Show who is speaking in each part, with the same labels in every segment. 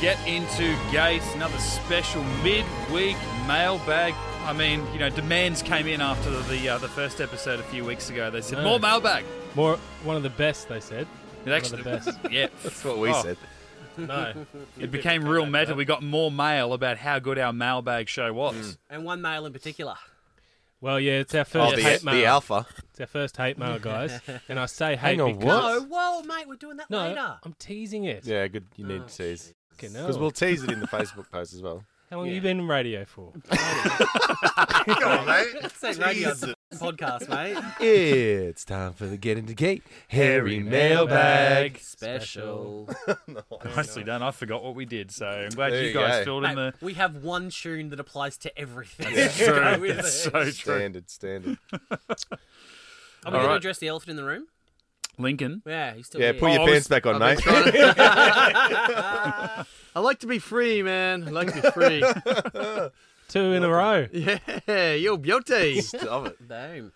Speaker 1: get into Gates. Another special midweek mailbag. I mean, you know, demands came in after the uh, the first episode a few weeks ago. They said
Speaker 2: No.
Speaker 1: more mailbag.
Speaker 2: More one of the best, they said.
Speaker 1: It actually,
Speaker 2: one of the best.
Speaker 1: yeah,
Speaker 3: That's what we
Speaker 1: Oh.
Speaker 3: said.
Speaker 2: No,
Speaker 1: it became real meta. We got more mail about how good our mailbag show was.
Speaker 4: And one male in particular.
Speaker 2: well, yeah, it's our first
Speaker 3: Oh, the,
Speaker 2: hate
Speaker 3: the
Speaker 2: mail.
Speaker 3: alpha.
Speaker 2: It's our first hate mail, guys. And I say hate
Speaker 3: Hang on,
Speaker 2: because
Speaker 4: Oh, whoa, mate, we're doing that
Speaker 2: no,
Speaker 4: later.
Speaker 2: I'm teasing it.
Speaker 3: Yeah, good. You need to tease
Speaker 2: Fucking
Speaker 3: because
Speaker 2: hell.
Speaker 3: we'll tease it in the Facebook post as well.
Speaker 2: How long you been in radio for?
Speaker 3: Come on, mate.
Speaker 4: It's that radio podcast, mate.
Speaker 3: it's time for the get into gate hairy mailbag.
Speaker 4: Special.
Speaker 1: Nicely done. I forgot what we did, so I'm glad
Speaker 3: Mm. There
Speaker 1: you
Speaker 3: you
Speaker 1: guys
Speaker 3: go.
Speaker 1: filled in the.
Speaker 4: Mate, we have one tune that applies to everything. Go
Speaker 1: True.
Speaker 4: with
Speaker 1: It's
Speaker 4: it.
Speaker 1: so true.
Speaker 3: Standard, standard.
Speaker 4: Are we going
Speaker 1: Alright.
Speaker 4: to address the elephant in the room?
Speaker 1: Lincoln.
Speaker 4: Yeah, he's still
Speaker 3: Yeah,
Speaker 4: here.
Speaker 3: put your
Speaker 1: I was-
Speaker 3: pants back on,
Speaker 4: I've
Speaker 3: mate.
Speaker 4: been trying to-
Speaker 5: I like to be free, man. I like to be free.
Speaker 2: Two in a row.
Speaker 5: yeah, yo, beauty.
Speaker 3: Stop it.
Speaker 4: Boom.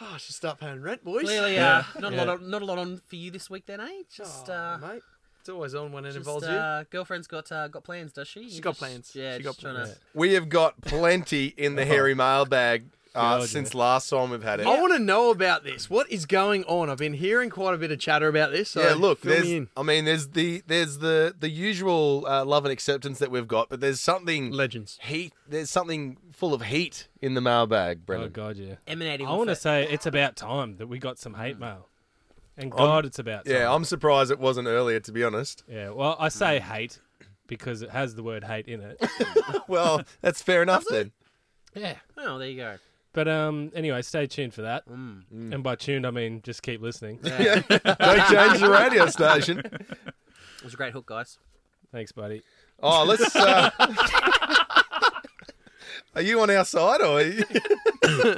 Speaker 5: Oh, I should start paying rent, boys.
Speaker 4: Clearly, uh, not a lot, on, not a lot on for you this week, then, eh? Just,
Speaker 5: Oh,
Speaker 4: uh,
Speaker 5: mate, it's always on when it
Speaker 4: just,
Speaker 5: involves you.
Speaker 4: uh, girlfriend's got uh, got plans, does she?
Speaker 5: She's
Speaker 4: You
Speaker 5: got
Speaker 4: just-
Speaker 5: plans.
Speaker 4: Yeah,
Speaker 5: She got
Speaker 4: just trying to-
Speaker 5: plans.
Speaker 3: We have got plenty in the hairy mailbag uh,
Speaker 2: Oh,
Speaker 3: since last time we've had it.
Speaker 5: I want to know about this. What is going on? I've been hearing quite a bit of chatter about this. So
Speaker 3: yeah, look,
Speaker 5: fill me
Speaker 3: there's.
Speaker 5: in.
Speaker 3: I mean, there's the there's the the usual uh, love and acceptance that we've got, but there's something
Speaker 5: legends.
Speaker 3: heat. There's something full of heat in the mailbag,
Speaker 2: Oh
Speaker 3: Brendan.
Speaker 2: God, yeah.
Speaker 4: emanating.
Speaker 2: I want to
Speaker 4: off
Speaker 2: say it's about time that we got some hate mail. And God, it's about time.
Speaker 3: yeah, I'm surprised it wasn't earlier, to be honest.
Speaker 2: Yeah, well, I say hate because it has the word hate in it.
Speaker 3: well, that's fair enough then.
Speaker 2: yeah.
Speaker 4: it. Oh, there you go.
Speaker 2: But um, anyway, stay tuned for that.
Speaker 3: Mm.
Speaker 2: And by tuned, I mean just keep listening.
Speaker 3: Don't change the radio station.
Speaker 4: It was a great hook, guys.
Speaker 2: Thanks, buddy.
Speaker 3: Oh, let's. Uh, are you on our side or? Are you...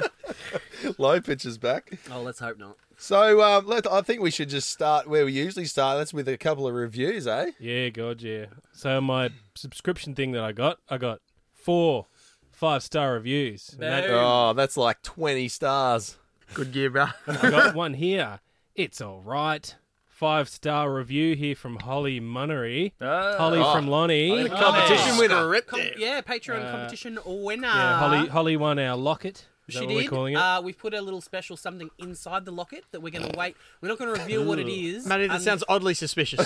Speaker 3: Low pitches back.
Speaker 4: Oh, let's hope not.
Speaker 3: So um, let, I think we should just start where we usually start. That's with a couple of reviews, eh?
Speaker 2: Yeah, God, yeah. So my subscription thing that I got, I got four five star reviews. And that-
Speaker 4: Boom.
Speaker 3: Oh, that's like 20 stars.
Speaker 5: Good gear, bro.
Speaker 2: I got one here. It's all right. Five star review here from Holly Munnery.
Speaker 1: Ah.
Speaker 2: Holly from Lonnie.
Speaker 5: Competition winner. Ripped
Speaker 4: Com-
Speaker 5: it.
Speaker 4: yeah, Patreon competition winner.
Speaker 2: Yeah, Holly, Holly won our locket. Is
Speaker 4: She
Speaker 2: that what
Speaker 4: did.
Speaker 2: we're calling it?
Speaker 4: Uh, we've put a little special something inside the locket that we're going to wait. We're not going to reveal what it is.
Speaker 5: Matty, that
Speaker 4: un-
Speaker 5: sounds oddly suspicious.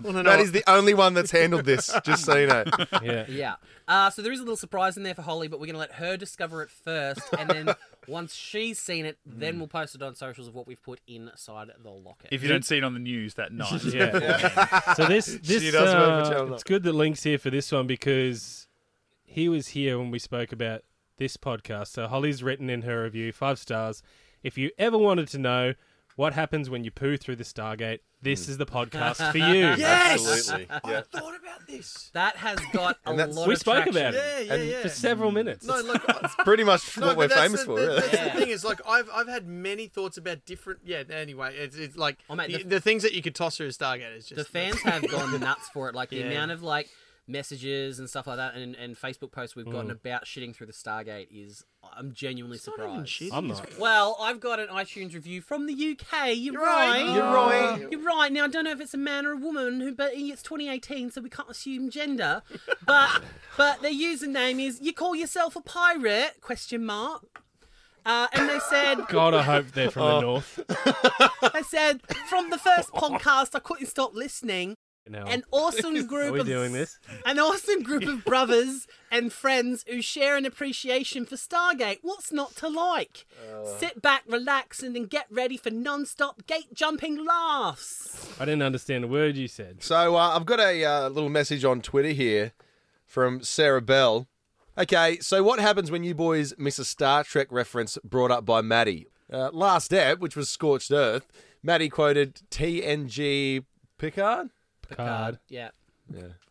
Speaker 5: Wanna know
Speaker 3: That is the only one that's handled this, just so you know.
Speaker 2: yeah.
Speaker 4: Yeah. Uh, so there is a little surprise in there for Holly, but we're going to let her discover it first, and then once she's seen it,
Speaker 2: Mm.
Speaker 4: then we'll post it on socials of what we've put inside the locket.
Speaker 1: If you don't see it on the news that night,
Speaker 2: Yeah. so this this
Speaker 3: does work for
Speaker 2: uh,
Speaker 3: Channel
Speaker 2: it's good that Link's here for this one because he was here when we spoke about this podcast. So Holly's written in her review five stars. If you ever wanted to know what happens when you poo through the Stargate,
Speaker 5: Hmm.
Speaker 2: this is the podcast for you.
Speaker 5: Yes.
Speaker 3: Yeah.
Speaker 5: Thought about this.
Speaker 4: that has got a
Speaker 3: And that's-
Speaker 4: lot
Speaker 2: we
Speaker 4: of
Speaker 2: spoke
Speaker 4: traction.
Speaker 2: about
Speaker 5: Yeah,
Speaker 2: it
Speaker 5: yeah,
Speaker 3: And
Speaker 5: yeah.
Speaker 2: for several minutes.
Speaker 5: no, look, I-
Speaker 3: Pretty much
Speaker 5: No,
Speaker 3: what
Speaker 5: but
Speaker 3: we're
Speaker 5: that's
Speaker 3: famous
Speaker 5: the,
Speaker 3: for.
Speaker 5: that-
Speaker 3: really.
Speaker 5: That's
Speaker 4: Yeah.
Speaker 5: the thing is, like, I've I've had many thoughts about different. Yeah. Anyway, it's, it's like
Speaker 4: Oh, mate,
Speaker 5: the,
Speaker 4: the-
Speaker 5: the things that you could toss through a Stargate is just
Speaker 4: The fans have gone nuts for it. Like the
Speaker 5: Yeah.
Speaker 4: amount of like messages and stuff like that, and, and Facebook posts we've gotten
Speaker 2: Mm.
Speaker 4: about shitting through the Stargate is. I'm genuinely
Speaker 5: Not even
Speaker 4: surprised.
Speaker 5: shit.
Speaker 2: I'm not.
Speaker 4: Well, I've got an iTunes review from the UK. You're,
Speaker 5: You're
Speaker 4: right.
Speaker 5: right.
Speaker 3: You're right.
Speaker 4: You're right. Now I don't know if it's a man or a woman, who, but it's 2018, so we can't assume gender. But but their username is you call yourself a pirate? Question mark. Uh, and they said
Speaker 2: God, I hope they're from the
Speaker 5: Oh.
Speaker 2: north.
Speaker 4: they said from the first podcast I couldn't stop listening.
Speaker 2: No.
Speaker 4: An awesome group
Speaker 2: Are we
Speaker 4: of
Speaker 2: doing this?
Speaker 4: an awesome group of brothers and friends who share an appreciation for Stargate. What's not to like? Sit back, relax, and then get ready for non-stop gate jumping laughs.
Speaker 2: I didn't understand a word you said.
Speaker 3: So uh, I've got a uh, little message on Twitter here from Sarah Bell. Okay, so what happens when you boys miss a Star Trek reference brought up by Maddie? Uh, last ep, which was Scorched Earth, Maddie quoted TNG Picard.
Speaker 2: Card.
Speaker 4: Yeah.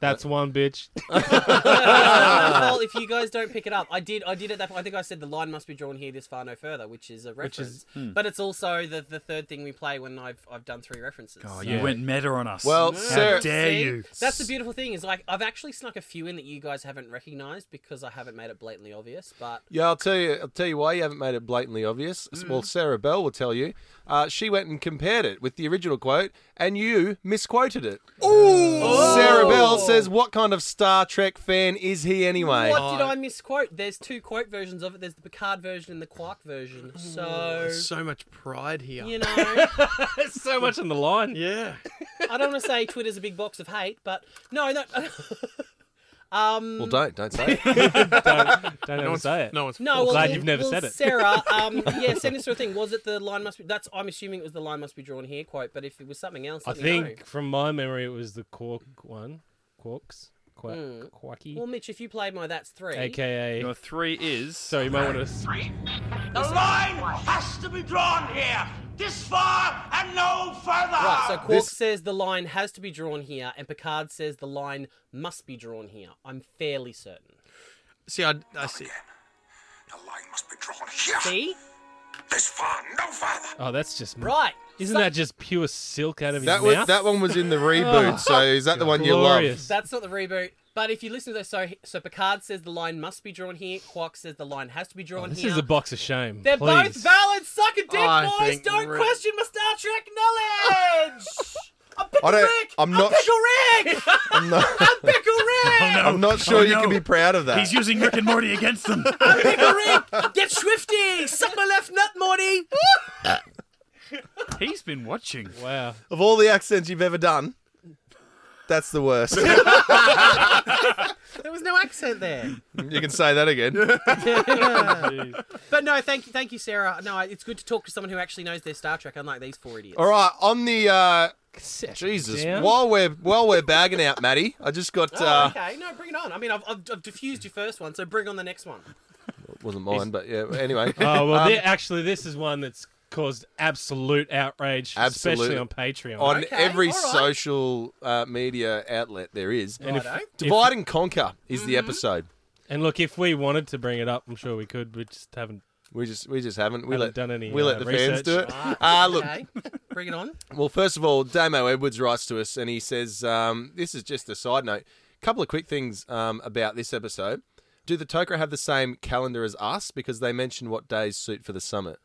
Speaker 2: That's one bitch.
Speaker 4: well, if you guys don't pick it up, I did. I did at that point. I think I said the line must be drawn here, this far no further, which is a reference. But it's also the, the third thing we play when I've I've done three references.
Speaker 1: oh,
Speaker 4: so-
Speaker 1: you went meta on us.
Speaker 3: Well,
Speaker 1: how
Speaker 3: Sarah-
Speaker 1: dare
Speaker 4: See?
Speaker 1: you?
Speaker 4: That's the beautiful thing is like I've actually snuck a few in that you guys haven't recognised because I haven't made it blatantly obvious. But
Speaker 3: Yeah, I'll tell you. I'll tell you why you haven't made it blatantly obvious. Well, Sarah Bell will tell you. Uh, she went and compared it with the original quote, and you misquoted it. Ooh, Sarah Sarah Bell says, "What kind of Star Trek fan is he anyway?"
Speaker 4: What did I misquote? There's two quote versions of it. There's the Picard version and the Quark version. So,
Speaker 5: So much pride here.
Speaker 4: you know,
Speaker 2: There's so much on the line.
Speaker 5: Yeah.
Speaker 4: I don't want to say Twitter's a big box of hate, but no, no,
Speaker 3: Well, don't don't say. It.
Speaker 2: Don't ever say it.
Speaker 5: No one's
Speaker 4: no. Well,
Speaker 2: glad you've never
Speaker 4: well,
Speaker 2: said it.
Speaker 4: Sarah. Um, yeah, send us through a thing. Was it the line must be? That's I'm assuming it was the line must be drawn here quote. But if it was something else,
Speaker 2: I
Speaker 4: let me
Speaker 2: think from my memory it was the Quark one. Quarks? Quark, Quarky?
Speaker 4: know. Hmm. Well, Mitch, if you played my that's three.
Speaker 2: AKA.
Speaker 1: Your three is.
Speaker 2: So you might want to.
Speaker 6: The line has to be drawn here. This far and no further.
Speaker 4: Right, so Quark
Speaker 3: This-
Speaker 4: says the line has to be drawn here, and Picard says the line must be drawn here. I'm fairly certain.
Speaker 5: See, I, I see.
Speaker 6: The line must be drawn here.
Speaker 4: See?
Speaker 6: This far, no further.
Speaker 2: Oh, that's just.
Speaker 4: Right.
Speaker 2: Isn't
Speaker 4: So-
Speaker 2: that just pure silk out of his
Speaker 3: That
Speaker 2: mouth?
Speaker 3: was that one was in the reboot. So is that the one you love?
Speaker 2: Glorious.
Speaker 4: That's not the reboot. But if you listen to this, so so Picard says the line must be drawn here. Quark says the line has to be drawn
Speaker 2: Oh, This
Speaker 4: here.
Speaker 2: is a box of shame.
Speaker 4: They're both
Speaker 2: Please.
Speaker 4: valid. Suck a dick,
Speaker 5: I
Speaker 4: boys.
Speaker 5: think
Speaker 4: Don't
Speaker 5: Rick-
Speaker 4: question my Star Trek knowledge. I'm Pickle
Speaker 3: I don't-
Speaker 4: Rick.
Speaker 3: I'm not-
Speaker 4: Pickle Rick.
Speaker 3: I'm not,
Speaker 4: I'm Pickle Rick.
Speaker 3: I'm not sure
Speaker 1: Oh,
Speaker 3: you
Speaker 1: no.
Speaker 3: can be proud of that.
Speaker 1: He's using Rick and Morty against them.
Speaker 4: Pickle Rick. Get swifty. Suck my left nut, Morty.
Speaker 1: He's been watching.
Speaker 2: Wow.
Speaker 3: of all the accents you've ever done, that's the worst.
Speaker 4: There was no accent there.
Speaker 3: you can say that again.
Speaker 4: But no, thank you, thank you, Sarah. No, I- it's good to talk to someone who actually knows their Star Trek, unlike these four idiots.
Speaker 3: All right, on the uh, Jesus.
Speaker 2: Down.
Speaker 3: While we're while we're bagging out, Maddie, I just got.
Speaker 4: Oh,
Speaker 3: uh,
Speaker 4: okay, no, bring it on. I mean, I've, I've, I've diffused your first one, so bring on the next one.
Speaker 3: wasn't mine, but yeah. Anyway,
Speaker 2: Oh well,
Speaker 3: Um,
Speaker 2: thi- actually, this is one that's caused absolute outrage, especially
Speaker 3: Absolute.
Speaker 2: on Patreon.
Speaker 3: on
Speaker 4: okay,
Speaker 3: every
Speaker 4: all right.
Speaker 3: social uh, media outlet there is.
Speaker 2: and, if-
Speaker 3: Divide and conquer is the episode.
Speaker 2: and look, if we wanted to bring it up, I'm sure we could. We just haven't.
Speaker 3: We just we just haven't. We
Speaker 2: Haven't
Speaker 3: let
Speaker 2: done any,
Speaker 3: we let
Speaker 2: uh,
Speaker 3: the fans do
Speaker 2: research.
Speaker 3: it. Uh, look,
Speaker 4: Okay, bring it on.
Speaker 3: well, first of all, Damo Edwards writes to us and he says, um, "This is just a side note. A couple of quick things um, about this episode. Do the Tokra have the same calendar as us? Because they mentioned what days suit for the summit.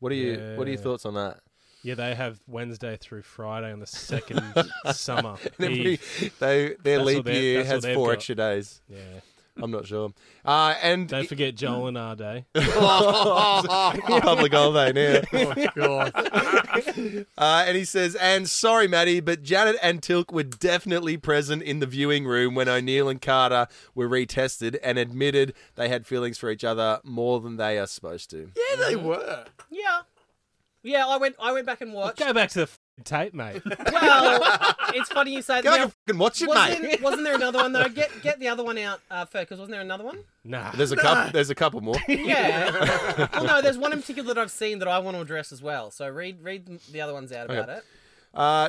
Speaker 3: What are you? What are your
Speaker 2: Yeah.
Speaker 3: thoughts on that?
Speaker 2: Yeah, they have Wednesday through Friday on the second summer.
Speaker 3: Every-
Speaker 2: eve.
Speaker 3: they, their
Speaker 2: what
Speaker 3: leap
Speaker 2: they-
Speaker 3: year
Speaker 2: that's what
Speaker 3: has
Speaker 2: they've
Speaker 3: four
Speaker 2: got.
Speaker 3: extra days.
Speaker 2: Yeah.
Speaker 3: I'm not sure. Uh, and
Speaker 2: Don't forget Joel and our day.
Speaker 3: public holiday now.
Speaker 5: Oh, God.
Speaker 3: Uh, and he says, and sorry, Maddie, but Janet and Tilk were definitely present in the viewing room when O'Neill and Carter were retested and admitted they had feelings for each other more than they are supposed to.
Speaker 5: Yeah, they were.
Speaker 4: Yeah, yeah. I went, I went back and watched.
Speaker 2: Go back to the f***ing tape, mate.
Speaker 4: Well, it's funny you say
Speaker 3: Go back
Speaker 4: that. Now,
Speaker 3: and fucking watch it,
Speaker 4: wasn't,
Speaker 3: mate.
Speaker 4: wasn't there another one though? Get, get the other one out uh, first, because wasn't there another one?
Speaker 2: Nah.
Speaker 3: There's a couple. There's a couple more.
Speaker 4: Yeah. well, no, there's one in particular that I've seen that I want to address as well. So read, read the other ones out about
Speaker 3: Okay.
Speaker 4: it.
Speaker 3: Uh,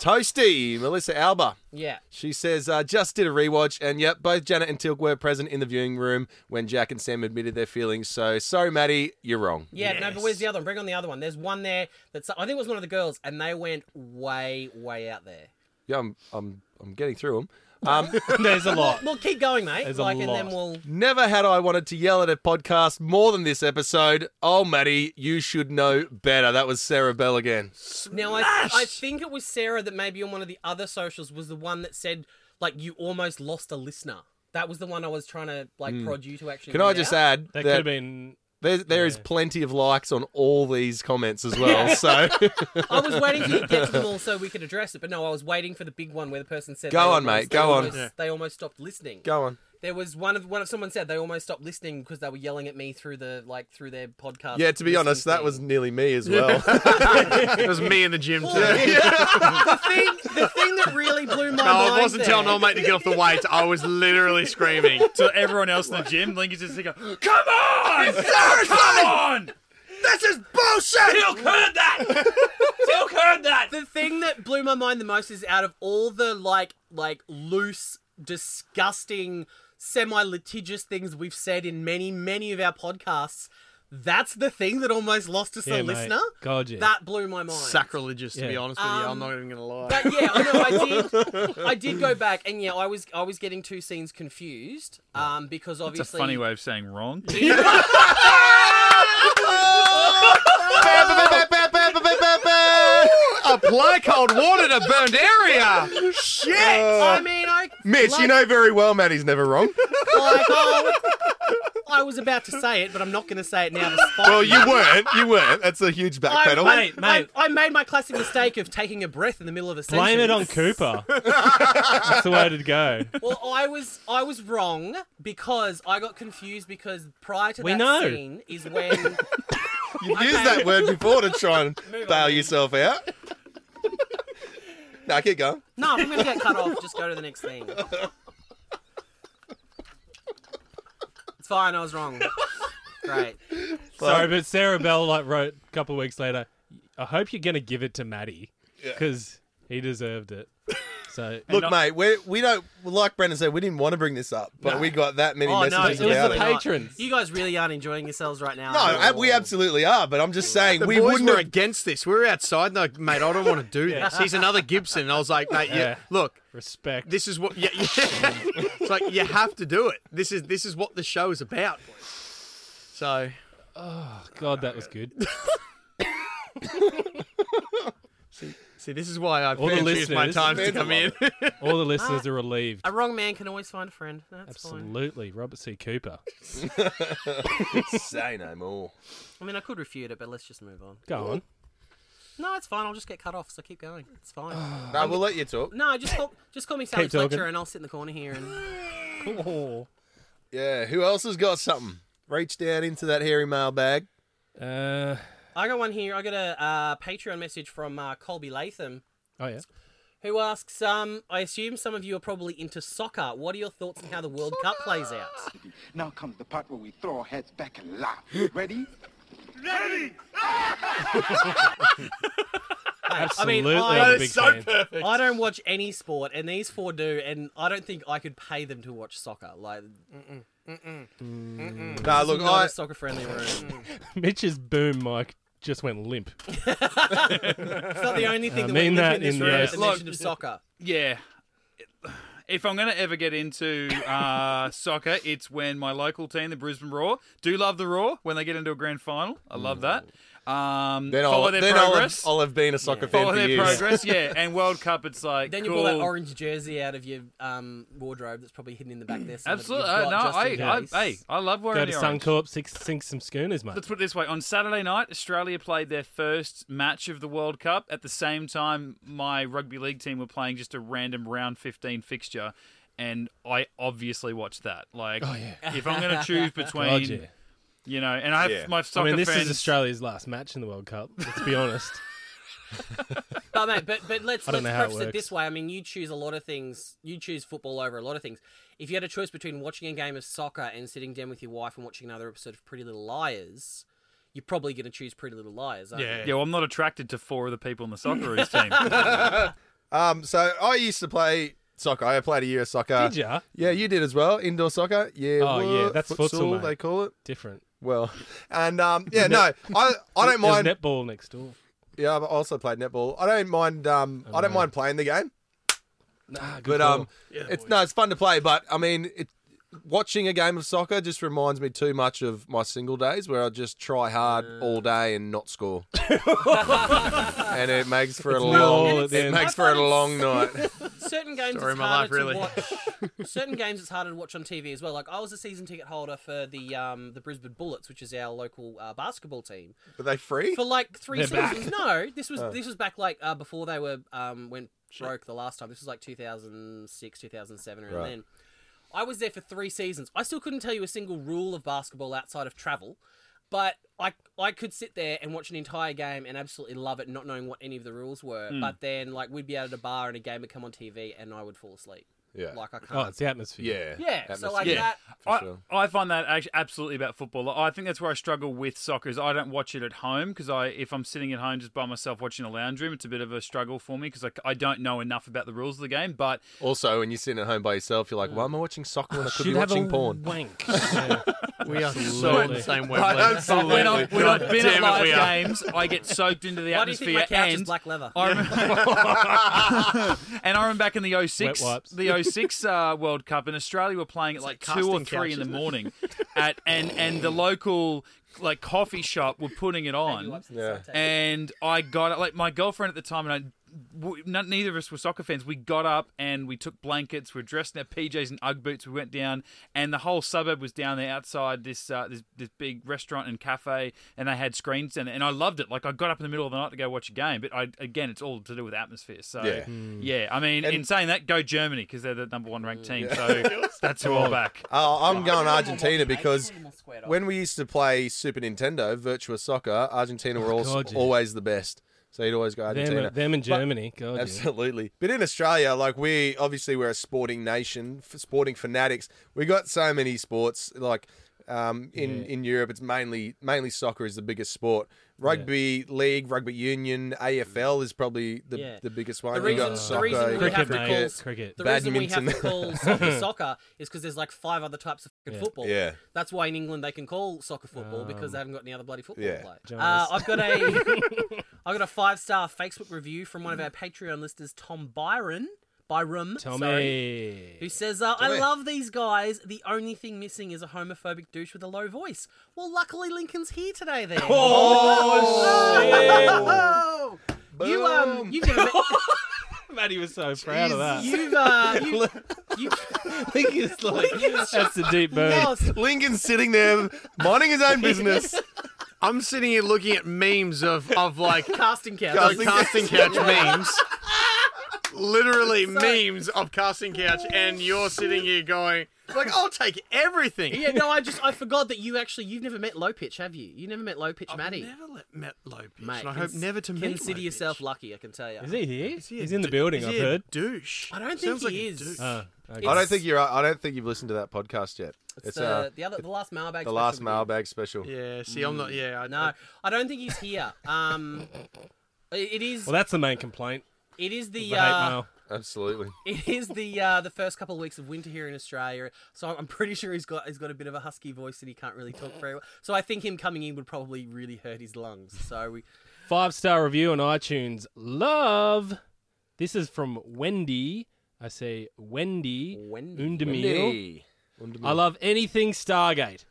Speaker 3: Toasty Melissa Alba.
Speaker 4: Yeah.
Speaker 3: She says, uh, just did a rewatch, and yep, both Janet and Tilk were present in the viewing room when Jack and Sam admitted their feelings. So, sorry, Maddie, you're wrong.
Speaker 4: Yeah, no, but where's the other one? Bring on the other one. There's one there that's I think it was one of the girls, and they went way, way out there.
Speaker 3: Yeah, I'm, I'm, I'm getting through them. Um,
Speaker 2: There's a lot.
Speaker 4: Well, keep going, mate.
Speaker 2: There's a
Speaker 4: like, and then
Speaker 2: lot.
Speaker 4: we'll.
Speaker 3: Never had I wanted to yell at a podcast more than this episode. Oh, Maddie, you should know better. That was Sarah Bell again.
Speaker 4: Now, I, I think it was Sarah that maybe on one of the other socials was the one that said like you almost lost a listener. That was the one I was trying to like prod you to actually.
Speaker 3: Hmm. Can I
Speaker 4: read
Speaker 3: just
Speaker 4: out.
Speaker 3: add
Speaker 2: That
Speaker 3: that,
Speaker 2: could have been.
Speaker 3: there, there is plenty of likes on all these comments as well. So
Speaker 4: I was waiting to get to them all so we could address it, but no, I was waiting for the big one where the person said.
Speaker 3: Go
Speaker 4: they
Speaker 3: on,
Speaker 4: almost-
Speaker 3: mate,
Speaker 4: they
Speaker 3: go on.
Speaker 4: almost- They almost stopped listening.
Speaker 3: go on.
Speaker 4: There was one of one of someone said they almost stopped listening because they were yelling at me through the like through their podcast.
Speaker 3: Yeah, to be
Speaker 4: listening
Speaker 3: honest, that
Speaker 4: thing.
Speaker 3: was nearly me as well.
Speaker 5: It was me in the gym, too.
Speaker 4: the thing. The thing that really blew my
Speaker 5: No,
Speaker 4: mind.
Speaker 5: I wasn't
Speaker 4: there-
Speaker 5: telling old mate to get off the weights. I was literally screaming.
Speaker 1: To everyone else in the gym, Link is just like, come on! Come on!
Speaker 5: This is bullshit!
Speaker 1: Tilk heard that! Tilk heard that!
Speaker 4: The thing that blew my mind the most is out of all the like like loose, disgusting, semi-litigious things we've said in many many of our podcasts. That's the thing that almost lost us
Speaker 2: Yeah,
Speaker 4: a
Speaker 2: mate.
Speaker 4: listener.
Speaker 2: God, yeah.
Speaker 4: That blew my mind.
Speaker 5: Sacrilegious, to be
Speaker 2: Yeah.
Speaker 5: honest with you.
Speaker 4: Um,
Speaker 5: I'm not even going to lie.
Speaker 4: But yeah, I know I did. I did go back, and yeah, I was I was getting two scenes confused, um, because
Speaker 1: It's a
Speaker 4: obviously
Speaker 1: funny way of saying wrong.
Speaker 3: I
Speaker 5: apply cold water to burned area. Shit.
Speaker 4: I mean, I.
Speaker 3: Mitch, you
Speaker 4: Uh, like-
Speaker 3: know very well Maddie's never wrong.
Speaker 4: like, oh, I was about to say it, but I'm not going to say it now. to spite
Speaker 3: well,
Speaker 4: you.
Speaker 3: you weren't. You weren't. That's a huge
Speaker 4: I,
Speaker 3: backpedal.
Speaker 4: I-
Speaker 2: Mate,
Speaker 4: I-
Speaker 2: mate.
Speaker 4: I made my classic mistake of taking a breath in the middle of a sentence.
Speaker 2: Blame it on Cooper. That's the way to go.
Speaker 4: Well, I was I was wrong because I got confused because prior to
Speaker 2: We
Speaker 4: that
Speaker 2: know.
Speaker 4: scene is when
Speaker 3: You've used that word before to try and bail yourself out. now keep going.
Speaker 4: no, I'm going to get cut off. Just go to the next thing. It's fine. I was wrong. Great.
Speaker 2: Sorry, but Sarah Bell like wrote a couple of weeks later. I hope you're gonna give it to Maddie because he deserved it. So
Speaker 3: Look,
Speaker 1: not-
Speaker 3: mate, we we don't like Brendan said. We didn't want to bring this up, but we got that many
Speaker 4: Oh no,
Speaker 3: messages
Speaker 2: it was
Speaker 3: about
Speaker 2: the
Speaker 3: it.
Speaker 2: pa- patrons.
Speaker 4: You guys really aren't enjoying yourselves right now.
Speaker 3: no,
Speaker 4: at
Speaker 3: ab-
Speaker 4: all.
Speaker 3: we absolutely are. But I'm just saying
Speaker 5: The
Speaker 3: we
Speaker 5: boys
Speaker 3: wouldn't.
Speaker 5: were
Speaker 3: Have,
Speaker 5: against this. We were outside. No, mate, I don't want to do this. He's another Gibson. And I was like, mate, yeah,
Speaker 2: Yeah.
Speaker 5: look,
Speaker 2: respect.
Speaker 5: this is what. Yeah, yeah. it's like you have to do it. This is this is what the show is about. boys. So
Speaker 2: God, that was good.
Speaker 5: see, this is why I
Speaker 2: All the
Speaker 5: choose my
Speaker 2: listeners-
Speaker 5: times to come in.
Speaker 2: All the listeners are relieved.
Speaker 4: A wrong man can always find a friend. That's fine.
Speaker 2: Absolutely, Robert C. Cooper.
Speaker 3: say no more.
Speaker 4: I mean, I could refute it, but let's just move on.
Speaker 2: Go on.
Speaker 4: No, it's fine. I'll just get cut off, so keep going. It's fine.
Speaker 3: No, we'll let you talk.
Speaker 4: no, just call, just call me Sally
Speaker 2: Keep talking.
Speaker 4: Fletcher, and I'll sit in the corner here. And
Speaker 3: Yeah, who else has got something? Reach down into that hairy mailbag.
Speaker 2: Uh,
Speaker 4: I got one here. I got a uh, Patreon message from uh, Colby Latham,
Speaker 2: oh yeah.
Speaker 4: who asks, um, "I assume some of you are probably into soccer. What are your thoughts on how the World Cup plays out?"
Speaker 7: Now comes the part where we throw our heads back and laugh. Ready?
Speaker 2: Absolutely,
Speaker 4: I-
Speaker 2: I'm a
Speaker 4: That
Speaker 2: big
Speaker 5: It's so
Speaker 2: fan.
Speaker 5: perfect.
Speaker 4: I don't watch any sport, and these four do, and I don't think I could pay them to watch soccer. Like, Mm.
Speaker 3: No, look,
Speaker 4: not
Speaker 3: I,
Speaker 4: a soccer-friendly room. it's
Speaker 2: Mitch's boom mic just went limp.
Speaker 4: not the only thing
Speaker 2: I
Speaker 4: that
Speaker 2: mean
Speaker 4: we
Speaker 2: that
Speaker 4: in this
Speaker 2: in the
Speaker 4: room at the
Speaker 1: Look-
Speaker 4: mention of soccer.
Speaker 1: Yeah. If I'm going to ever get into uh, soccer, it's when my local team, the Brisbane Roar, do love the Roar when they get into a grand final. I love that. Um,
Speaker 3: then
Speaker 1: follow
Speaker 3: I'll,
Speaker 1: their
Speaker 3: then I'll have,
Speaker 1: progress.
Speaker 3: I'll have been a soccer fan
Speaker 1: follow
Speaker 3: for
Speaker 1: their
Speaker 3: years.
Speaker 1: progress, yeah. And World Cup, it's like
Speaker 4: Then you
Speaker 1: cool.
Speaker 4: pull that orange jersey out of your um, wardrobe that's probably hidden in the back there. somewhere that
Speaker 1: Absolutely,
Speaker 4: you've
Speaker 1: uh, no.
Speaker 4: got just in
Speaker 1: I,
Speaker 4: case.
Speaker 1: I, hey, I love wearing
Speaker 2: Go to
Speaker 1: the orange.
Speaker 2: Suncorp, sink, sink some schooners, mate.
Speaker 1: Let's put it this way: on Saturday night, Australia played their first match of the World Cup. At the same time, my rugby league team were playing just a random round fifteen fixture, and I obviously watched that. Like, if I'm going to choose between,
Speaker 2: Oh, God, yeah.
Speaker 1: you know, and I have
Speaker 3: Yeah.
Speaker 1: my
Speaker 2: I
Speaker 1: soccer
Speaker 2: mean, this
Speaker 1: friends.
Speaker 2: is Australia's last match in the World Cup. Let's be honest.
Speaker 4: But mate, but but let's
Speaker 2: I
Speaker 4: let's
Speaker 2: don't know how it
Speaker 4: preface it,
Speaker 2: works.
Speaker 4: this way. I mean, you choose a lot of things. You choose football over a lot of things. If you had a choice between watching a game of soccer and sitting down with your wife and watching another episode of Pretty Little Liars, you're probably going to choose Pretty Little Liars. Aren't
Speaker 1: yeah, well, I'm not attracted to four of the people in the Socceroos team.
Speaker 3: Um, so I used to play soccer. I played a year of soccer.
Speaker 2: Did ya?
Speaker 3: Yeah, you did as well. Indoor soccer. Yeah.
Speaker 2: Oh, yeah,
Speaker 3: what?
Speaker 2: that's futsal, mate.
Speaker 3: They call it.
Speaker 2: Different.
Speaker 3: Well, and um, yeah, no, I I don't
Speaker 2: There's
Speaker 3: mind.
Speaker 2: netball next door.
Speaker 3: Yeah, I've also played netball. I don't mind. Um, I don't mind playing the game,
Speaker 2: Nah, good
Speaker 3: but
Speaker 2: call.
Speaker 3: um, it's no, it's fun to play. But I mean, it, watching a game of soccer just reminds me too much of my single days where I just try hard all day and not score, and it makes for a
Speaker 2: all
Speaker 3: long.
Speaker 2: at the
Speaker 3: Oh, It
Speaker 2: end.
Speaker 3: makes
Speaker 4: I
Speaker 3: for a
Speaker 4: find it's-
Speaker 3: long night.
Speaker 4: you? Certain games
Speaker 5: Story
Speaker 4: it's
Speaker 5: of my
Speaker 4: harder
Speaker 5: life,
Speaker 4: to watch. certain games it's harder to watch on TV as well. Like I was a season ticket holder for the um the Brisbane Bullets, which is our local uh, basketball team.
Speaker 3: Were they free?
Speaker 4: for like 3
Speaker 2: They're
Speaker 4: seasons. No, this was this was back like uh, before they were um, went broke the last time. This was like 2006, 2007, around
Speaker 3: Right.
Speaker 4: then. I was there for three seasons. I still couldn't tell you a single rule of basketball outside of travel, but I I could sit there and watch an entire game and absolutely love it, not knowing what any of the rules were.
Speaker 1: Hmm.
Speaker 4: But then like we'd be out at a bar and a game would come on TV and I would fall asleep.
Speaker 3: Yeah.
Speaker 4: Like I can't.
Speaker 2: oh, it's the atmosphere.
Speaker 3: Yeah.
Speaker 4: yeah, so like
Speaker 1: Yeah.
Speaker 4: that.
Speaker 1: I,
Speaker 3: sure.
Speaker 1: I find that act- absolutely about football. I think that's where I struggle with soccer is I don't watch it at home because I if I'm sitting at home just by myself watching a lounge room, it's a bit of a struggle for me because I, I don't know enough about the rules of the game. But
Speaker 3: Also, when you're sitting at home by yourself, you're like, "Why am I watching soccer when I could
Speaker 2: Should
Speaker 3: be
Speaker 2: have
Speaker 3: watching
Speaker 2: a
Speaker 3: porn?"
Speaker 2: wank. Yeah.
Speaker 5: We are so
Speaker 2: Absolutely.
Speaker 5: on the same
Speaker 3: I
Speaker 5: wavelength.
Speaker 3: absolutely-
Speaker 1: When I've, when I've been at
Speaker 5: Damn it,
Speaker 1: live
Speaker 5: we are.
Speaker 1: games, I get soaked into the
Speaker 4: Why do you think
Speaker 1: atmosphere
Speaker 4: my couch is
Speaker 1: and
Speaker 4: black leather?
Speaker 1: I remember, and I remember back in the 06,
Speaker 2: Wet wipes.
Speaker 1: the 06 uh, World Cup in Australia, we're playing at like two or
Speaker 5: casting
Speaker 1: three
Speaker 5: couch,
Speaker 1: in the
Speaker 5: isn't it?
Speaker 1: morning, at and and the local like coffee shop were putting it on, and I got like my girlfriend at the time and I. w- None, neither of us were soccer fans. We got up and we took blankets. We were dressed in our PJs and UGG boots. We went down, and the whole suburb was down there outside this uh, this, this big restaurant and cafe, and they had screens and and I loved it. Like I got up in the middle of the night to go watch a game, but I again, it's all to do with atmosphere. So
Speaker 3: Yeah.
Speaker 1: yeah,
Speaker 2: Hmm.
Speaker 1: I mean, in saying that, go Germany because they're the number one ranked team. So that's who I'm back.
Speaker 3: Oh, I'm going Argentina
Speaker 4: Mate,
Speaker 3: because
Speaker 4: you're a little squared off.
Speaker 3: when we used to play Super Nintendo, Virtua Soccer, Argentina
Speaker 4: Oh
Speaker 3: were also,
Speaker 2: God, yeah.
Speaker 3: always the best. So you'd always go Argentina.
Speaker 2: Them, them in Germany. God, yeah.
Speaker 3: Absolutely. But in Australia, like we obviously we're a sporting nation, f- sporting fanatics. We got so many sports. Like um, in in Europe, it's mainly mainly soccer is the biggest sport. Rugby league, rugby union, AFL is probably the,
Speaker 4: Yeah.
Speaker 3: the biggest one.
Speaker 4: The
Speaker 3: You
Speaker 4: reason-
Speaker 3: got
Speaker 4: the
Speaker 3: soccer,
Speaker 4: reason we
Speaker 3: you
Speaker 4: have
Speaker 3: got
Speaker 2: Cricket,
Speaker 4: to
Speaker 2: mate.
Speaker 4: call-
Speaker 2: Cricket.
Speaker 4: The reason we have to
Speaker 3: Badminton.
Speaker 4: call soccer soccer is because there's like five other types of fucking football.
Speaker 3: Yeah.
Speaker 4: That's why in England they can call soccer football because they haven't got any other bloody football
Speaker 3: yeah.
Speaker 4: to play. Uh,
Speaker 2: Jonas.
Speaker 4: I've got a I've got a five star Facebook review from one of our Patreon listeners, Tom Byron. Byram, sorry,
Speaker 2: Tommy.
Speaker 4: who says, uh, I
Speaker 3: Tommy.
Speaker 4: love these guys. The only thing missing is a homophobic douche with a low voice. Well, luckily Lincoln's here today then.
Speaker 2: Oh.
Speaker 4: Oh, you um you've never met,
Speaker 2: Matty was so proud of that.
Speaker 4: you've uh you, you
Speaker 2: Lincoln's like, that's a deep burn.
Speaker 4: no, it's-
Speaker 3: Lincoln's sitting there minding his own business.
Speaker 5: I'm sitting here looking at memes of, of like
Speaker 4: casting couch.
Speaker 5: of casting couch memes. Literally memes of casting couch, and you're sitting here going, like, I'll take everything.
Speaker 4: Yeah, no, I just I forgot that you actually you've never met Low Pitch, have you? You never met Low Pitch, Maddie.
Speaker 5: Never let met low pitch,
Speaker 4: Mate,
Speaker 5: and I hope
Speaker 4: cons-
Speaker 5: never to meet.
Speaker 4: Consider
Speaker 5: Low
Speaker 4: yourself
Speaker 5: Pitch.
Speaker 4: lucky, I can tell you.
Speaker 2: Is he here?
Speaker 5: Is he a
Speaker 2: He's in the
Speaker 5: dou-
Speaker 2: building,
Speaker 5: is
Speaker 2: I've
Speaker 5: he a
Speaker 2: heard.
Speaker 5: douche.
Speaker 4: I don't think
Speaker 5: Sounds like
Speaker 4: he
Speaker 5: a
Speaker 4: is.
Speaker 5: douche.
Speaker 2: Oh, okay.
Speaker 3: I don't think you're. I don't think you've listened to that podcast yet. It's,
Speaker 4: It's,
Speaker 3: uh,
Speaker 4: uh, the other the last mailbag.
Speaker 3: the last
Speaker 4: special we did.
Speaker 3: mailbag special.
Speaker 5: Yeah, see, I'm not. Yeah, I know.
Speaker 4: No, I don't think he's here. Um, it it is
Speaker 2: Well, that's the main complaint.
Speaker 4: it is the,
Speaker 2: The hate
Speaker 4: uh,
Speaker 2: mail.
Speaker 3: Absolutely.
Speaker 4: it is the uh, the first couple of weeks of winter here in Australia, so I'm- I'm pretty sure he's got he's got a bit of a husky voice and he can't really talk very well. So I think him coming in would probably really hurt his lungs. So we
Speaker 2: Five star review on iTunes. Love. This is from Wendy. I say Wendy.
Speaker 4: Wendy.
Speaker 2: Undemil. I love anything Stargate.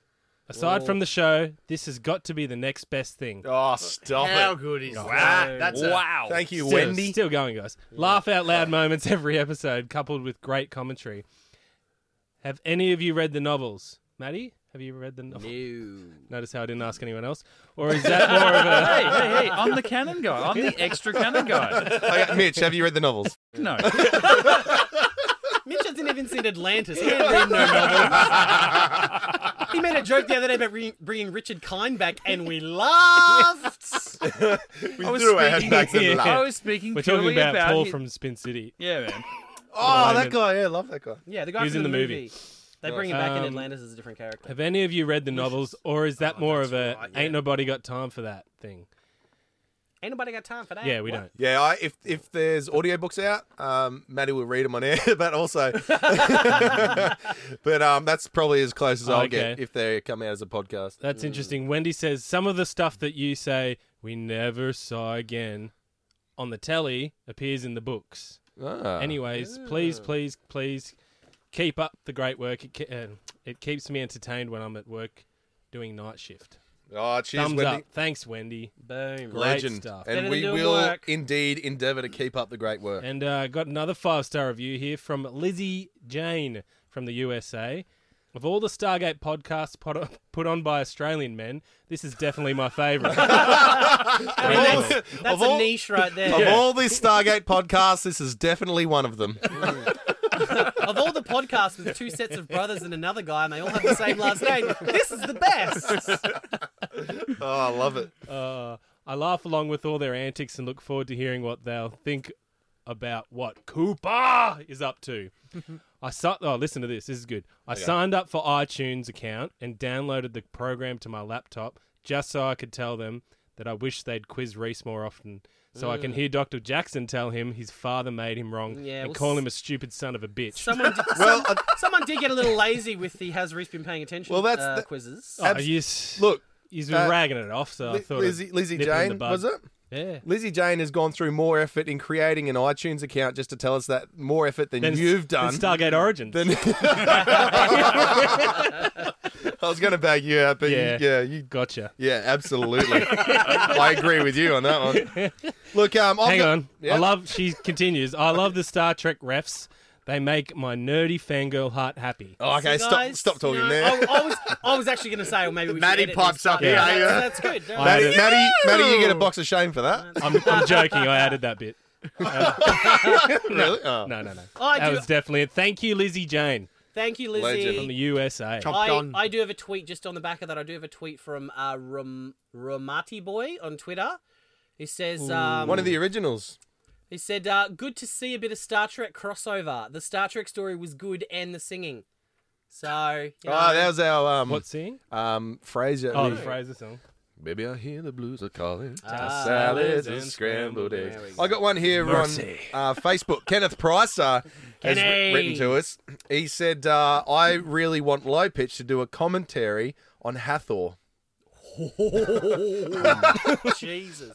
Speaker 2: Aside from the show, this has got to be the next best thing.
Speaker 3: Oh, stop
Speaker 5: How
Speaker 3: it!
Speaker 5: good is
Speaker 2: Wow.
Speaker 5: that? That's a-
Speaker 1: wow.
Speaker 3: Thank you,
Speaker 2: Still-
Speaker 3: Wendy.
Speaker 2: Still going, guys. Laugh out loud moments every episode, coupled with great commentary. Have any of you read the novels? Maddie, have you read the novels?
Speaker 4: Ew.
Speaker 2: Notice how I didn't ask anyone else? Or is that more of a.
Speaker 1: Hey, hey, hey! I'm the canon guy. I'm the extra canon guy.
Speaker 3: Okay, Oh, Mitch, have you read the novels?
Speaker 1: No,
Speaker 4: Mitch hasn't even seen Atlantis. He ain't read no novels. he made a joke the other day about re- bringing Richard Kind back, and we laughed.
Speaker 3: We
Speaker 1: was
Speaker 3: threw our head
Speaker 1: speaking-
Speaker 3: back in
Speaker 2: Yeah.
Speaker 3: the laugh.
Speaker 1: I was speaking
Speaker 2: We're
Speaker 1: purely
Speaker 2: talking about, Paul
Speaker 1: his-
Speaker 2: from Spin City.
Speaker 1: yeah, man.
Speaker 3: Oh, that
Speaker 2: moment.
Speaker 3: guy. Yeah, love that guy.
Speaker 4: Yeah, the guy
Speaker 2: He was
Speaker 4: from
Speaker 2: in the movie.
Speaker 4: They bring him back in
Speaker 2: Um,
Speaker 4: Atlantis as a different character.
Speaker 2: Have any of you read the novels? Or is that more of a.
Speaker 5: right, yeah.
Speaker 2: Ain't nobody got time for that thing?
Speaker 4: Ain't nobody got time for that.
Speaker 2: Yeah, we
Speaker 4: What?
Speaker 2: don't.
Speaker 3: Yeah, I, if if there's audiobooks out, um, Maddie will read them on air. But also, but um, that's probably as close as I'll get
Speaker 2: Okay.
Speaker 3: if they come out as a podcast.
Speaker 2: That's interesting. Wendy says some of the stuff that you say we never saw again on the telly appears in the books.
Speaker 3: Ah.
Speaker 2: Anyways, please, please, please keep up the great work. It, ke- uh, it keeps me entertained when I'm at work doing night shift.
Speaker 3: oh, cheers,
Speaker 2: Thumbs
Speaker 3: Wendy.
Speaker 2: up. Thanks, Wendy.
Speaker 4: Boom.
Speaker 2: Great
Speaker 3: Legend,
Speaker 2: stuff.
Speaker 4: Better
Speaker 3: and
Speaker 4: than
Speaker 3: we
Speaker 4: doing
Speaker 3: will
Speaker 4: work.
Speaker 3: indeed endeavour to keep up the great work.
Speaker 2: And uh, got another five star review here from Lizzie Jane from the USA. Of all the Stargate podcasts pod- put on by Australian men, this is definitely my favourite.
Speaker 4: That's, that's
Speaker 3: all-
Speaker 4: a niche right there.
Speaker 3: Of all these Stargate podcasts, this is definitely one of them.
Speaker 4: of all the podcasts with two sets of brothers and another guy, and they all have the same last name, this is the best.
Speaker 3: Oh, I love it.
Speaker 2: Uh, I laugh along with all their antics and look forward to hearing what they'll think about what Cooper is up to. I si- oh, listen to this. This is good. I signed up for iTunes account and downloaded the program to my laptop just so I could tell them that I wish they'd quiz Reese more often, so I can hear Doctor Jackson tell him his father made him wrong
Speaker 4: Mm. Yeah,
Speaker 2: and
Speaker 4: well,
Speaker 2: call
Speaker 4: s-
Speaker 2: him a stupid son of a bitch.
Speaker 4: Someone did,
Speaker 3: Well, uh,
Speaker 4: some- someone did get a little lazy with the has Reese been paying attention
Speaker 3: Well, that's
Speaker 4: uh,
Speaker 3: the-
Speaker 4: quizzes.
Speaker 2: Oh,
Speaker 3: Abs-
Speaker 2: you s-
Speaker 3: Look,
Speaker 2: he's been
Speaker 3: uh,
Speaker 2: ragging it off. So I
Speaker 3: Li-
Speaker 2: thought of
Speaker 3: Lizzie, Lizzie
Speaker 2: nipping in the
Speaker 3: Jane,
Speaker 2: bud.
Speaker 3: was it?
Speaker 2: Yeah.
Speaker 3: Lizzie Jane has gone through more effort in creating an iTunes account just to tell us that more effort than
Speaker 2: Then s-
Speaker 3: you've done.
Speaker 2: then Stargate Origins.
Speaker 3: Then- I was going to bag you out, but
Speaker 2: Yeah.
Speaker 3: yeah, you, yeah, you,
Speaker 2: gotcha.
Speaker 3: yeah, absolutely. I agree with you on that one. Look, um, I've
Speaker 2: Hang
Speaker 3: got-
Speaker 2: on.
Speaker 3: Yeah.
Speaker 2: I love. She continues. I love the Star Trek refs. They make my nerdy fangirl heart happy.
Speaker 3: Oh, okay,
Speaker 4: So
Speaker 3: stop,
Speaker 4: guys,
Speaker 3: stop talking
Speaker 4: you know,
Speaker 3: there.
Speaker 4: I, I was, I was actually going to say, well, maybe we should
Speaker 5: Maddie
Speaker 4: edit
Speaker 5: pops
Speaker 4: this, but
Speaker 5: up, yeah, yeah.
Speaker 4: That's, that's good.
Speaker 2: I
Speaker 3: Maddie,
Speaker 2: added-
Speaker 3: Maddie, Maddie, you get a box of shame for that.
Speaker 2: I'm, I'm joking. I added that bit.
Speaker 3: really? Oh.
Speaker 2: No, no, no.
Speaker 4: I
Speaker 2: that
Speaker 4: do-
Speaker 2: was definitely it. Thank you, Lizzie Jane
Speaker 4: Thank you,
Speaker 2: from the
Speaker 4: Lizzie.
Speaker 2: USA.
Speaker 4: I,
Speaker 5: Done.
Speaker 4: I do have a tweet just on the back of that. I do have a tweet from uh, Rum, Rumati Boy on Twitter. He says, um,
Speaker 3: One of the originals.
Speaker 4: he said, uh, good to see a bit of Star Trek crossover. The Star Trek story was good and the singing. So, you know,
Speaker 3: Oh, that was our um,
Speaker 2: What scene?
Speaker 3: um, Fraser.
Speaker 2: Oh, the Fraser song.
Speaker 3: Maybe I hear the blues are calling.
Speaker 4: Ah.
Speaker 3: salads
Speaker 2: and
Speaker 3: and scrambled eggs.
Speaker 4: There we go.
Speaker 3: I got one here
Speaker 2: Mercy.
Speaker 3: on uh, Facebook. Kenneth Pricer has wri-
Speaker 4: Kenny.
Speaker 3: written to us. He said, uh, "I really want Low Pitch to do a commentary on Hathor."
Speaker 4: Jesus.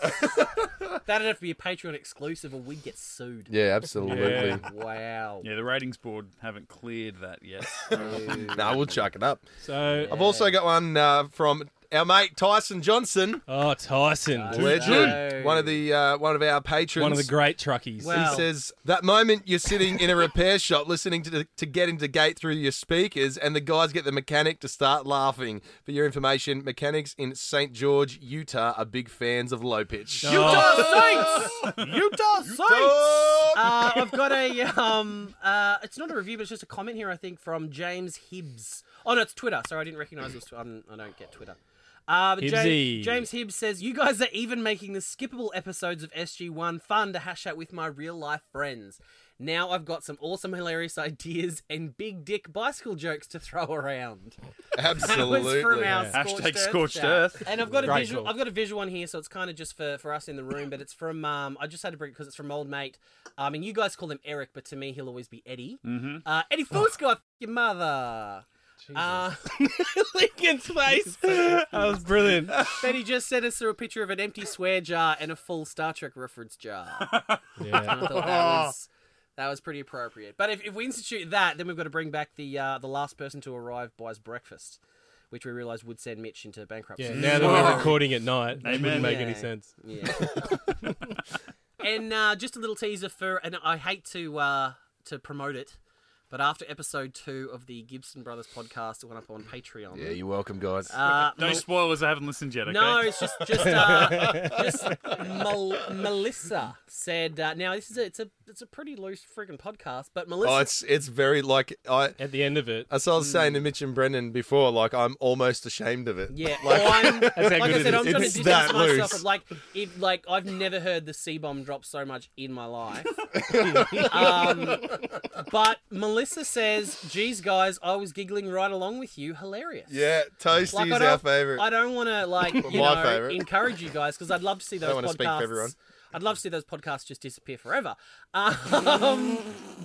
Speaker 4: That'd have to be a Patreon exclusive or we'd get sued.
Speaker 3: Yeah, absolutely.
Speaker 2: Yeah.
Speaker 4: Wow.
Speaker 1: Yeah, the ratings board haven't cleared that yet.
Speaker 3: nah, we'll chuck it up.
Speaker 2: So,
Speaker 3: I've also got one uh, from our mate Tyson Johnson,
Speaker 2: oh, Tyson,
Speaker 4: Uh,
Speaker 3: legend, one of the uh, one of our patrons.
Speaker 2: one of the great truckies.
Speaker 4: Wow.
Speaker 3: He says, that moment you're sitting in a repair shop listening to, the, to get into gate through your speakers, and the guys get the mechanic to start laughing. For your information, mechanics in St. George, Utah are big fans of low pitch.
Speaker 2: Oh,
Speaker 4: Utah Saints. Uh, I've got a um. Uh, it's not a review, but it's just a comment here. I think from James Hibbs. Oh no, it's Twitter. Sorry, I didn't recognise it. Was tw- I'm, I don't get Twitter. Uh, but
Speaker 2: Hibbsy.
Speaker 4: James, James Hibbs says you guys are even making the skippable episodes of SG One fun to hash out with my real life friends. Now I've got some awesome, hilarious ideas and big dick bicycle jokes to throw around.
Speaker 3: Absolutely.
Speaker 4: That was from our scorched
Speaker 1: Hashtag
Speaker 4: earth
Speaker 1: scorched
Speaker 4: chat.
Speaker 1: earth.
Speaker 4: And I've got a
Speaker 2: Great
Speaker 4: visual.
Speaker 2: call.
Speaker 4: I've got a visual one here, so it's kind of just for, for us in the room. But it's from um, I just had to bring it because it's from old mate. Um, and you guys call him Eric, but to me he'll always be Eddie. Mm-hmm. Uh, Eddie Footsky, f- your mother. Uh, Lincoln's face.
Speaker 2: that was brilliant.
Speaker 4: Betty just sent us through a picture of an empty swear jar and a full Star Trek reference jar. And
Speaker 2: Yeah.
Speaker 4: I thought that was that was pretty appropriate. But if, if we institute that, then we've got to bring back the uh, the last person to arrive buys breakfast, which we realised would send Mitch into bankruptcy.
Speaker 2: Yeah, now that we're recording at night, it wouldn't
Speaker 1: Amen.
Speaker 2: make any
Speaker 4: Yeah.
Speaker 2: sense.
Speaker 4: Yeah. and uh, just a little teaser for, and I hate to uh, to promote it, but after episode two of the Gibson Brothers podcast that went up on Patreon.
Speaker 3: Yeah, you're welcome, guys.
Speaker 4: uh,
Speaker 1: No spoilers. I haven't listened yet. Okay?
Speaker 4: no, it's just just uh, just Mel- Melissa said. Uh, now this is a, it's a it's a pretty loose friggin' podcast, but Melissa
Speaker 3: oh, it's it's very like I.
Speaker 2: At the end of it,
Speaker 4: Uh,
Speaker 3: As I was saying to Mitch and Brendan before, like I'm almost ashamed of it.
Speaker 4: Mm. Yeah,
Speaker 3: Like,
Speaker 4: or I'm, like
Speaker 2: how good
Speaker 4: I
Speaker 2: it is.
Speaker 4: said, I'm trying to
Speaker 3: It's
Speaker 4: distance
Speaker 3: that
Speaker 4: myself.
Speaker 3: loose.
Speaker 4: From, like, if, like I've never heard the C bomb drop so much in my life. um, but Melissa says, "Geez, guys, I was giggling right along with you. Hilarious."
Speaker 3: yeah, Toasty
Speaker 4: Like, I
Speaker 3: is
Speaker 4: don't-
Speaker 3: our favorite.
Speaker 4: I don't want to like you
Speaker 3: my
Speaker 4: know
Speaker 3: favourite.
Speaker 4: encourage you guys because I'd love to see those
Speaker 3: wanna
Speaker 4: podcasts.
Speaker 3: speak for everyone.
Speaker 4: I'd love to see those podcasts just disappear forever. Um,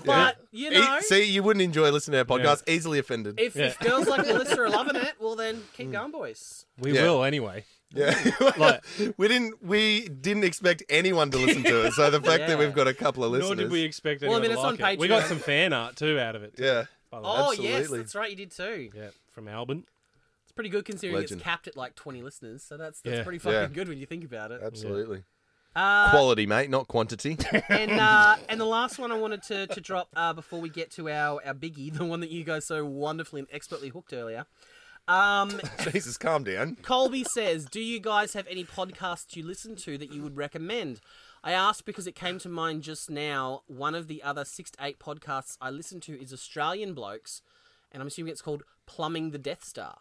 Speaker 4: but you
Speaker 3: E-
Speaker 4: know,
Speaker 3: see, you wouldn't enjoy listening to our podcast. Easily offended.
Speaker 4: if, if
Speaker 2: Yeah.
Speaker 4: girls like Melissa are loving it, well then
Speaker 3: Mm.
Speaker 4: keep going, boys.
Speaker 2: we
Speaker 3: Yeah.
Speaker 2: will anyway.
Speaker 3: yeah.
Speaker 2: Like,
Speaker 3: We didn't. We didn't expect anyone to listen to it. So the fact that
Speaker 4: Yeah.
Speaker 3: we've got a couple of listeners.
Speaker 2: nor did we expect
Speaker 4: Well, I
Speaker 2: anyone
Speaker 4: mean,
Speaker 2: to
Speaker 4: it's
Speaker 2: like
Speaker 4: on
Speaker 2: it. We got
Speaker 4: Patreon.
Speaker 2: some fan art too out of it. too,
Speaker 3: Yeah.
Speaker 2: by the way.
Speaker 4: Oh yes,
Speaker 3: Absolutely.
Speaker 4: that's right, you did too.
Speaker 2: yeah, from Albin.
Speaker 4: It's pretty good considering
Speaker 3: Legend.
Speaker 4: it's capped at like 20 listeners, so that's that's
Speaker 2: Yeah.
Speaker 4: pretty fucking
Speaker 3: Yeah.
Speaker 4: good when you think about it.
Speaker 3: Absolutely.
Speaker 4: Uh,
Speaker 3: Quality, mate, not quantity.
Speaker 4: and uh, and the last one I wanted to, to drop uh, before we get to our, our biggie, the one that you guys so wonderfully and expertly hooked earlier. Um,
Speaker 3: Jesus, calm down.
Speaker 4: Colby says, "Do you guys have any podcasts you listen to that you would recommend?" I asked because it came to mind just now. One of the other six to eight podcasts I listen to is Australian blokes, and I'm assuming it's called Plumbing the Death Star.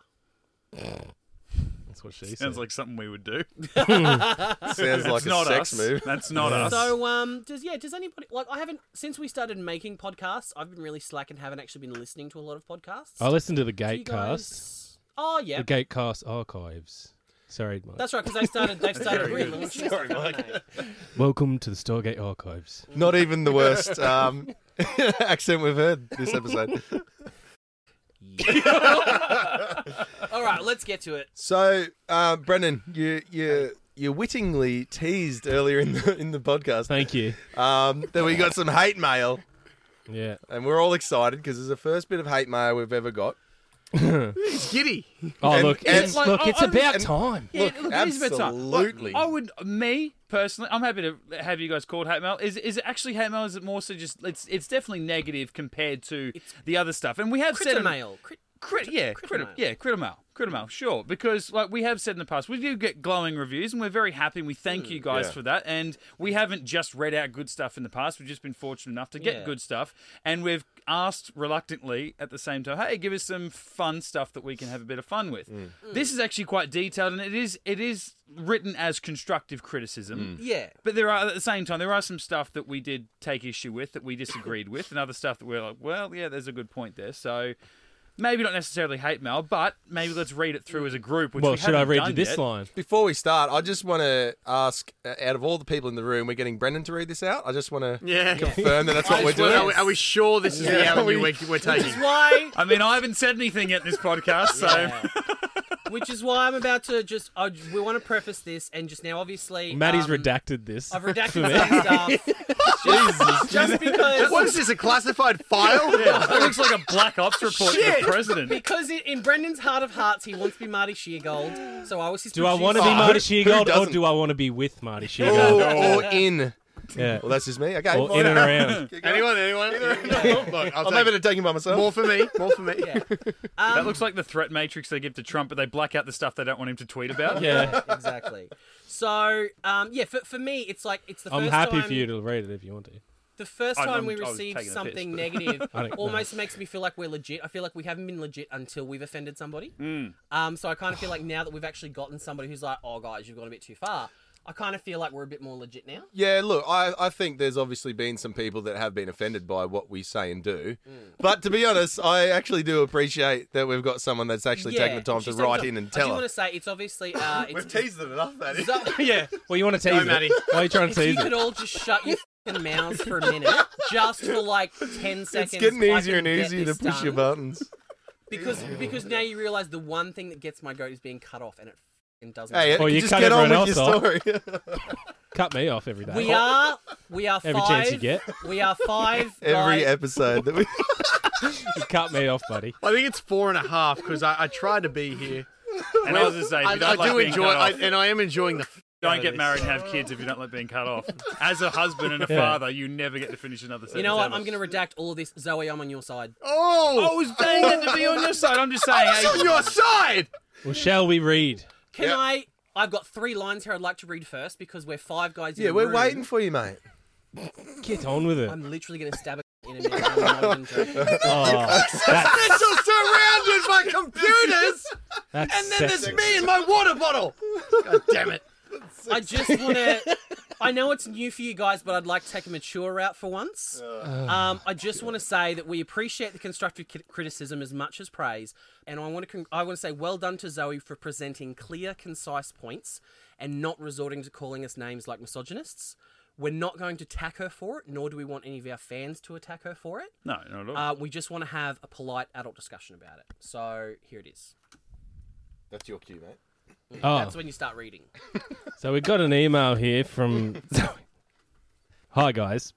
Speaker 2: That's what she said.
Speaker 1: Sounds like something we would do.
Speaker 3: Sounds like
Speaker 1: It's not
Speaker 3: a sex
Speaker 1: us.
Speaker 3: move.
Speaker 1: That's not us.
Speaker 4: So um, does yeah? Does anybody like? I haven't since we started making podcasts. I've been really slack and haven't actually been listening to a lot of podcasts.
Speaker 2: I listened to the
Speaker 4: Do you
Speaker 2: Gatecast,
Speaker 4: guys- Oh yeah,
Speaker 2: the Gatecast archives. Sorry, Mike.
Speaker 4: That's right, because they started. They've started relaunching. Sorry,
Speaker 2: Welcome to the Stargate Archives.
Speaker 3: Not even the worst um, accent we've heard this episode.
Speaker 4: All right, let's get to it.
Speaker 3: So, uh, Brendan, you you you wittingly teased earlier in the in the podcast
Speaker 2: Thank you.
Speaker 3: um, that we got some hate mail,
Speaker 2: Yeah.
Speaker 3: and we're all excited because it's the first bit of hate mail we've ever got.
Speaker 5: It's giddy.
Speaker 2: Oh,
Speaker 3: And-
Speaker 2: look,
Speaker 3: and-
Speaker 2: it's,
Speaker 1: Like,
Speaker 2: look,
Speaker 1: I-
Speaker 2: it's
Speaker 1: I'm-
Speaker 2: about
Speaker 3: and-
Speaker 2: time.
Speaker 3: Look,
Speaker 1: Yeah, look, it is a bit tough. Look,
Speaker 3: absolutely.
Speaker 1: I would, me personally, I'm happy to have you guys called hate mail. Is is it actually hate mail? Is it more so just it's it's definitely negative compared to the other stuff? And we have said
Speaker 4: Critter
Speaker 1: in-
Speaker 4: mail. Crit-
Speaker 1: Crit, yeah,
Speaker 4: critter
Speaker 1: critter,
Speaker 4: mail.
Speaker 1: yeah, critter mail, critter mail, sure. Because like we have said in the past, we do get glowing reviews, and we're very happy. and We thank you guys
Speaker 3: Yeah.
Speaker 1: for that. And we haven't just read out good stuff in the past. We've just been fortunate enough to get
Speaker 4: Yeah.
Speaker 1: good stuff, and we've asked reluctantly at the same time, hey, give us some fun stuff that we can have a bit of fun with. This is actually quite detailed, and it is it is written as constructive criticism.
Speaker 4: yeah.
Speaker 1: But there are at the same time there are some stuff that we did take issue with that we disagreed with, and other stuff that we're like, well, yeah, there's a good point there. So maybe not necessarily hate mail, but maybe let's read it through as a group. Which
Speaker 2: Well,
Speaker 1: we
Speaker 2: should I
Speaker 1: haven't
Speaker 2: read
Speaker 1: done
Speaker 2: you this
Speaker 1: yet.
Speaker 2: line?
Speaker 3: Before we start, I just want to ask uh, out of all the people in the room, we're getting Brendan to read this out. I just want to
Speaker 5: Yeah.
Speaker 3: confirm that that's what we're
Speaker 5: Well,
Speaker 3: doing.
Speaker 5: are, we, are we sure this is the
Speaker 3: Yeah.
Speaker 5: avenue we're, we're taking?
Speaker 4: Why?
Speaker 1: I mean, I haven't said anything yet in this podcast, so
Speaker 4: Yeah. Which is why I'm about to just. I, we want to preface this and just now, obviously.
Speaker 2: Maddie's
Speaker 4: um,
Speaker 2: redacted this.
Speaker 4: I've
Speaker 2: for
Speaker 4: redacted
Speaker 2: me.
Speaker 4: some stuff
Speaker 3: Jesus.
Speaker 4: just because.
Speaker 5: What is this? A classified file?
Speaker 1: it looks like a black ops report to the president.
Speaker 4: Because in, in Brendan's heart of hearts, he wants to be Marty Sheargold, so I was his
Speaker 2: Do I want to be
Speaker 4: producer.
Speaker 2: Marty
Speaker 3: who
Speaker 2: Sheargold or
Speaker 3: doesn't?
Speaker 2: do I want to be with Marty
Speaker 3: Or,
Speaker 2: Sheargold?
Speaker 3: or in.
Speaker 2: Yeah.
Speaker 3: Well, that's just me. Okay.
Speaker 2: Or
Speaker 3: fine.
Speaker 2: in and around.
Speaker 5: Anyone? Anyone? Look, I'll
Speaker 3: I'm
Speaker 5: take
Speaker 3: happy to take him by myself.
Speaker 5: more for me. More for me.
Speaker 1: That looks like the threat matrix they give to Trump, but they black out the stuff they don't want him to tweet about.
Speaker 2: Yeah.
Speaker 4: exactly. So, um, yeah, for, for me, it's like it's the
Speaker 2: I'm
Speaker 4: first
Speaker 2: happy
Speaker 4: time.
Speaker 2: for you to read it if you want to.
Speaker 4: The first
Speaker 1: I'm-
Speaker 4: time we
Speaker 1: I'm- I was
Speaker 4: received
Speaker 1: taking a piss,
Speaker 4: something
Speaker 1: but-
Speaker 4: negative
Speaker 2: I don't know.
Speaker 4: almost makes me feel like we're legit. I feel like we haven't been legit until we've offended somebody.
Speaker 1: Mm.
Speaker 4: Um, so I kind of feel like now that we've actually gotten somebody who's like, "Oh, guys, you've gone a bit too far," I kind of feel like we're a bit more legit now.
Speaker 3: Yeah, look, I, I think there's obviously been some people that have been offended by what we say and do. But to be honest, I actually do appreciate that we've got someone that's actually
Speaker 4: yeah,
Speaker 3: taken the time to
Speaker 4: she's taken
Speaker 3: write
Speaker 4: the-
Speaker 3: in and
Speaker 4: I do
Speaker 3: tell
Speaker 4: want to
Speaker 3: us.
Speaker 4: say it's obviously uh, it's
Speaker 3: teased it enough, that is.
Speaker 2: Yeah. Well, you want to tease it?
Speaker 5: Maddie.
Speaker 2: Why are you trying to
Speaker 4: If you
Speaker 2: tease it?
Speaker 4: could all just shut your fing mouths for a minute, just for like ten seconds.
Speaker 3: It's getting
Speaker 4: I
Speaker 3: easier
Speaker 4: can
Speaker 3: and
Speaker 4: get
Speaker 3: easier to
Speaker 4: this
Speaker 3: push your
Speaker 4: done.
Speaker 3: buttons.
Speaker 4: because because now you realise the one thing that gets my goat is being cut off, and it fing doesn't.
Speaker 3: Hey,
Speaker 2: Well,
Speaker 3: you
Speaker 2: you
Speaker 3: just
Speaker 2: cut
Speaker 3: get on
Speaker 2: everyone
Speaker 3: with your
Speaker 2: else off.
Speaker 3: story.
Speaker 2: Cut me off every day.
Speaker 4: we are we are
Speaker 2: Every
Speaker 4: five.
Speaker 2: chance you get.
Speaker 4: We are five.
Speaker 3: Every
Speaker 4: guys-
Speaker 3: episode that we.
Speaker 2: You cut me off, buddy.
Speaker 5: I think it's four and a half because I, I tried to be here.
Speaker 1: And I was just saying, if
Speaker 5: I,
Speaker 1: you don't
Speaker 5: I
Speaker 1: like
Speaker 5: do
Speaker 1: being
Speaker 5: enjoy,
Speaker 1: cut
Speaker 5: I,
Speaker 1: off,
Speaker 5: and I am enjoying the. f- out
Speaker 1: don't
Speaker 5: of
Speaker 1: get
Speaker 5: this.
Speaker 1: married and have kids if you don't like being cut off. As a husband and a
Speaker 2: Yeah.
Speaker 1: father, you never get to finish another sentence.
Speaker 4: You know what?
Speaker 1: ever.
Speaker 4: I'm going to redact all of this. Zoe, I'm on your side.
Speaker 5: Oh,
Speaker 1: I was saying that to be on your side. I'm just saying. hey,
Speaker 5: on your side.
Speaker 2: Well, shall we read?
Speaker 4: Can
Speaker 3: Yeah.
Speaker 4: I? I've got three lines here. I'd like to read first because we're five guys. in
Speaker 3: Yeah,
Speaker 4: a
Speaker 3: we're
Speaker 4: room.
Speaker 3: waiting for you, mate.
Speaker 2: Get on with it.
Speaker 4: I'm literally going to stab a in a minute. I'm not even joking.
Speaker 2: Oh, that's,
Speaker 5: It's all surrounded by computers,
Speaker 2: that's
Speaker 5: and then there's
Speaker 2: sexy.
Speaker 5: me and my water bottle. God damn it!
Speaker 4: I just want to. I know it's new for you guys, but I'd like to take a mature route for once. Um, I just want to say that we appreciate the constructive cri- criticism as much as praise, and I want to. Con- I want to say well done to Zoe for presenting clear, concise points and not resorting to calling us names like misogynists. We're not going to attack her for it, nor do we want any of our fans to attack her for it.
Speaker 1: No, not at all.
Speaker 4: Uh, we just want to have a polite adult discussion about it. So here it is.
Speaker 3: That's your cue, mate.
Speaker 2: Oh,
Speaker 4: That's when you start reading.
Speaker 2: so we got an email here from. Hi, guys.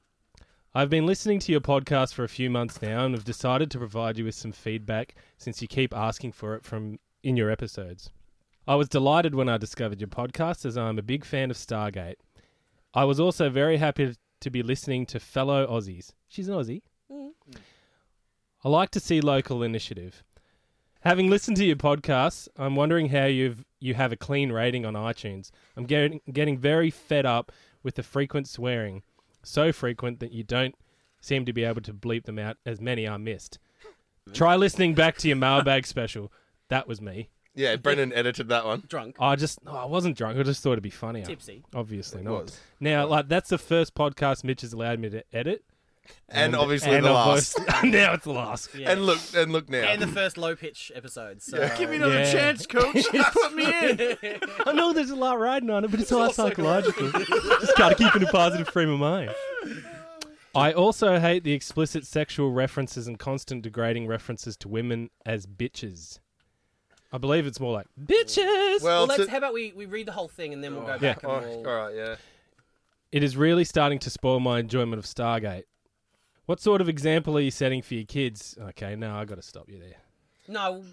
Speaker 2: I've been listening to your podcast for a few months now and have decided to provide you with some feedback since you keep asking for it from in your episodes. I was delighted when I discovered your podcast as I am a big fan of Stargate. I was also very happy to be listening to fellow Aussies. She's an Aussie.
Speaker 5: Mm.
Speaker 2: I like to see local initiative. Having listened to your podcasts, I'm wondering how you've you have a clean rating on iTunes. I'm getting getting very fed up with the frequent swearing, so frequent that you don't seem to be able to bleep them out as many are missed. Try listening back to your mailbag special. That was me.
Speaker 3: Yeah, Brendan edited that one.
Speaker 4: Drunk.
Speaker 2: I just no, I wasn't drunk. I just thought it'd be funnier.
Speaker 4: Tipsy.
Speaker 2: Obviously
Speaker 3: It
Speaker 2: not.
Speaker 3: was.
Speaker 2: Now, like that's the first podcast Mitch has allowed me to edit,
Speaker 3: and obviously
Speaker 2: And
Speaker 3: the last.
Speaker 2: obvious- now it's the last.
Speaker 4: Yeah.
Speaker 3: And look, and look now.
Speaker 4: and the first low pitch episode. So
Speaker 1: Give me another
Speaker 2: Yeah.
Speaker 1: chance, coach. Put me in.
Speaker 2: I know there's a lot riding on it, but it's all psychological. Just gotta keep in a positive frame of mind. I also hate the explicit sexual references and constant degrading references to women as bitches. I believe it's more like bitches.
Speaker 3: well,
Speaker 4: well, let's,
Speaker 3: to-
Speaker 4: how about we, we read the whole thing and then we'll go
Speaker 2: Yeah.
Speaker 4: back
Speaker 3: oh,
Speaker 4: and we'll.
Speaker 3: all right, yeah.
Speaker 2: It is really starting to spoil my enjoyment of Stargate. What sort of example are you setting for your kids? Okay, no, I got to stop you there.
Speaker 4: No,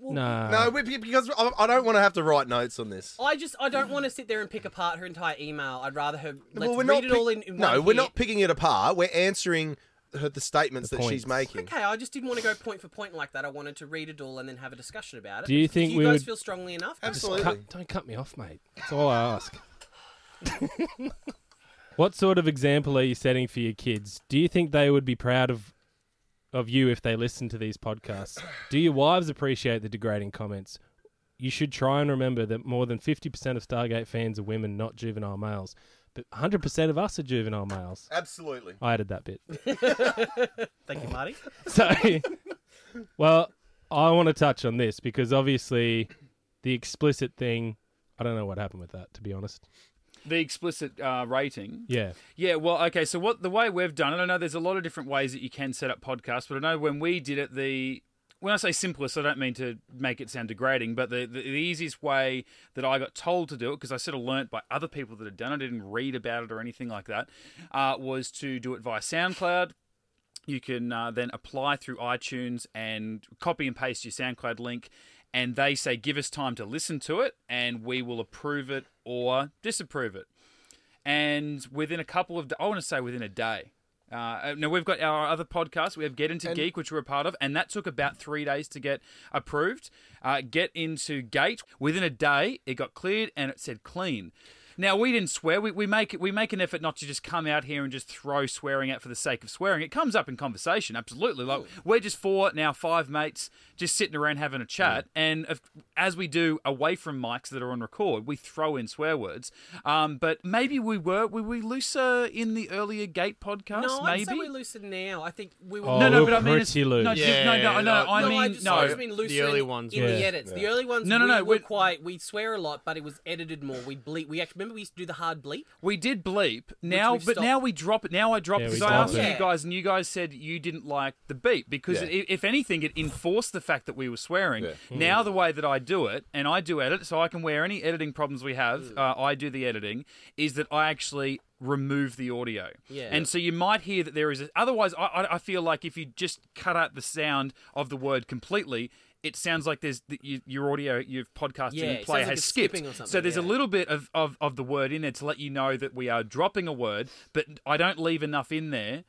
Speaker 4: we'll,
Speaker 2: No,
Speaker 3: No, we, because I, I don't want to have to write notes on this.
Speaker 4: I just I don't want to sit there and pick apart her entire email. I'd rather her let's
Speaker 3: Well,
Speaker 4: read it
Speaker 3: pick-
Speaker 4: all in, in
Speaker 3: No,
Speaker 4: one
Speaker 3: we're
Speaker 4: hit.
Speaker 3: not picking it apart. We're answering her, the statements
Speaker 2: The
Speaker 3: that she's
Speaker 2: points.
Speaker 3: making.
Speaker 4: Okay, I just didn't want to go point for point like that. I wanted to read it all and then have a discussion about it.
Speaker 2: Do you
Speaker 4: If
Speaker 2: think
Speaker 4: you
Speaker 2: we
Speaker 4: guys
Speaker 2: would-
Speaker 4: feel strongly enough? go for it.
Speaker 3: Absolutely.
Speaker 2: Cut, don't cut me off, mate. That's all I ask. what sort of example are you setting for your kids? Do you think they would be proud of of you if they listened to these podcasts? Do your wives appreciate the degrading comments? You should try and remember that more than 50% of Stargate fans are women, not juvenile males. But 100% of us are juvenile males.
Speaker 3: Absolutely.
Speaker 2: I added that bit.
Speaker 4: Thank you, Marty.
Speaker 2: So, well, I want to touch on this because obviously the explicit thing, I don't know what happened with that, to be honest.
Speaker 1: The explicit uh, rating.
Speaker 2: Yeah.
Speaker 1: Yeah, well, okay. So what the way we've done it, I know there's a lot of different ways that you can set up podcasts, but I know when we did it, the when I say simplest, I don't mean to make it sound degrading, but the the, the easiest way that I got told to do it because I sort of learnt by other people that had done it, I didn't read about it or anything like that, uh, was to do it via SoundCloud. You can uh, then apply through iTunes and copy and paste your SoundCloud link. And they say, give us time to listen to it, and we will approve it or disapprove it and within a couple of, I want to say within a day. Uh, now we've got our other podcast. We have Get Into Geek, which we're a part of, and that took about three days to get approved. Uh, Get Into Gate within a day, it got cleared and it said clean. Now we didn't swear. We, we make we make an effort not to just come out here and just throw swearing out for the sake of swearing. It comes up in conversation, absolutely. Like we're just four now, five mates just sitting around having a chat, and of- as we do away from mics that are on record, we throw in swear words. Um, but maybe we were were we looser in the earlier Gate podcast?
Speaker 4: No, I'd
Speaker 1: maybe
Speaker 4: say we're looser now. I think we were.
Speaker 2: Oh,
Speaker 1: no,
Speaker 2: we
Speaker 1: no,
Speaker 2: were
Speaker 1: but I mean, it's-
Speaker 2: pretty loose.
Speaker 1: no,
Speaker 5: Yeah,
Speaker 1: no, no, no,
Speaker 5: like-
Speaker 1: I
Speaker 4: no,
Speaker 1: mean,
Speaker 4: I just,
Speaker 1: no.
Speaker 4: I just mean looser
Speaker 5: The early
Speaker 4: in,
Speaker 5: ones
Speaker 4: in
Speaker 2: were-
Speaker 4: the
Speaker 2: Yeah.
Speaker 4: edits. The early ones,
Speaker 1: No, no,
Speaker 4: we
Speaker 1: no,
Speaker 4: were
Speaker 1: we-
Speaker 4: quite. We swear a lot, but it was edited more. We bleep. We actually remember we used to do the hard bleep.
Speaker 1: We did bleep now, but
Speaker 4: we've stopped.
Speaker 1: now we drop it. Now I drop
Speaker 2: Yeah,
Speaker 1: it
Speaker 2: we
Speaker 1: because I
Speaker 2: drop
Speaker 1: asked
Speaker 4: it.
Speaker 1: you guys, and you guys said you didn't like the beep because,
Speaker 3: Yeah.
Speaker 1: i if anything, it enforced the fact that we were swearing.
Speaker 2: Hmm.
Speaker 1: Now the way that I do it, and I do edit, so I can wear any editing problems we have.
Speaker 4: Mm.
Speaker 1: Uh, I do the editing. Is that I actually remove the audio,
Speaker 4: Yeah.
Speaker 1: and so you might hear that there is. A, otherwise, I, I, I feel like if you just cut out the sound of the word completely. It sounds like there's that you, your audio, your podcast
Speaker 4: Yeah,
Speaker 1: in player
Speaker 4: it sounds like
Speaker 1: has
Speaker 4: it's
Speaker 1: skipped.
Speaker 4: skipping or
Speaker 1: so
Speaker 4: something,
Speaker 1: there's a
Speaker 4: yeah.
Speaker 1: little bit of, of, of the word in there to let you know that we are dropping a word, but I don't leave enough in there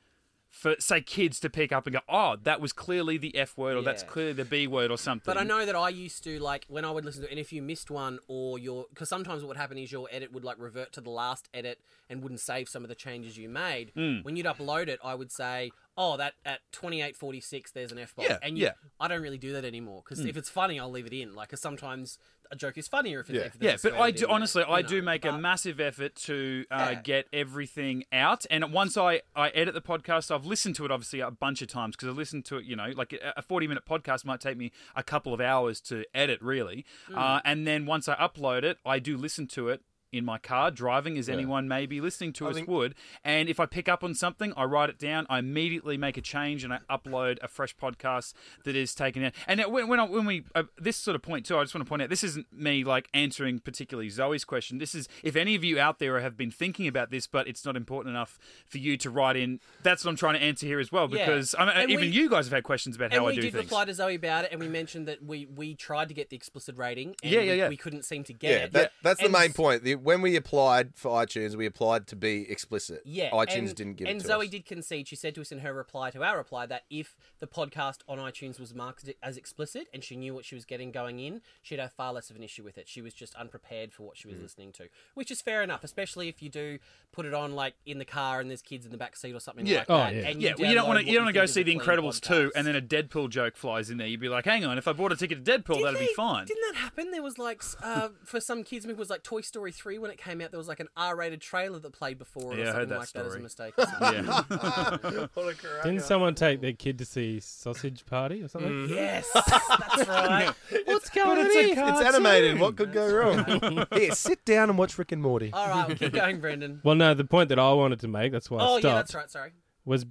Speaker 1: for say kids to pick up and go, oh, that was clearly the F word or that's
Speaker 4: Yeah.
Speaker 1: clearly the B word or something.
Speaker 4: But I know that I used to like when I would listen to, it, and if you missed one or your, because sometimes what would happen is your edit would like revert to the last edit and wouldn't save some of the changes you made.
Speaker 1: Hmm.
Speaker 4: When you'd upload it, I would say, "Oh, that at twenty eight forty six, there's an f bomb."
Speaker 3: Yeah,
Speaker 4: and you,
Speaker 3: yeah.
Speaker 4: I don't really do that anymore because
Speaker 1: Hmm.
Speaker 4: if it's funny, I'll leave it in. Like, 'cause sometimes a joke is funnier if it's if
Speaker 1: Yeah,
Speaker 4: there's a
Speaker 1: but
Speaker 4: swear
Speaker 1: I
Speaker 4: word
Speaker 1: do
Speaker 4: in there,
Speaker 1: honestly,
Speaker 4: you
Speaker 1: I
Speaker 4: know,
Speaker 1: do make a
Speaker 4: but-
Speaker 1: massive effort to uh,
Speaker 4: Yeah.
Speaker 1: get everything out. And once I I edit the podcast, I've listened to it obviously a bunch of times because I listened to it. You know, like a- a forty minute podcast might take me a couple of hours to edit, really.
Speaker 4: Mm.
Speaker 1: Uh, and then once I upload it, I do listen to it. In my car, driving as anyone may be listening to us would, and if I pick up on something, I write it down. I immediately make a change and I upload a fresh podcast that is taken out. And it- when when, I, when we uh, this sort of point too, I just want to point out this isn't me like answering particularly Zoe's question. This is if any of you out there have been thinking about this, but it's not important enough for you to write in. That's what I'm trying to answer here as well,
Speaker 4: Yeah.
Speaker 1: because I mean,
Speaker 4: And
Speaker 1: even
Speaker 4: we-
Speaker 1: you guys have had questions about
Speaker 4: And
Speaker 1: how I
Speaker 4: we
Speaker 1: do
Speaker 4: did
Speaker 1: things.
Speaker 4: reply to Zoe about it, and we mentioned that we we tried to get the explicit rating, and
Speaker 1: Yeah, yeah,
Speaker 4: we,
Speaker 1: yeah.
Speaker 4: we couldn't seem to get
Speaker 3: Yeah,
Speaker 4: it.
Speaker 3: that, that's
Speaker 4: And
Speaker 3: the main
Speaker 4: s-
Speaker 3: point. The, when we applied for iTunes, we applied to be explicit.
Speaker 4: Yeah,
Speaker 3: iTunes
Speaker 4: and,
Speaker 3: didn't give
Speaker 4: And
Speaker 3: it to
Speaker 4: Zoe
Speaker 3: us.
Speaker 4: did concede. She said to us in her reply to our reply that if the podcast on iTunes was marked as explicit and she knew what she was getting going in, she'd have far less of an issue with it. She was just unprepared for what she
Speaker 3: Hmm.
Speaker 4: was listening to, which is fair enough, especially if you do put it on like in the car and there's kids in the back seat or something like
Speaker 2: Oh,
Speaker 4: that.
Speaker 2: yeah.
Speaker 4: And
Speaker 1: yeah, well, you don't want to you don't want to go see The Incredibles
Speaker 4: too,
Speaker 1: two, and then a Deadpool joke flies in there. You'd be like, hang on, if I bought a ticket to Deadpool, that'd
Speaker 4: Didn't
Speaker 1: be
Speaker 4: they-
Speaker 1: fine.
Speaker 4: Didn't that happen? There was like s- uh, for some kids, maybe it was like Toy Story three when it came out, there was like an R-rated trailer that played before it
Speaker 1: Yeah, I
Speaker 4: or
Speaker 1: heard
Speaker 4: something
Speaker 1: that
Speaker 4: like that as a
Speaker 1: story.
Speaker 4: mistake. or something.
Speaker 1: Yeah.
Speaker 5: What a cracker.
Speaker 2: Didn't someone take their kid to see Sausage Party or something?
Speaker 4: yes, that's right.
Speaker 2: What's going on? here?
Speaker 3: Mm. It's animated. What could go wrong? Here, sit down and watch Rick and Morty.
Speaker 4: All right, we'll keep going, Brendan.
Speaker 2: Well, no, the point that I wanted to make, that's why
Speaker 4: Oh
Speaker 2: I stopped,
Speaker 4: yeah, that's right. Sorry.
Speaker 2: was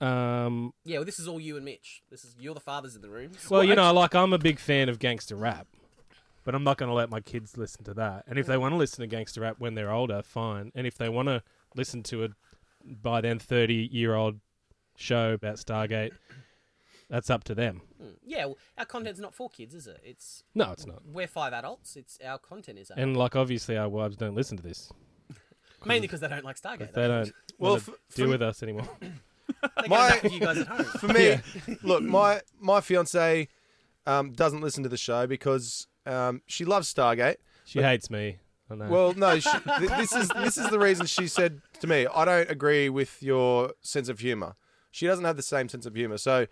Speaker 2: um,
Speaker 4: Yeah, well, this is all you and Mitch. This is you're the fathers in the room.
Speaker 2: well, you know, like I'm a big fan of gangster rap, but I'm not going to let my kids listen to that. And if they want to listen to gangster rap when they're older, fine. And if they want to listen to a by then 30 year old show about Stargate, that's up to them.
Speaker 4: Yeah, well, our content's not for kids, is it? It's
Speaker 2: No, it's not.
Speaker 4: we're five adults. It's our content is uh, adult.
Speaker 2: And like, obviously, our wives don't listen to this.
Speaker 4: mainly because they don't like Stargate.
Speaker 2: They don't
Speaker 3: Well,
Speaker 2: wanna
Speaker 3: f-
Speaker 2: deal
Speaker 3: for-
Speaker 2: with us anymore.
Speaker 3: My-
Speaker 4: They go back to you guys at home.
Speaker 3: For me, look, my my fiance um, doesn't listen to the show because um, she loves Stargate.
Speaker 2: She hates me. I know.
Speaker 3: Well, no, she, th- this is this is the reason she said to me, "I don't agree with your sense of humor." She doesn't have the same sense of humor, so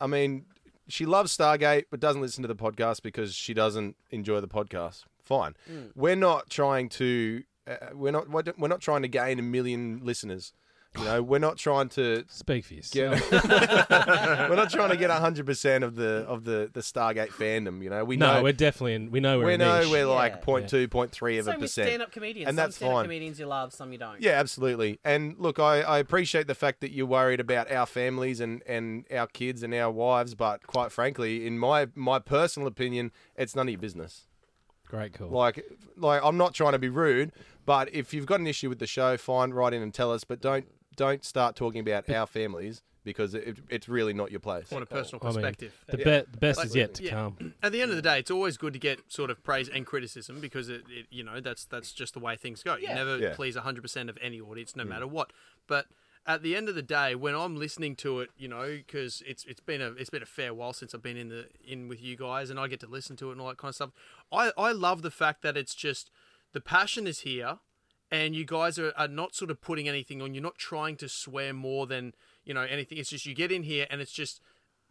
Speaker 3: I mean, she loves Stargate but doesn't listen to the podcast because she doesn't enjoy the podcast. Fine, we're not trying to uh, we're not we're not trying to gain a million listeners. You know, we're not trying to
Speaker 2: speak for yourself.
Speaker 3: get we're not trying to get hundred percent of the of the the Stargate fandom. You know, we
Speaker 2: No,
Speaker 3: know
Speaker 2: we're definitely in. We know we're
Speaker 3: we
Speaker 2: in
Speaker 3: know
Speaker 2: niche.
Speaker 3: we're
Speaker 4: Yeah.
Speaker 3: like point two, point three of a
Speaker 4: Same with
Speaker 3: percent.
Speaker 4: stand-up comedians.
Speaker 3: And
Speaker 4: some
Speaker 3: that's
Speaker 4: stand-up
Speaker 3: fine.
Speaker 4: comedians you love, some you don't.
Speaker 3: Yeah, absolutely. And look, I, I appreciate the fact that you're worried about our families and, and our kids and our wives, but quite frankly, in my my personal opinion, it's none of your business.
Speaker 2: Great call.
Speaker 3: Like like I'm not trying to be rude, but if you've got an issue with the show, fine, write in and tell us. But don't don't start talking about our families because it, it's really not your place.
Speaker 5: On a personal
Speaker 2: I mean,
Speaker 5: perspective.
Speaker 2: the, be- the best
Speaker 5: Like-
Speaker 2: is yet to
Speaker 5: yeah.
Speaker 2: come.
Speaker 5: At the end of the day, it's always good to get sort of praise and criticism because it, it you know, that's that's just the way things go. You never
Speaker 3: Yeah.
Speaker 5: please 100% of any audience, no matter what. But at the end of the day, when I'm listening to it, you know, because it's it's been a it's been a fair while since I've been in the in with you guys, and I get to listen to it and all that kind of stuff. I I love the fact that it's just the passion is here and you guys are, are not sort of putting anything on. You're not trying to swear more than you know anything. It's just you get in here and it's just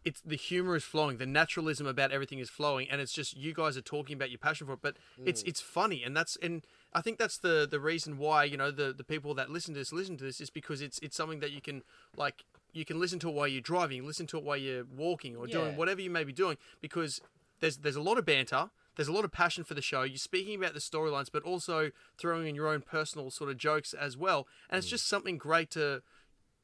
Speaker 5: it's the humor is flowing, the naturalism about everything is flowing, and it's just you guys are talking about your passion for it. But it's it's funny, and that's and I think that's the the reason why you know the the people that listen to this listen to this is because it's it's something that you can like you can listen to it while you're driving, listen to it while you're walking or doing
Speaker 4: Yeah.
Speaker 5: whatever you may be doing because there's there's a lot of banter. There's a lot of passion for the show. You're speaking about the storylines, but also throwing in your own personal sort of jokes as well. And it's just something great to,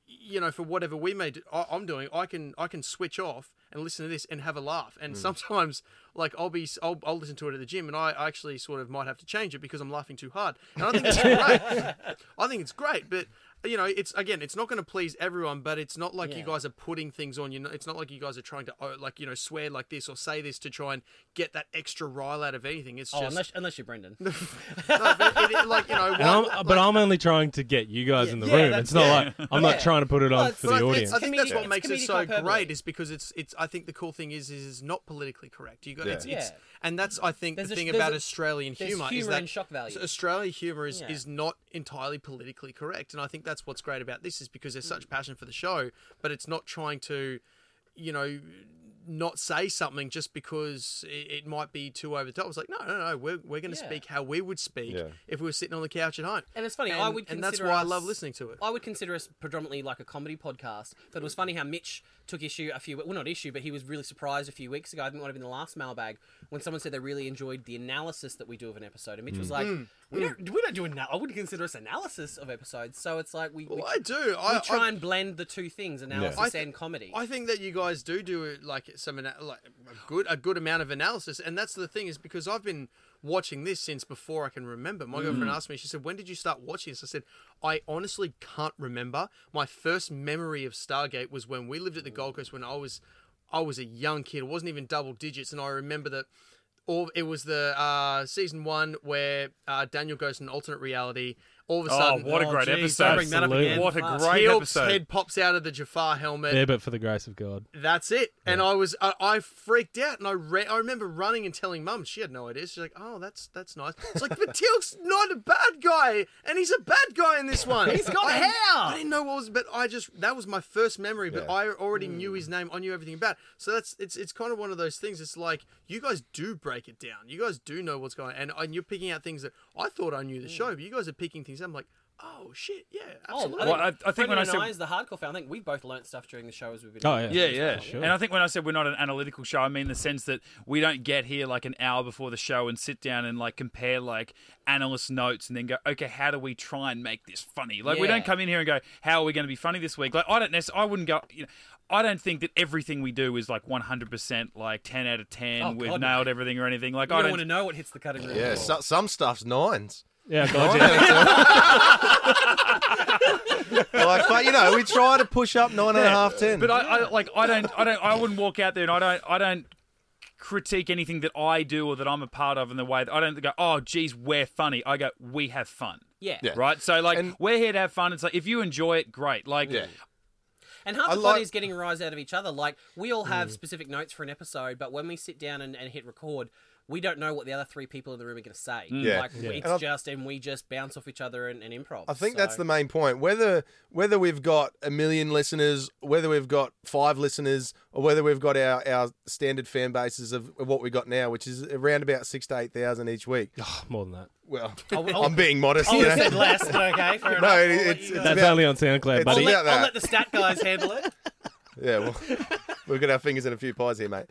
Speaker 5: you know, for whatever we may, do, I, I'm doing, I can I can switch off and listen to this and have a laugh.
Speaker 4: Hmm.
Speaker 5: And sometimes, like I'll be, I'll, I'll listen to it at the gym, and I actually sort of might have to change it because I'm laughing too hard. And I think it's great. I think it's great, but. You know, it's again, it's not going to please everyone, but it's not like you
Speaker 4: Yeah.
Speaker 5: guys are putting things on you. know, It's not like you guys are trying to, oh, like, you know, swear like this or say this to try and get that extra rile out of anything. It's
Speaker 4: Oh,
Speaker 5: just,
Speaker 4: unless unless you're Brendan.
Speaker 5: no, but it- it- like, you know,
Speaker 2: And
Speaker 5: why-
Speaker 2: I'm, but I'm only trying to get you guys in the
Speaker 4: Yeah,
Speaker 2: room.
Speaker 4: that's-
Speaker 2: It's not
Speaker 4: yeah.
Speaker 2: like I'm
Speaker 4: Yeah.
Speaker 2: not trying to put it on
Speaker 4: Well, it's-
Speaker 2: for
Speaker 4: well,
Speaker 2: the
Speaker 5: I
Speaker 2: audience.
Speaker 5: think, I think that's
Speaker 4: Comedic-
Speaker 5: what
Speaker 4: it's
Speaker 5: makes it
Speaker 4: comedic
Speaker 5: so
Speaker 4: hyperbole.
Speaker 5: great is because it's it's I think the cool thing is is it's not politically correct. You got it's,
Speaker 4: Yeah.
Speaker 5: it's
Speaker 4: Yeah.
Speaker 5: and that's I think
Speaker 4: There's a-
Speaker 5: the thing
Speaker 4: there's
Speaker 5: about
Speaker 4: a-
Speaker 5: Australian
Speaker 4: there's
Speaker 5: humor is
Speaker 4: humour
Speaker 5: that
Speaker 4: and shock value.
Speaker 5: Australian humor is,
Speaker 4: Yeah.
Speaker 5: is not entirely politically correct and I think that's what's great about this is because there's
Speaker 4: Mm.
Speaker 5: such passion for the show but it's not trying to you know not say something just because it, it might be too over the top. It's like no no no we're we're going to
Speaker 4: Yeah.
Speaker 5: speak how we would speak
Speaker 3: Yeah.
Speaker 5: if we were sitting on the couch at home.
Speaker 4: And it's funny, I would
Speaker 5: and that's
Speaker 4: consider
Speaker 5: why I
Speaker 4: us-
Speaker 5: love listening to it.
Speaker 4: I would consider us predominantly like a comedy podcast, but it was funny how Mitch took issue a few well not issue, but he was really surprised a few weeks ago. I think it might have been the last mailbag when someone said they really enjoyed the analysis that we do of an episode, and Mitch
Speaker 5: Mm.
Speaker 4: was like, "We don't, we don't do anal- I wouldn't consider us analysis of episodes." So it's like we, we,
Speaker 5: Well, I do.
Speaker 4: we
Speaker 5: I
Speaker 4: try
Speaker 5: I,
Speaker 4: and blend the two things, analysis
Speaker 5: I th-
Speaker 4: and comedy.
Speaker 5: I think that you guys do do like some ana- like a good a good amount of analysis, and that's the thing is because I've been watching this since before I can remember. My girlfriend
Speaker 1: Mm.
Speaker 5: asked me, she said, "When did you start watching this?" I said, "I honestly can't remember. My first memory of Stargate was when we lived at the Gold Coast when I was I was a young kid. It wasn't even double digits, and I remember that." Or it was the uh, season one where uh, Daniel goes to an alternate reality. all of a
Speaker 1: Oh,
Speaker 5: sudden,
Speaker 1: what a great
Speaker 5: geez,
Speaker 1: episode.
Speaker 5: Don't bring that up
Speaker 2: Absolutely.
Speaker 5: again.
Speaker 1: What a
Speaker 5: Plus,
Speaker 1: great
Speaker 5: Teal'c's
Speaker 1: episode.
Speaker 5: head pops out of the Jafar helmet.
Speaker 2: There, but for the grace of God.
Speaker 5: That's it. And I was, I, I freaked out, and I, re- I remember running and telling Mum. She had no idea. She's like, "Oh, that's that's nice." It's like, but Teal'c's not a bad guy, and he's a bad guy in this one.
Speaker 4: He's got
Speaker 5: I-
Speaker 4: hair.
Speaker 5: I didn't know what was, but I just that was my first memory. But I already
Speaker 4: Mm.
Speaker 5: knew his name. I knew everything about. It. So that's it's it's kind of one of those things. It's like you guys do break it down. You guys do know what's going on, and, and you're picking out things that I thought I knew
Speaker 4: Mm.
Speaker 5: the show, but you guys are picking things. I'm like, oh shit, yeah, absolutely.
Speaker 1: Well, I- I think
Speaker 4: Brendan
Speaker 1: when I
Speaker 4: and
Speaker 1: said-
Speaker 4: I, as the hardcore fan, I think we both learnt stuff during the show as we've been.
Speaker 2: Oh, yeah.
Speaker 1: Yeah, yeah.
Speaker 2: Sure.
Speaker 1: And I think when I said we're not an analytical show, I mean the sense that we don't get here like an hour before the show and sit down and like compare like analyst notes and then go, okay, how do we try and make this funny? Like we
Speaker 4: Yeah.
Speaker 1: don't come in here and go, how are we going to be funny this week? Like I don't necessarily, I wouldn't go, you know, I don't think that everything we do is like 100% like 10 out of 10.
Speaker 4: Oh,
Speaker 1: We've
Speaker 4: God, no.
Speaker 1: nailed everything or anything. Like
Speaker 4: You
Speaker 1: I
Speaker 4: don't
Speaker 1: don't.
Speaker 4: want to know what hits the cutting room.
Speaker 3: Yeah,
Speaker 4: floor.
Speaker 3: so, some stuff's nines.
Speaker 2: Yeah,
Speaker 3: Nine
Speaker 2: God,
Speaker 3: out of ten. like, but you know, we try to push up nine and a half, ten.
Speaker 1: But I, I like I don't I don't I wouldn't walk out there and I don't I don't critique anything that I do or that I'm a part of in the way that I don't go oh geez we're funny I go we have fun
Speaker 4: yeah.
Speaker 3: Yeah.
Speaker 1: right so like
Speaker 3: And-
Speaker 1: we're here to have fun it's like if you enjoy it great like
Speaker 3: yeah.
Speaker 4: And half
Speaker 3: I
Speaker 4: the
Speaker 3: like- Mm.
Speaker 4: fun is getting a rise out of each other. Like we all have specific notes for an episode, but when we sit down and, and hit record, we don't know what the other three people in the room are going to say.
Speaker 3: Yeah.
Speaker 4: Like
Speaker 3: Mm. Yeah.
Speaker 4: it's
Speaker 3: And I've-
Speaker 4: just and we just bounce off each other and, and improv.
Speaker 3: I think
Speaker 4: So-
Speaker 3: that's the main point. Whether whether we've got a million listeners, whether we've got five listeners, or whether we've got our, our standard fan bases of, of what we got now, which is around about six to eight thousand each week.
Speaker 2: more than that.
Speaker 3: Well, I'm being modest.
Speaker 4: I
Speaker 3: you
Speaker 4: would
Speaker 3: know?
Speaker 4: have said less, but okay, fair enough.
Speaker 3: no,
Speaker 4: I'll
Speaker 3: it,
Speaker 4: let
Speaker 3: it's,
Speaker 4: you
Speaker 3: it's
Speaker 4: guys-
Speaker 2: That's
Speaker 3: about,
Speaker 2: only on SoundCloud,
Speaker 3: it's
Speaker 4: I'll
Speaker 2: buddy.
Speaker 4: let,
Speaker 3: about
Speaker 4: I'll
Speaker 3: that.
Speaker 4: let the stat guys handle it.
Speaker 3: yeah. Well, we've got our fingers in a few pies here, mate.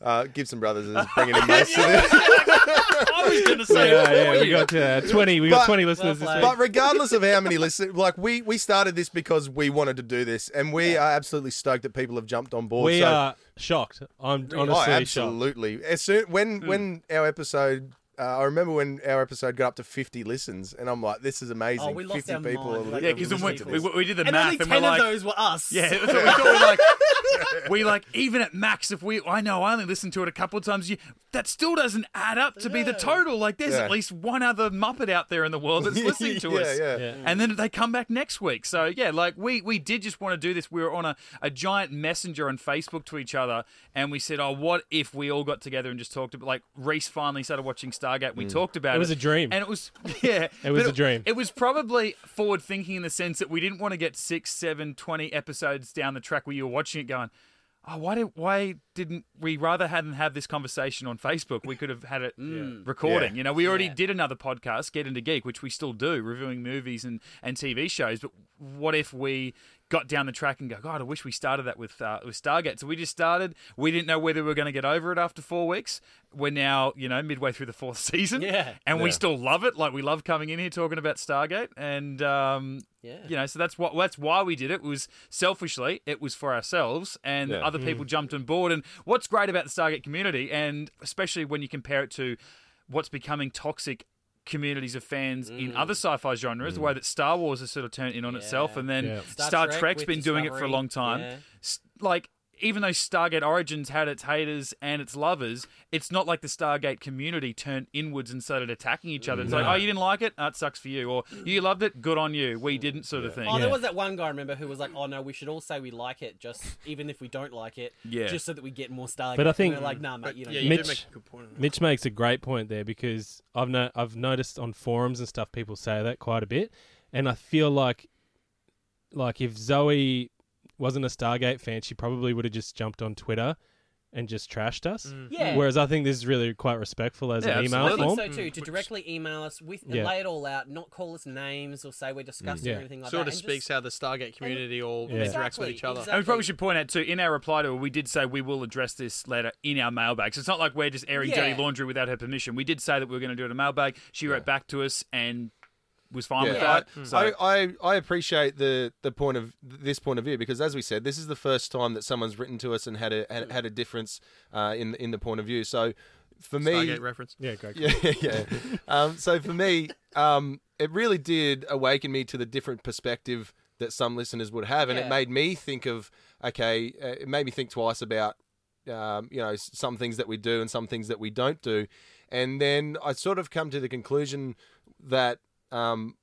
Speaker 3: Uh, Gibson Brothers is bringing in most of this.
Speaker 1: I was gonna say
Speaker 2: Yeah, yeah,
Speaker 1: for
Speaker 2: we
Speaker 1: you.
Speaker 2: got uh, twenty. We got
Speaker 3: But-
Speaker 2: twenty listeners this
Speaker 4: Well
Speaker 2: week.
Speaker 3: But regardless of how many listen, like we we started this because we wanted to do this, and we are absolutely stoked that people have jumped on board.
Speaker 2: We
Speaker 3: so,
Speaker 2: are shocked. I'm honestly Hmm.
Speaker 3: oh,
Speaker 2: shocked.
Speaker 3: absolutely. As soon when when our episode. Uh, I remember when our episode got up to 50 listens, and I'm like, "This is amazing!
Speaker 4: Oh, we lost
Speaker 3: 50
Speaker 4: our
Speaker 3: people."
Speaker 4: mind.
Speaker 3: are
Speaker 4: Like,
Speaker 1: yeah
Speaker 3: listening
Speaker 1: because
Speaker 3: to
Speaker 4: Reasonable.
Speaker 1: we,
Speaker 3: this.
Speaker 1: we, we did the
Speaker 4: And
Speaker 1: math
Speaker 4: only
Speaker 1: and
Speaker 4: ten
Speaker 1: we're like
Speaker 4: of those were us.
Speaker 1: yeah that's what we thought we like we like even at max if we I know I only listened to it a couple of times a year, that still doesn't add up to be the total like there's
Speaker 3: Yeah.
Speaker 1: at least one other Muppet out there in the world that's listening to
Speaker 3: yeah,
Speaker 1: us
Speaker 3: Yeah,
Speaker 2: Yeah.
Speaker 1: and then they come back next week. So yeah, like we we did just want to do this. We were on a, a giant messenger on Facebook to each other, and we said, "Oh, what if we all got together and just talked about?" Like Reese finally started watching Stargate. We talked about it.
Speaker 2: Mm. It was a dream.
Speaker 1: and it was yeah,
Speaker 2: It was
Speaker 1: but
Speaker 2: a dream.
Speaker 1: It was probably forward thinking in the sense that we didn't want to get six, seven, twenty episodes down the track where you were watching it going. Oh, why did why didn't we rather hadn't have this conversation on Facebook? We could have had it recording.
Speaker 3: Yeah.
Speaker 1: You know, we already did another podcast, Get Into Geek, which we still do, reviewing movies and, and TV shows. But what if we got down the track and go, God, I wish we started that with uh, with Stargate. So we just started. We didn't know whether we were going to get over it after four weeks. We're now, you know, midway through the fourth season.
Speaker 4: Yeah.
Speaker 1: And we still love it. Like we love coming in here talking about Stargate. And um,
Speaker 4: Yeah.
Speaker 1: you know, so that's what that's why we did it. Was selfishly, it was for ourselves, and
Speaker 3: Yeah.
Speaker 1: other
Speaker 4: Mm.
Speaker 1: people jumped on board. And what's great about the Stargate community, and especially when you compare it to what's becoming toxic communities of fans in
Speaker 4: Mm.
Speaker 1: other sci-fi genres, the way that Star Wars has sort of turned in on itself, and then
Speaker 2: Yeah.
Speaker 1: Star,
Speaker 4: Star Trek
Speaker 1: Trek's
Speaker 4: with
Speaker 1: been doing it for a
Speaker 4: Discovery,
Speaker 1: long time.
Speaker 4: yeah.
Speaker 1: S- Like. Even though Stargate Origins had its haters and its lovers, it's not like the Stargate community turned inwards and started attacking each other. It's like, oh, you didn't like it? That sucks for you. Or you loved it? Good on you. We didn't, sort of thing.
Speaker 4: Oh,
Speaker 2: Yeah.
Speaker 4: there was that one guy I remember who was like, "Oh no, we should all say we like it, just even if we don't like it,
Speaker 1: Yeah.
Speaker 4: just so that we get more Stargate."
Speaker 2: But I
Speaker 4: And
Speaker 2: think-
Speaker 4: we're like, "Nah, mate, you
Speaker 5: yeah,
Speaker 4: know,
Speaker 5: you
Speaker 2: Mitch-
Speaker 5: do make a good point. on that.
Speaker 2: Mitch makes a great point there because I've no, I've noticed on forums and stuff people say that quite a bit, and I feel like like if Zoe wasn't a Stargate fan, she probably would have just jumped on Twitter and just trashed us.
Speaker 4: Yeah.
Speaker 2: Whereas I think this is really quite respectful as
Speaker 1: Mm. Yeah,
Speaker 2: an email
Speaker 1: absolutely.
Speaker 4: I think
Speaker 2: form.
Speaker 4: so
Speaker 5: Mm.
Speaker 4: too. To directly email us, with
Speaker 2: Yeah.
Speaker 4: lay it all out, not call us names or say we're
Speaker 1: Mm.
Speaker 4: disgusting
Speaker 2: Yeah.
Speaker 4: or anything like
Speaker 5: Sort
Speaker 4: that.
Speaker 5: of speaks how the Stargate community all
Speaker 2: Yeah.
Speaker 5: interacts with each other.
Speaker 1: And we probably should point out too in our reply to her, we did say we will address this later in our mailbags. It's not like we're just airing
Speaker 4: Yeah.
Speaker 1: dirty laundry without her permission. We did say that we were going to do it in a mailbag. She wrote back to us and was fine with
Speaker 3: Yeah.
Speaker 4: Mm-hmm. Hmm.
Speaker 1: that. So
Speaker 3: I, I, I appreciate the, the point of this point of view because as we said, this is the first time that someone's written to us and had a had, had a difference uh, in in the point of view. So for me,
Speaker 5: Stargate reference.
Speaker 2: Yeah, great.
Speaker 3: yeah, yeah. Um, so for me, um, it really did awaken me to the different perspective that some listeners would have, and it
Speaker 4: Yeah.
Speaker 3: made me think of okay, uh, it made me think twice about um, you know s- some things that we do and some things that we don't do, and then I sort of come to the conclusion that um,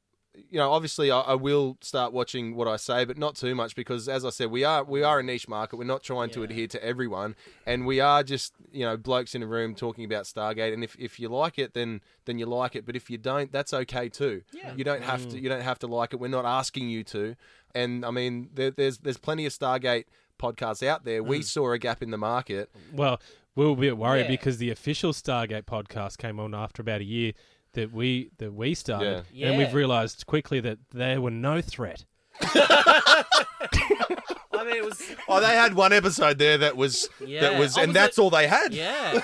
Speaker 3: you know, obviously, I, I will start watching what I say, but not too much because, as I said, we are we are a niche market. We're not trying to adhere to everyone, and we are just you know blokes in a room talking about Stargate. And if, if you like it, then then you like it. But if you don't, that's okay too. Yeah. you don't have to you don't have to like it. We're not asking you to. And I mean, there, there's there's plenty of Stargate podcasts out there. We saw a gap in the market.
Speaker 2: Well, we will be a worry
Speaker 8: Yeah.
Speaker 2: because the official Stargate podcast came on after about a year that we that we started,
Speaker 8: Yeah.
Speaker 2: and we've
Speaker 8: Yeah.
Speaker 2: realised quickly that there were no threat.
Speaker 8: I mean, it was
Speaker 3: Oh, they had one episode there that was that
Speaker 4: Yeah.
Speaker 3: was,
Speaker 4: Oh,
Speaker 3: and
Speaker 4: was
Speaker 3: that's
Speaker 4: it-
Speaker 3: all they had.
Speaker 4: Yeah.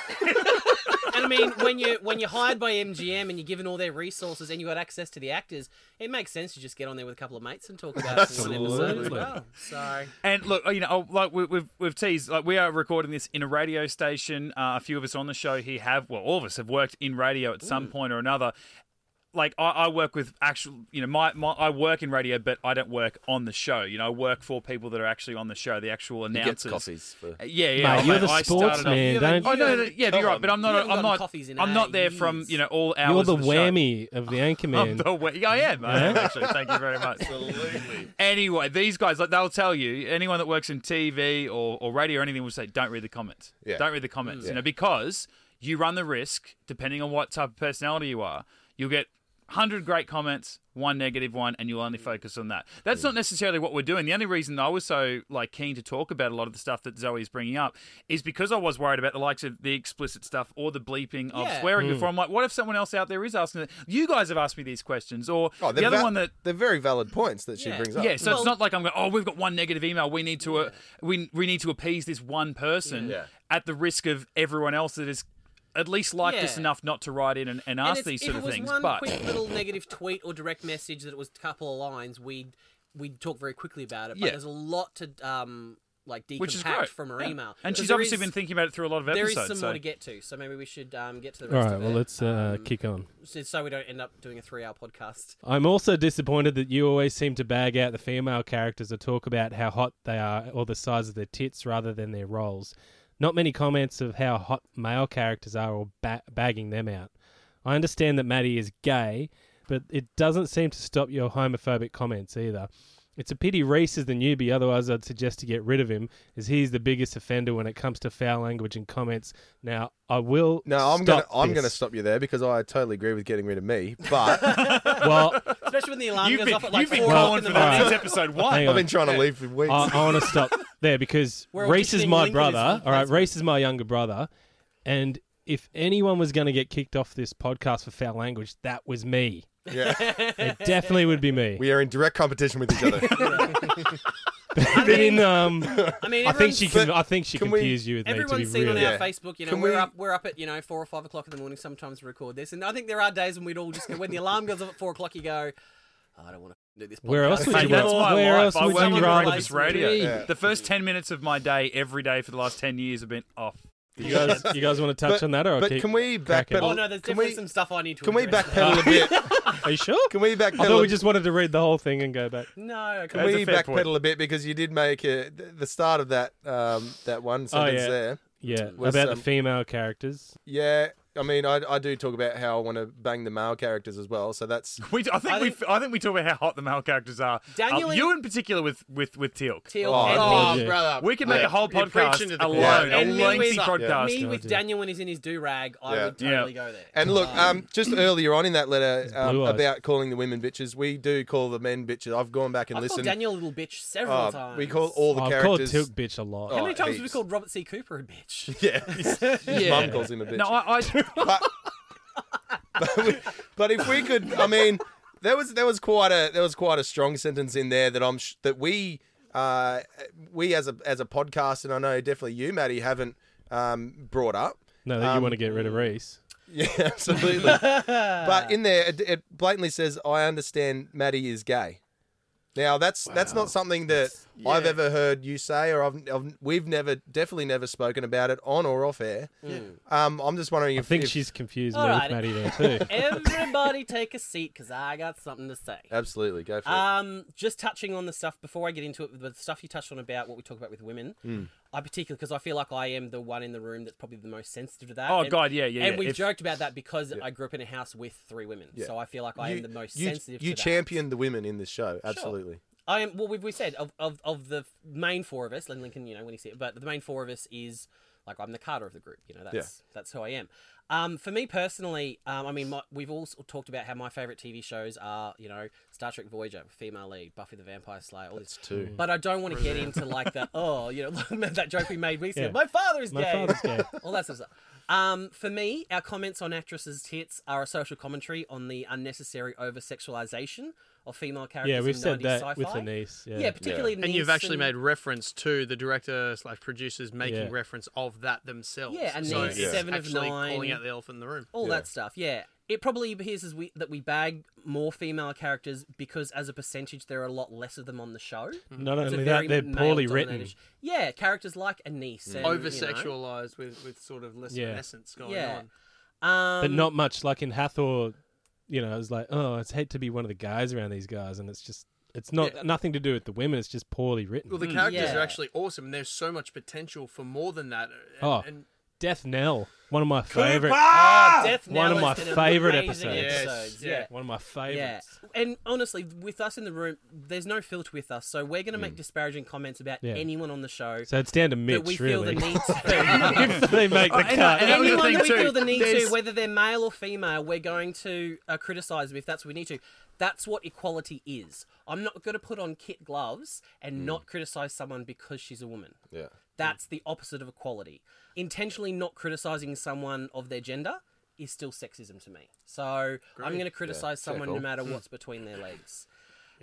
Speaker 4: and I mean, when you when you're hired by MGM and you're given all their resources and you got access to the actors, it makes sense to just get on there with a couple of mates and talk about one episode as
Speaker 2: Absolutely.
Speaker 4: well. So
Speaker 1: And look, you know, like we, we've we've teased, like we are recording this in a radio station. Uh, a few of us on the show here have, well, all of us have worked in radio at some point or another. Like I, I work with actual, you know, my, my I work in radio, but I don't work on the show. You know, I work for people that are actually on the show, the actual
Speaker 3: Gets
Speaker 1: announcers.
Speaker 3: coffees for
Speaker 1: Yeah, yeah.
Speaker 2: Mate,
Speaker 1: oh,
Speaker 2: you're
Speaker 1: mate,
Speaker 2: the
Speaker 1: I started off-
Speaker 2: sportsman.
Speaker 4: You
Speaker 2: Don't
Speaker 4: haven't-
Speaker 1: Oh no, no,
Speaker 4: You-
Speaker 1: yeah, you're right, but I'm
Speaker 4: You
Speaker 1: not.
Speaker 4: haven't
Speaker 1: I'm
Speaker 4: gotten
Speaker 1: not.
Speaker 4: coffees in
Speaker 1: I'm not there
Speaker 4: eight
Speaker 1: from
Speaker 4: years.
Speaker 1: you know all hours.
Speaker 2: You're
Speaker 1: of
Speaker 2: the
Speaker 1: show.
Speaker 2: whammy of the
Speaker 1: I'm
Speaker 2: anchorman.
Speaker 1: the wha- I am. I am actually. Thank you very much.
Speaker 3: Absolutely.
Speaker 1: Anyway, these guys, like they'll tell you, anyone that works in TV or, or radio or anything will say, don't read the comments.
Speaker 3: Yeah.
Speaker 1: Don't read the comments.
Speaker 3: Yeah.
Speaker 1: You know, because you run the risk, depending on what type of personality you are, you'll get 100 great comments, one negative one, and you'll only focus on that. That's not necessarily what we're doing. The only reason I was so like keen to talk about a lot of the stuff that Zoe is bringing up is because I was worried about the likes of the explicit stuff or the bleeping of
Speaker 4: Yeah.
Speaker 2: Hmm.
Speaker 1: swearing before. I'm like, what if someone else out there is asking that? You guys have asked me these questions, or
Speaker 3: Oh,
Speaker 1: the
Speaker 3: they're
Speaker 1: other
Speaker 3: val-
Speaker 1: one that
Speaker 3: they're very valid points that she
Speaker 4: Yeah.
Speaker 3: brings up.
Speaker 1: yeah, so
Speaker 4: Well-
Speaker 1: it's not like I'm going. Oh, we've got one negative email. We need to uh, we we need to appease this one person
Speaker 3: Yeah.
Speaker 1: at the risk of everyone else that is at least liked us
Speaker 4: Yeah.
Speaker 1: enough not to write in and, and
Speaker 4: And
Speaker 1: ask
Speaker 4: it's-
Speaker 1: these
Speaker 4: if
Speaker 1: sort
Speaker 4: it
Speaker 1: of
Speaker 4: was
Speaker 1: things.
Speaker 4: one
Speaker 1: But
Speaker 4: quick little negative tweet or direct message that it was a couple of lines, we'd we'd talk very quickly about it. But
Speaker 1: Yeah.
Speaker 4: there's a lot to um like decompact
Speaker 1: which is great
Speaker 4: from her
Speaker 1: Yeah.
Speaker 4: email,
Speaker 1: and
Speaker 4: 'Cause
Speaker 1: she's
Speaker 4: there
Speaker 1: obviously
Speaker 4: is-
Speaker 1: been thinking about it through a lot of
Speaker 4: There
Speaker 1: episodes.
Speaker 4: is some
Speaker 1: so.
Speaker 4: more to get to, so maybe we should um, get to the
Speaker 2: All
Speaker 4: rest
Speaker 2: right,
Speaker 4: of
Speaker 2: well,
Speaker 4: it,
Speaker 2: let's uh,
Speaker 4: um,
Speaker 2: kick on.
Speaker 4: so- so we don't end up doing a three-hour podcast.
Speaker 2: I'm also disappointed that you always seem to bag out the female characters and talk about how hot they are or the size of their tits rather than their roles. Not many comments of how hot male characters are or ba- bagging them out. I understand that Maddie is gay, but it doesn't seem to stop your homophobic comments either. It's a pity Reese is the newbie, otherwise, I'd suggest to get rid of him, as he's the biggest offender when it comes to foul language and comments. Now, I will.
Speaker 3: No, I'm
Speaker 2: stop
Speaker 3: gonna I'm
Speaker 2: this.
Speaker 3: gonna stop you there because I totally agree with getting rid of me, but
Speaker 2: Well,
Speaker 4: Especially when the alarm
Speaker 1: You've
Speaker 4: goes
Speaker 1: been,
Speaker 4: off at like
Speaker 1: you've been
Speaker 4: four o'clock
Speaker 1: calling
Speaker 4: in
Speaker 1: for
Speaker 4: the
Speaker 1: that
Speaker 4: morning.
Speaker 1: since episode one.
Speaker 2: hang
Speaker 3: I've
Speaker 2: on.
Speaker 3: been trying to leave for weeks.
Speaker 2: I, I want to stop there because
Speaker 4: We're
Speaker 2: Reese is
Speaker 4: auditioning
Speaker 2: my
Speaker 4: Lincoln
Speaker 2: brother.
Speaker 4: as
Speaker 2: All right, Reese is my younger brother, and if anyone was going to get kicked off this podcast for foul language, that was me.
Speaker 3: yeah.
Speaker 2: It definitely would be me.
Speaker 3: We are in direct competition with each other.
Speaker 2: but in um,
Speaker 4: I mean,
Speaker 2: I think she
Speaker 4: everyone's-
Speaker 2: can. I think she
Speaker 3: can we-
Speaker 2: confused you with me. To be
Speaker 4: Everyone's seen
Speaker 2: real,
Speaker 4: on
Speaker 3: Yeah.
Speaker 4: our Facebook, you know,
Speaker 3: Can
Speaker 4: we're
Speaker 3: we-
Speaker 4: up we're up at, you know, four or five o'clock in the morning sometimes to record this. And I think there are days when we'd all just go when the alarm goes off at four o'clock you go, "Oh, I don't want to do this podcast.
Speaker 2: Where else would
Speaker 1: Hey,
Speaker 2: you
Speaker 1: that's
Speaker 2: want-
Speaker 1: my
Speaker 2: where
Speaker 1: life.
Speaker 2: else
Speaker 1: I
Speaker 2: would
Speaker 1: work
Speaker 2: you
Speaker 1: on
Speaker 2: rather
Speaker 1: breakfast
Speaker 2: be?
Speaker 1: radio.
Speaker 2: Yeah.
Speaker 1: The first ten minutes of my day, every day for the last ten years, have been off.
Speaker 2: you guys, you guys want to touch
Speaker 3: But-
Speaker 2: on that, or I'll
Speaker 3: but
Speaker 2: keep
Speaker 3: can we
Speaker 2: cracking?
Speaker 3: backpedal?
Speaker 4: Oh no, there's
Speaker 3: Can
Speaker 4: definitely
Speaker 3: we-
Speaker 4: some stuff I need to
Speaker 3: Can we
Speaker 4: address.
Speaker 3: backpedal a bit?
Speaker 2: Are you sure?
Speaker 3: Can we
Speaker 2: I thought we
Speaker 3: backpedal?
Speaker 2: just wanted to read the whole thing and go back.
Speaker 4: No,
Speaker 3: Can
Speaker 4: can
Speaker 1: That's
Speaker 3: we
Speaker 1: a fair point.
Speaker 3: backpedal a bit because you did make a, th- the start of that um, that one sentence
Speaker 2: Oh, yeah.
Speaker 3: there.
Speaker 2: Yeah,
Speaker 3: Was,
Speaker 2: about
Speaker 3: um,
Speaker 2: the female characters.
Speaker 3: Yeah, I mean, I, I do talk about how I want to bang the male characters as well. So that's
Speaker 1: We, I think
Speaker 4: I
Speaker 1: we,
Speaker 4: think-
Speaker 1: I think we talk about how hot the male characters are. Uh,
Speaker 4: Daniel and-
Speaker 1: you in particular with with with Teal.
Speaker 4: Teal
Speaker 3: Oh,
Speaker 4: and
Speaker 5: Oh,
Speaker 2: yeah.
Speaker 5: brother.
Speaker 1: We could make
Speaker 5: Yeah.
Speaker 1: a whole
Speaker 5: You're
Speaker 1: podcast
Speaker 5: preaching to the
Speaker 1: alone,
Speaker 5: choir.
Speaker 3: Yeah.
Speaker 1: a
Speaker 4: And me
Speaker 1: lengthy
Speaker 4: with-
Speaker 1: podcast.
Speaker 4: me with
Speaker 2: idea.
Speaker 4: Daniel when he's in his do rag, I
Speaker 3: Yeah.
Speaker 4: would
Speaker 1: Yeah.
Speaker 4: totally go there.
Speaker 3: and look, um, just earlier on in that letter um,
Speaker 2: blue eyes.
Speaker 3: about calling the women bitches, we do call the men bitches. I've gone back and
Speaker 4: I've called
Speaker 3: listened.
Speaker 4: Daniel a little bitch several
Speaker 3: Oh,
Speaker 4: times.
Speaker 3: we call all the
Speaker 2: I've called Tilk
Speaker 3: characters.
Speaker 2: bitch a lot.
Speaker 4: How many
Speaker 3: Oh,
Speaker 4: times have we
Speaker 3: heaps.
Speaker 4: called Robert C. Cooper a bitch?
Speaker 3: Yeah, his, his
Speaker 2: Yeah.
Speaker 3: mum calls him a bitch.
Speaker 1: No, I, I
Speaker 3: but, but, we- but if we could, I mean, there was there was quite a there was quite a strong sentence in there that I'm sh- that we uh, we as a as a podcast, and I know definitely you, Maddie, haven't um, brought up.
Speaker 2: No, that you want to get rid of
Speaker 3: Um,
Speaker 2: Reese.
Speaker 3: Yeah, absolutely. but in there, it, it blatantly says, "I understand Maddie is gay." Now that's that's not something that I've ever heard you say, or I've, I've we've never definitely never spoken about it on or off air. Um, I'm just wondering
Speaker 2: I
Speaker 3: if
Speaker 2: think
Speaker 3: if-
Speaker 2: she's confused me
Speaker 4: All
Speaker 2: with
Speaker 4: right.
Speaker 2: Maddie there too.
Speaker 4: Everybody take a seat because I got something to say.
Speaker 3: Uh, absolutely go for
Speaker 4: Um, just touching on the stuff before I get into it, the stuff you touched on about what we talk about with women,
Speaker 3: Hmm.
Speaker 4: I particularly because I feel like I am the one in the room that's probably the most sensitive to that.
Speaker 1: Oh, God, yeah, yeah,
Speaker 4: And
Speaker 1: yeah.
Speaker 4: we've
Speaker 1: If-
Speaker 4: joked about that because I grew up in a house with three women, so I feel like
Speaker 3: it.
Speaker 4: I
Speaker 3: You-
Speaker 4: am the most
Speaker 3: you,
Speaker 4: sensitive.
Speaker 3: You
Speaker 4: to that.
Speaker 3: champion the women in this show, absolutely.
Speaker 4: I am. Well, we've, we said of, of of the main four of us. Len Lincoln, you know, when he said, but the main four of us is like I'm the Carter of the group. You know, that's that's who I am. Um, for me personally, um, I mean, my, we've all sort of talked about how my favorite TV shows are, you know, Star Trek Voyager, female lead, Buffy the Vampire Slayer, all this.
Speaker 3: two.
Speaker 4: But I don't want to get into like the oh, you know, that joke we made recently.
Speaker 2: Yeah.
Speaker 4: My father is
Speaker 2: My
Speaker 4: gay.
Speaker 2: father's gay.
Speaker 4: all that sort of stuff. Um, for me, our comments on actresses' tits are a social commentary on the unnecessary over sexualization of female characters.
Speaker 2: yeah, we've
Speaker 4: in
Speaker 2: said
Speaker 4: 90s
Speaker 2: that
Speaker 4: sci-fi.
Speaker 2: with the niece. Yeah.
Speaker 4: Yeah, particularly in
Speaker 5: And you've
Speaker 4: Neeson-
Speaker 5: actually made reference to the director slash producers making
Speaker 2: Yeah.
Speaker 5: reference of that themselves.
Speaker 4: Yeah, and
Speaker 5: so
Speaker 4: the
Speaker 5: it's
Speaker 4: Seven of
Speaker 5: actually
Speaker 4: Nine-
Speaker 5: calling out the elephant in the room.
Speaker 4: all that stuff. Yeah, it probably appears as we that we bag more female characters because, as a percentage, there are a lot less of them on the show.
Speaker 2: Not
Speaker 4: It's a
Speaker 2: only that,
Speaker 4: very
Speaker 2: they're poorly
Speaker 4: male-dominated
Speaker 2: written.
Speaker 4: sh- Yeah, characters like Anise. and,
Speaker 5: Over
Speaker 4: You know,
Speaker 5: sexualized with, with sort of less of an
Speaker 2: Yeah.
Speaker 5: essence going
Speaker 4: Yeah.
Speaker 5: on.
Speaker 4: um,
Speaker 2: but not much. Like in Hathor, you know, I was like, oh, it's hate to be one of the guys around these guys, and it's just, it's not
Speaker 5: Yeah.
Speaker 2: nothing to do with the women. It's just poorly written.
Speaker 5: Well, the characters
Speaker 4: Mm, Yeah.
Speaker 5: are actually awesome, and there's so much potential for more than that. And,
Speaker 2: Oh.
Speaker 5: and
Speaker 2: Death Knell, one of my favorite,
Speaker 4: Ah, Death
Speaker 2: One of
Speaker 4: Knell
Speaker 2: my
Speaker 4: has been
Speaker 2: favourite
Speaker 4: amazing
Speaker 2: episodes.
Speaker 5: Yes,
Speaker 4: Yeah.
Speaker 5: yeah.
Speaker 2: one of my
Speaker 4: Yeah,
Speaker 2: favorites.
Speaker 4: and honestly, with us in the room, there's no filter with us, so we're going to make disparaging comments about
Speaker 2: Mm. Yeah.
Speaker 4: anyone on the show
Speaker 2: So it's down to Mitch,
Speaker 4: that we feel
Speaker 2: really.
Speaker 4: the need to.
Speaker 2: if they make the cut.
Speaker 1: and- that was the
Speaker 4: anyone
Speaker 1: thing
Speaker 4: that we
Speaker 1: too.
Speaker 4: feel the need
Speaker 1: There's-
Speaker 4: to, whether they're male or female, we're going to uh, criticise them if that's what we need to. That's what equality is. I'm not going to put on kit gloves and not criticise someone because she's a woman.
Speaker 3: Yeah.
Speaker 4: That's the opposite of equality. Intentionally not criticising someone of their gender is still sexism to me. So I'm going to criticise someone no
Speaker 3: call.
Speaker 4: matter what's between their legs.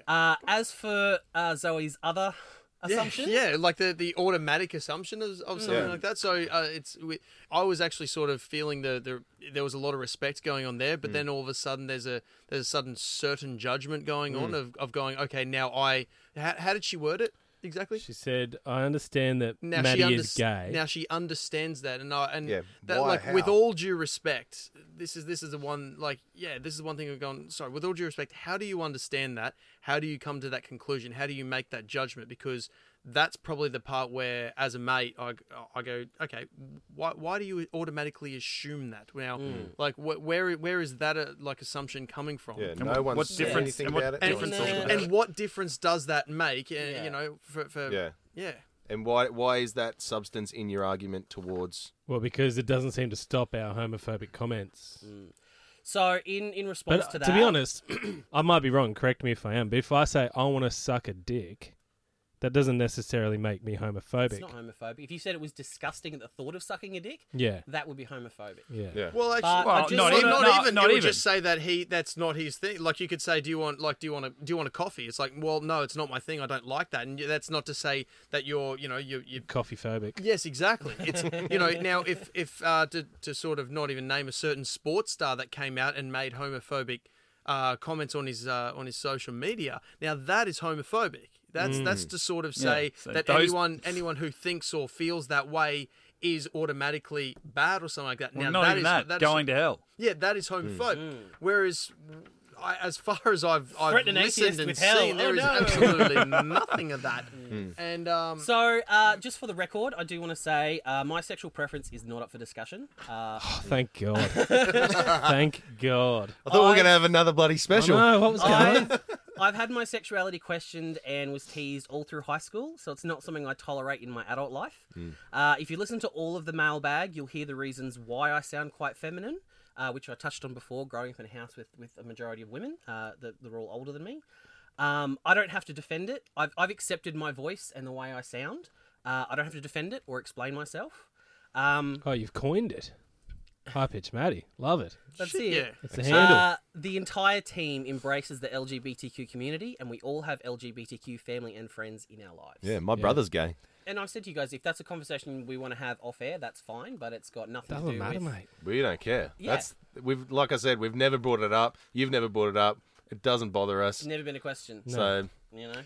Speaker 4: Uh, as for uh, Zoe's other assumption,
Speaker 5: Yeah, like the, the automatic assumption of, of something
Speaker 3: Yeah.
Speaker 5: like that. So uh, it's we, I was actually sort of feeling the, the there was a lot of respect going on there, but then all of a sudden there's a there's a sudden certain judgment going on of, of going okay now I how, how did she word it exactly?
Speaker 2: She said, I understand that
Speaker 5: now
Speaker 2: Maddie
Speaker 5: she under-
Speaker 2: is gay.
Speaker 5: Now she understands that, and I, and
Speaker 3: Yeah,
Speaker 5: that
Speaker 3: why,
Speaker 5: like with
Speaker 3: how?
Speaker 5: all due respect, this is this is the one like yeah, this is one thing I've gone. Sorry, with all due respect, how do you understand that? How do you come to that conclusion? How do you make that judgment? Because that's probably the part where, as a mate, I, I go, okay, why, why do you automatically assume that? Now,
Speaker 3: Hmm.
Speaker 5: like, wh- where where is that uh like assumption coming from?
Speaker 3: Yeah, no one's
Speaker 1: what
Speaker 3: said
Speaker 1: difference-
Speaker 3: anything
Speaker 1: and what
Speaker 3: about it. no
Speaker 5: And,
Speaker 3: one's
Speaker 4: difference-
Speaker 3: talked about
Speaker 5: and
Speaker 3: it.
Speaker 5: what difference does that make? Uh,
Speaker 4: Yeah.
Speaker 5: You know, for, for
Speaker 3: Yeah.
Speaker 5: yeah.
Speaker 3: And why why is that substance in your argument towards?
Speaker 2: Well, because it doesn't seem to stop our homophobic comments.
Speaker 4: so in in response
Speaker 2: But
Speaker 4: Mm.
Speaker 2: uh,
Speaker 4: to
Speaker 2: to,
Speaker 4: that,
Speaker 2: be honest, I might be wrong. Correct me if I am. But if I say I want to suck a dick, that doesn't necessarily make me homophobic.
Speaker 4: It's not homophobic. If you said it was disgusting at the thought of sucking a dick,
Speaker 2: yeah,
Speaker 4: that would be homophobic.
Speaker 2: yeah,
Speaker 3: Yeah.
Speaker 5: Well, actually,
Speaker 4: But I
Speaker 1: Well,
Speaker 4: just
Speaker 1: not
Speaker 4: wanna-
Speaker 1: even.
Speaker 5: not
Speaker 1: no,
Speaker 5: even.
Speaker 1: Not
Speaker 5: you
Speaker 1: even.
Speaker 5: would just say that he that's not his thing. Like you could say, do you want like do you want a do you want a coffee? It's like, well, no, it's not my thing. I don't like that. And that's not to say that you're you know you you.
Speaker 2: Coffee phobic.
Speaker 5: Yes, exactly. It's you know now if if uh, to to sort of not even name a certain sports star that came out and made homophobic uh, comments on his uh, on his social media. Now that is homophobic. That's that's to sort of say
Speaker 1: Hmm. So
Speaker 5: that
Speaker 1: those-
Speaker 5: anyone anyone who thinks or feels that way is automatically bad or something like that.
Speaker 1: Well,
Speaker 5: now
Speaker 1: not even that.
Speaker 5: that is
Speaker 1: going to hell.
Speaker 5: yeah, that is
Speaker 1: Hmm.
Speaker 5: homophobic. Whereas, I, as far as I've, I've
Speaker 4: Threaten an
Speaker 5: listened
Speaker 4: atheist
Speaker 5: and
Speaker 4: with hell.
Speaker 5: seen, there
Speaker 4: Oh,
Speaker 5: is
Speaker 4: no.
Speaker 5: absolutely nothing of that. And um,
Speaker 4: So, uh, just for the record, I do want to say uh, my sexual preference is not up for discussion. Uh,
Speaker 2: Oh, thank God. thank God.
Speaker 3: I thought we were
Speaker 4: I-
Speaker 3: going to have another bloody special.
Speaker 2: No, what was going on?
Speaker 4: I've, I've had my sexuality questioned and was teased all through high school, so it's not something I tolerate in my adult life. Uh, if you listen to all of the mailbag, you'll hear the reasons why I sound quite feminine, uh, which I touched on before. Growing up in a house with, with a majority of women, uh, that they're all older than me. Um, I don't have to defend it. I've, I've accepted my voice and the way I sound. Uh, I don't have to defend it or explain myself. Um,
Speaker 2: Oh, you've coined it. High pitch, Maddie. Love it.
Speaker 4: that's
Speaker 5: shit,
Speaker 4: it.
Speaker 5: yeah.
Speaker 2: It's the handle.
Speaker 4: Uh, the entire team embraces the LGBTQ community, and we all have LGBTQ family and friends in our lives.
Speaker 3: yeah, my brother's gay.
Speaker 4: And I've said to you guys, if that's a conversation we want to have off air, that's fine, but it's got nothing to
Speaker 2: Doesn't
Speaker 4: do
Speaker 2: matter,
Speaker 4: with.
Speaker 2: mate.
Speaker 3: We don't care.
Speaker 4: Yeah.
Speaker 3: That's we've like I said, we've never brought it up. You've never brought it up. It doesn't bother us.
Speaker 4: It's never been a question,
Speaker 3: So
Speaker 4: you know.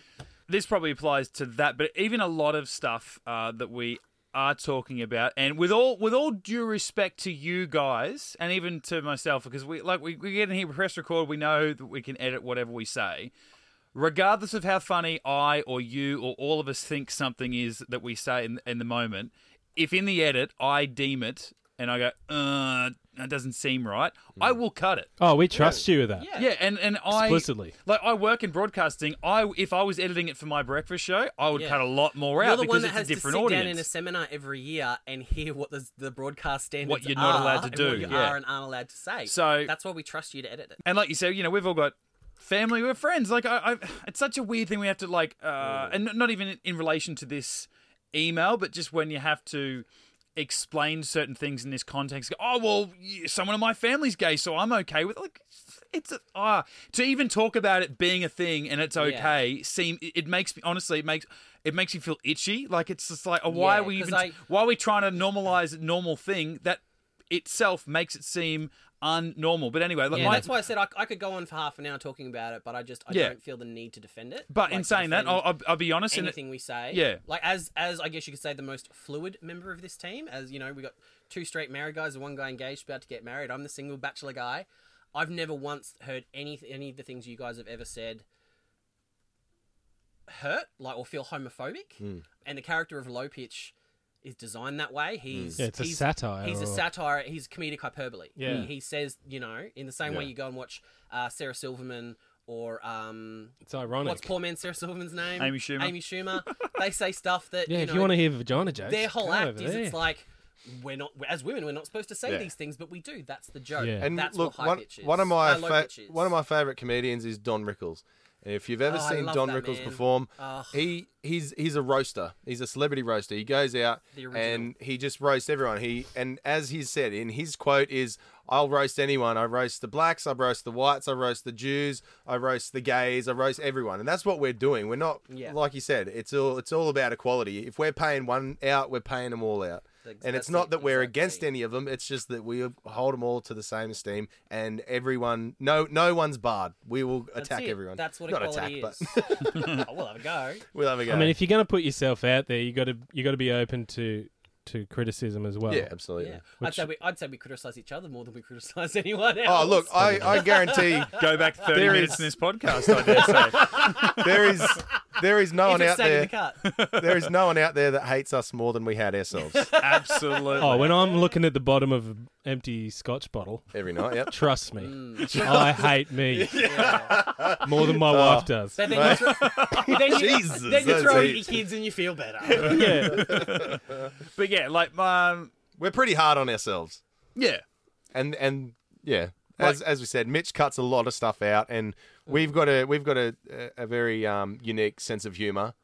Speaker 1: this probably applies to that, but even a lot of stuff uh, that we are talking about, and with all with all due respect to you guys, and even to myself, because we like we, we get in here, we press record, we know that we can edit whatever we say. Regardless of how funny I or you or all of us think something is that we say in, in the moment, if in the edit I deem it and I go, uh, that doesn't seem right, I will cut it.
Speaker 2: Oh, we trust you with that.
Speaker 1: Yeah, and and I
Speaker 2: Explicitly.
Speaker 1: like I work in broadcasting. I if I was editing it for my breakfast show, I would
Speaker 4: Yeah.
Speaker 1: cut a lot more
Speaker 4: You're
Speaker 1: out
Speaker 4: the
Speaker 1: because
Speaker 4: one that
Speaker 1: it's
Speaker 4: has
Speaker 1: a different
Speaker 4: to sit
Speaker 1: audience.
Speaker 4: down in a seminar every year and hear what the, the broadcast standards
Speaker 1: you're not
Speaker 4: are
Speaker 1: allowed to
Speaker 4: and
Speaker 1: do,
Speaker 4: what you
Speaker 1: yeah.
Speaker 4: are and aren't allowed to say.
Speaker 1: So-
Speaker 4: that's why we trust you to edit it.
Speaker 1: and like you said, you know, we've all got family, we're friends. Like I, I it's such a weird thing we have to like, uh,
Speaker 4: Mm.
Speaker 1: and not- not even in- in relation to this email, but just when you have to explain certain things in this context. go, Oh well, y- someone in my family's gay, so I'm okay with like. It's a, ah to even talk about it being a thing and it's okay. Seem it it makes me honestly it makes it makes me feel itchy. Like it's just like oh, why
Speaker 4: Yeah,
Speaker 1: are we
Speaker 4: 'cause
Speaker 1: even
Speaker 4: I-
Speaker 1: why are we trying to normalize a normal thing that itself makes it seem unnormal. But anyway, like
Speaker 4: Yeah,
Speaker 1: my,
Speaker 4: that's why I said I, I could go on for half an hour talking about it, but I just I
Speaker 1: Yeah.
Speaker 4: don't feel the need to defend it.
Speaker 1: But
Speaker 4: Like,
Speaker 1: in
Speaker 4: to
Speaker 1: saying that,
Speaker 4: defend
Speaker 1: I'll, I'll, I'll be honest. And
Speaker 4: anything we say,
Speaker 1: yeah.
Speaker 4: like as as I guess you could say the most fluid member of this team. As you know, we got two straight married guys, and one guy engaged about to get married. I'm the single bachelor guy. I've never once heard any any of the things you guys have ever said hurt, like or feel homophobic. And the character of Low Pitch is designed that way. He's
Speaker 2: Yeah, it's a
Speaker 4: he's-
Speaker 2: satire
Speaker 4: He's
Speaker 2: or-
Speaker 4: a satire. He's comedic hyperbole.
Speaker 2: Yeah.
Speaker 4: he, he says you know in the same way
Speaker 3: Yeah.
Speaker 4: you go and watch uh, Sarah Silverman or um
Speaker 2: It's ironic.
Speaker 4: what's poor man Sarah Silverman's name?
Speaker 1: Amy Schumer.
Speaker 4: Amy Schumer. they say stuff that
Speaker 2: yeah,
Speaker 4: you
Speaker 2: if
Speaker 4: know,
Speaker 2: you want to hear vagina jokes,
Speaker 4: their whole
Speaker 2: go
Speaker 4: act
Speaker 2: over
Speaker 4: is
Speaker 2: there.
Speaker 4: it's like we're not as women we're not supposed to say
Speaker 3: Yeah.
Speaker 4: these things, but we do. That's the joke.
Speaker 2: Yeah.
Speaker 4: And
Speaker 3: And
Speaker 4: that's
Speaker 3: look,
Speaker 4: what high
Speaker 3: one,
Speaker 4: pitch is.
Speaker 3: one of my
Speaker 4: Uh, low
Speaker 3: fa-
Speaker 4: pitch is.
Speaker 3: one of my favorite comedians is Don Rickles. And if you've ever
Speaker 4: Oh, I
Speaker 3: seen
Speaker 4: love
Speaker 3: Don
Speaker 4: that
Speaker 3: Rickles
Speaker 4: man.
Speaker 3: perform,
Speaker 4: Ugh.
Speaker 3: he he's he's a roaster. He's a celebrity roaster. He goes out
Speaker 4: The original.
Speaker 3: and he just roasts everyone. He and as he said in his quote is, "I'll roast anyone. I roast the blacks. I roast the whites. I roast the Jews. I roast the gays. I roast everyone." And that's what we're doing. We're not
Speaker 4: Yeah.
Speaker 3: like you said. It's all it's all about equality. If we're paying one out, we're paying them all out.
Speaker 4: Ex-
Speaker 3: And
Speaker 4: that's
Speaker 3: it's
Speaker 4: the-
Speaker 3: not that we're
Speaker 4: exactly.
Speaker 3: against any of them. It's just that we hold them all to the same esteem, and everyone, no, no one's barred. We will
Speaker 4: That's
Speaker 3: attack
Speaker 4: it.
Speaker 3: everyone.
Speaker 4: That's what
Speaker 3: not attack,
Speaker 4: equality
Speaker 3: but
Speaker 4: is. oh, we'll have a go.
Speaker 3: we'll have a go.
Speaker 2: I mean, if you're going to put yourself out there, you got to you got to be open to to criticism as well.
Speaker 3: yeah, absolutely.
Speaker 4: Yeah, I'd say we I'd say we criticize each other more than we criticize anyone else.
Speaker 3: Oh, look, I, I guarantee
Speaker 1: go back 30
Speaker 3: There
Speaker 1: minutes
Speaker 3: is-
Speaker 1: in this podcast, I dare say.
Speaker 3: there is there is no
Speaker 4: if
Speaker 3: one
Speaker 4: it's
Speaker 3: out
Speaker 4: staying in
Speaker 3: there.
Speaker 4: the cut.
Speaker 3: There is no one out there that hates us more than we hate ourselves
Speaker 1: Absolutely.
Speaker 2: Oh, when I'm looking at the bottom of an empty Scotch bottle,
Speaker 3: every night. Yep.
Speaker 2: trust me,
Speaker 4: Mm.
Speaker 2: I hate me more than
Speaker 3: Oh.
Speaker 2: my wife does.
Speaker 4: So then you, thro- then you,
Speaker 3: Jesus,
Speaker 4: then you
Speaker 3: that's
Speaker 4: throw it at
Speaker 3: heaps.
Speaker 4: your kids and you feel better.
Speaker 2: yeah,
Speaker 1: but yeah, like, um,
Speaker 3: We're pretty hard on ourselves,
Speaker 1: yeah.
Speaker 3: and and yeah. As, as we said, Mitch cuts a lot of stuff out, and we've got a we've got a a very um, unique sense of humor,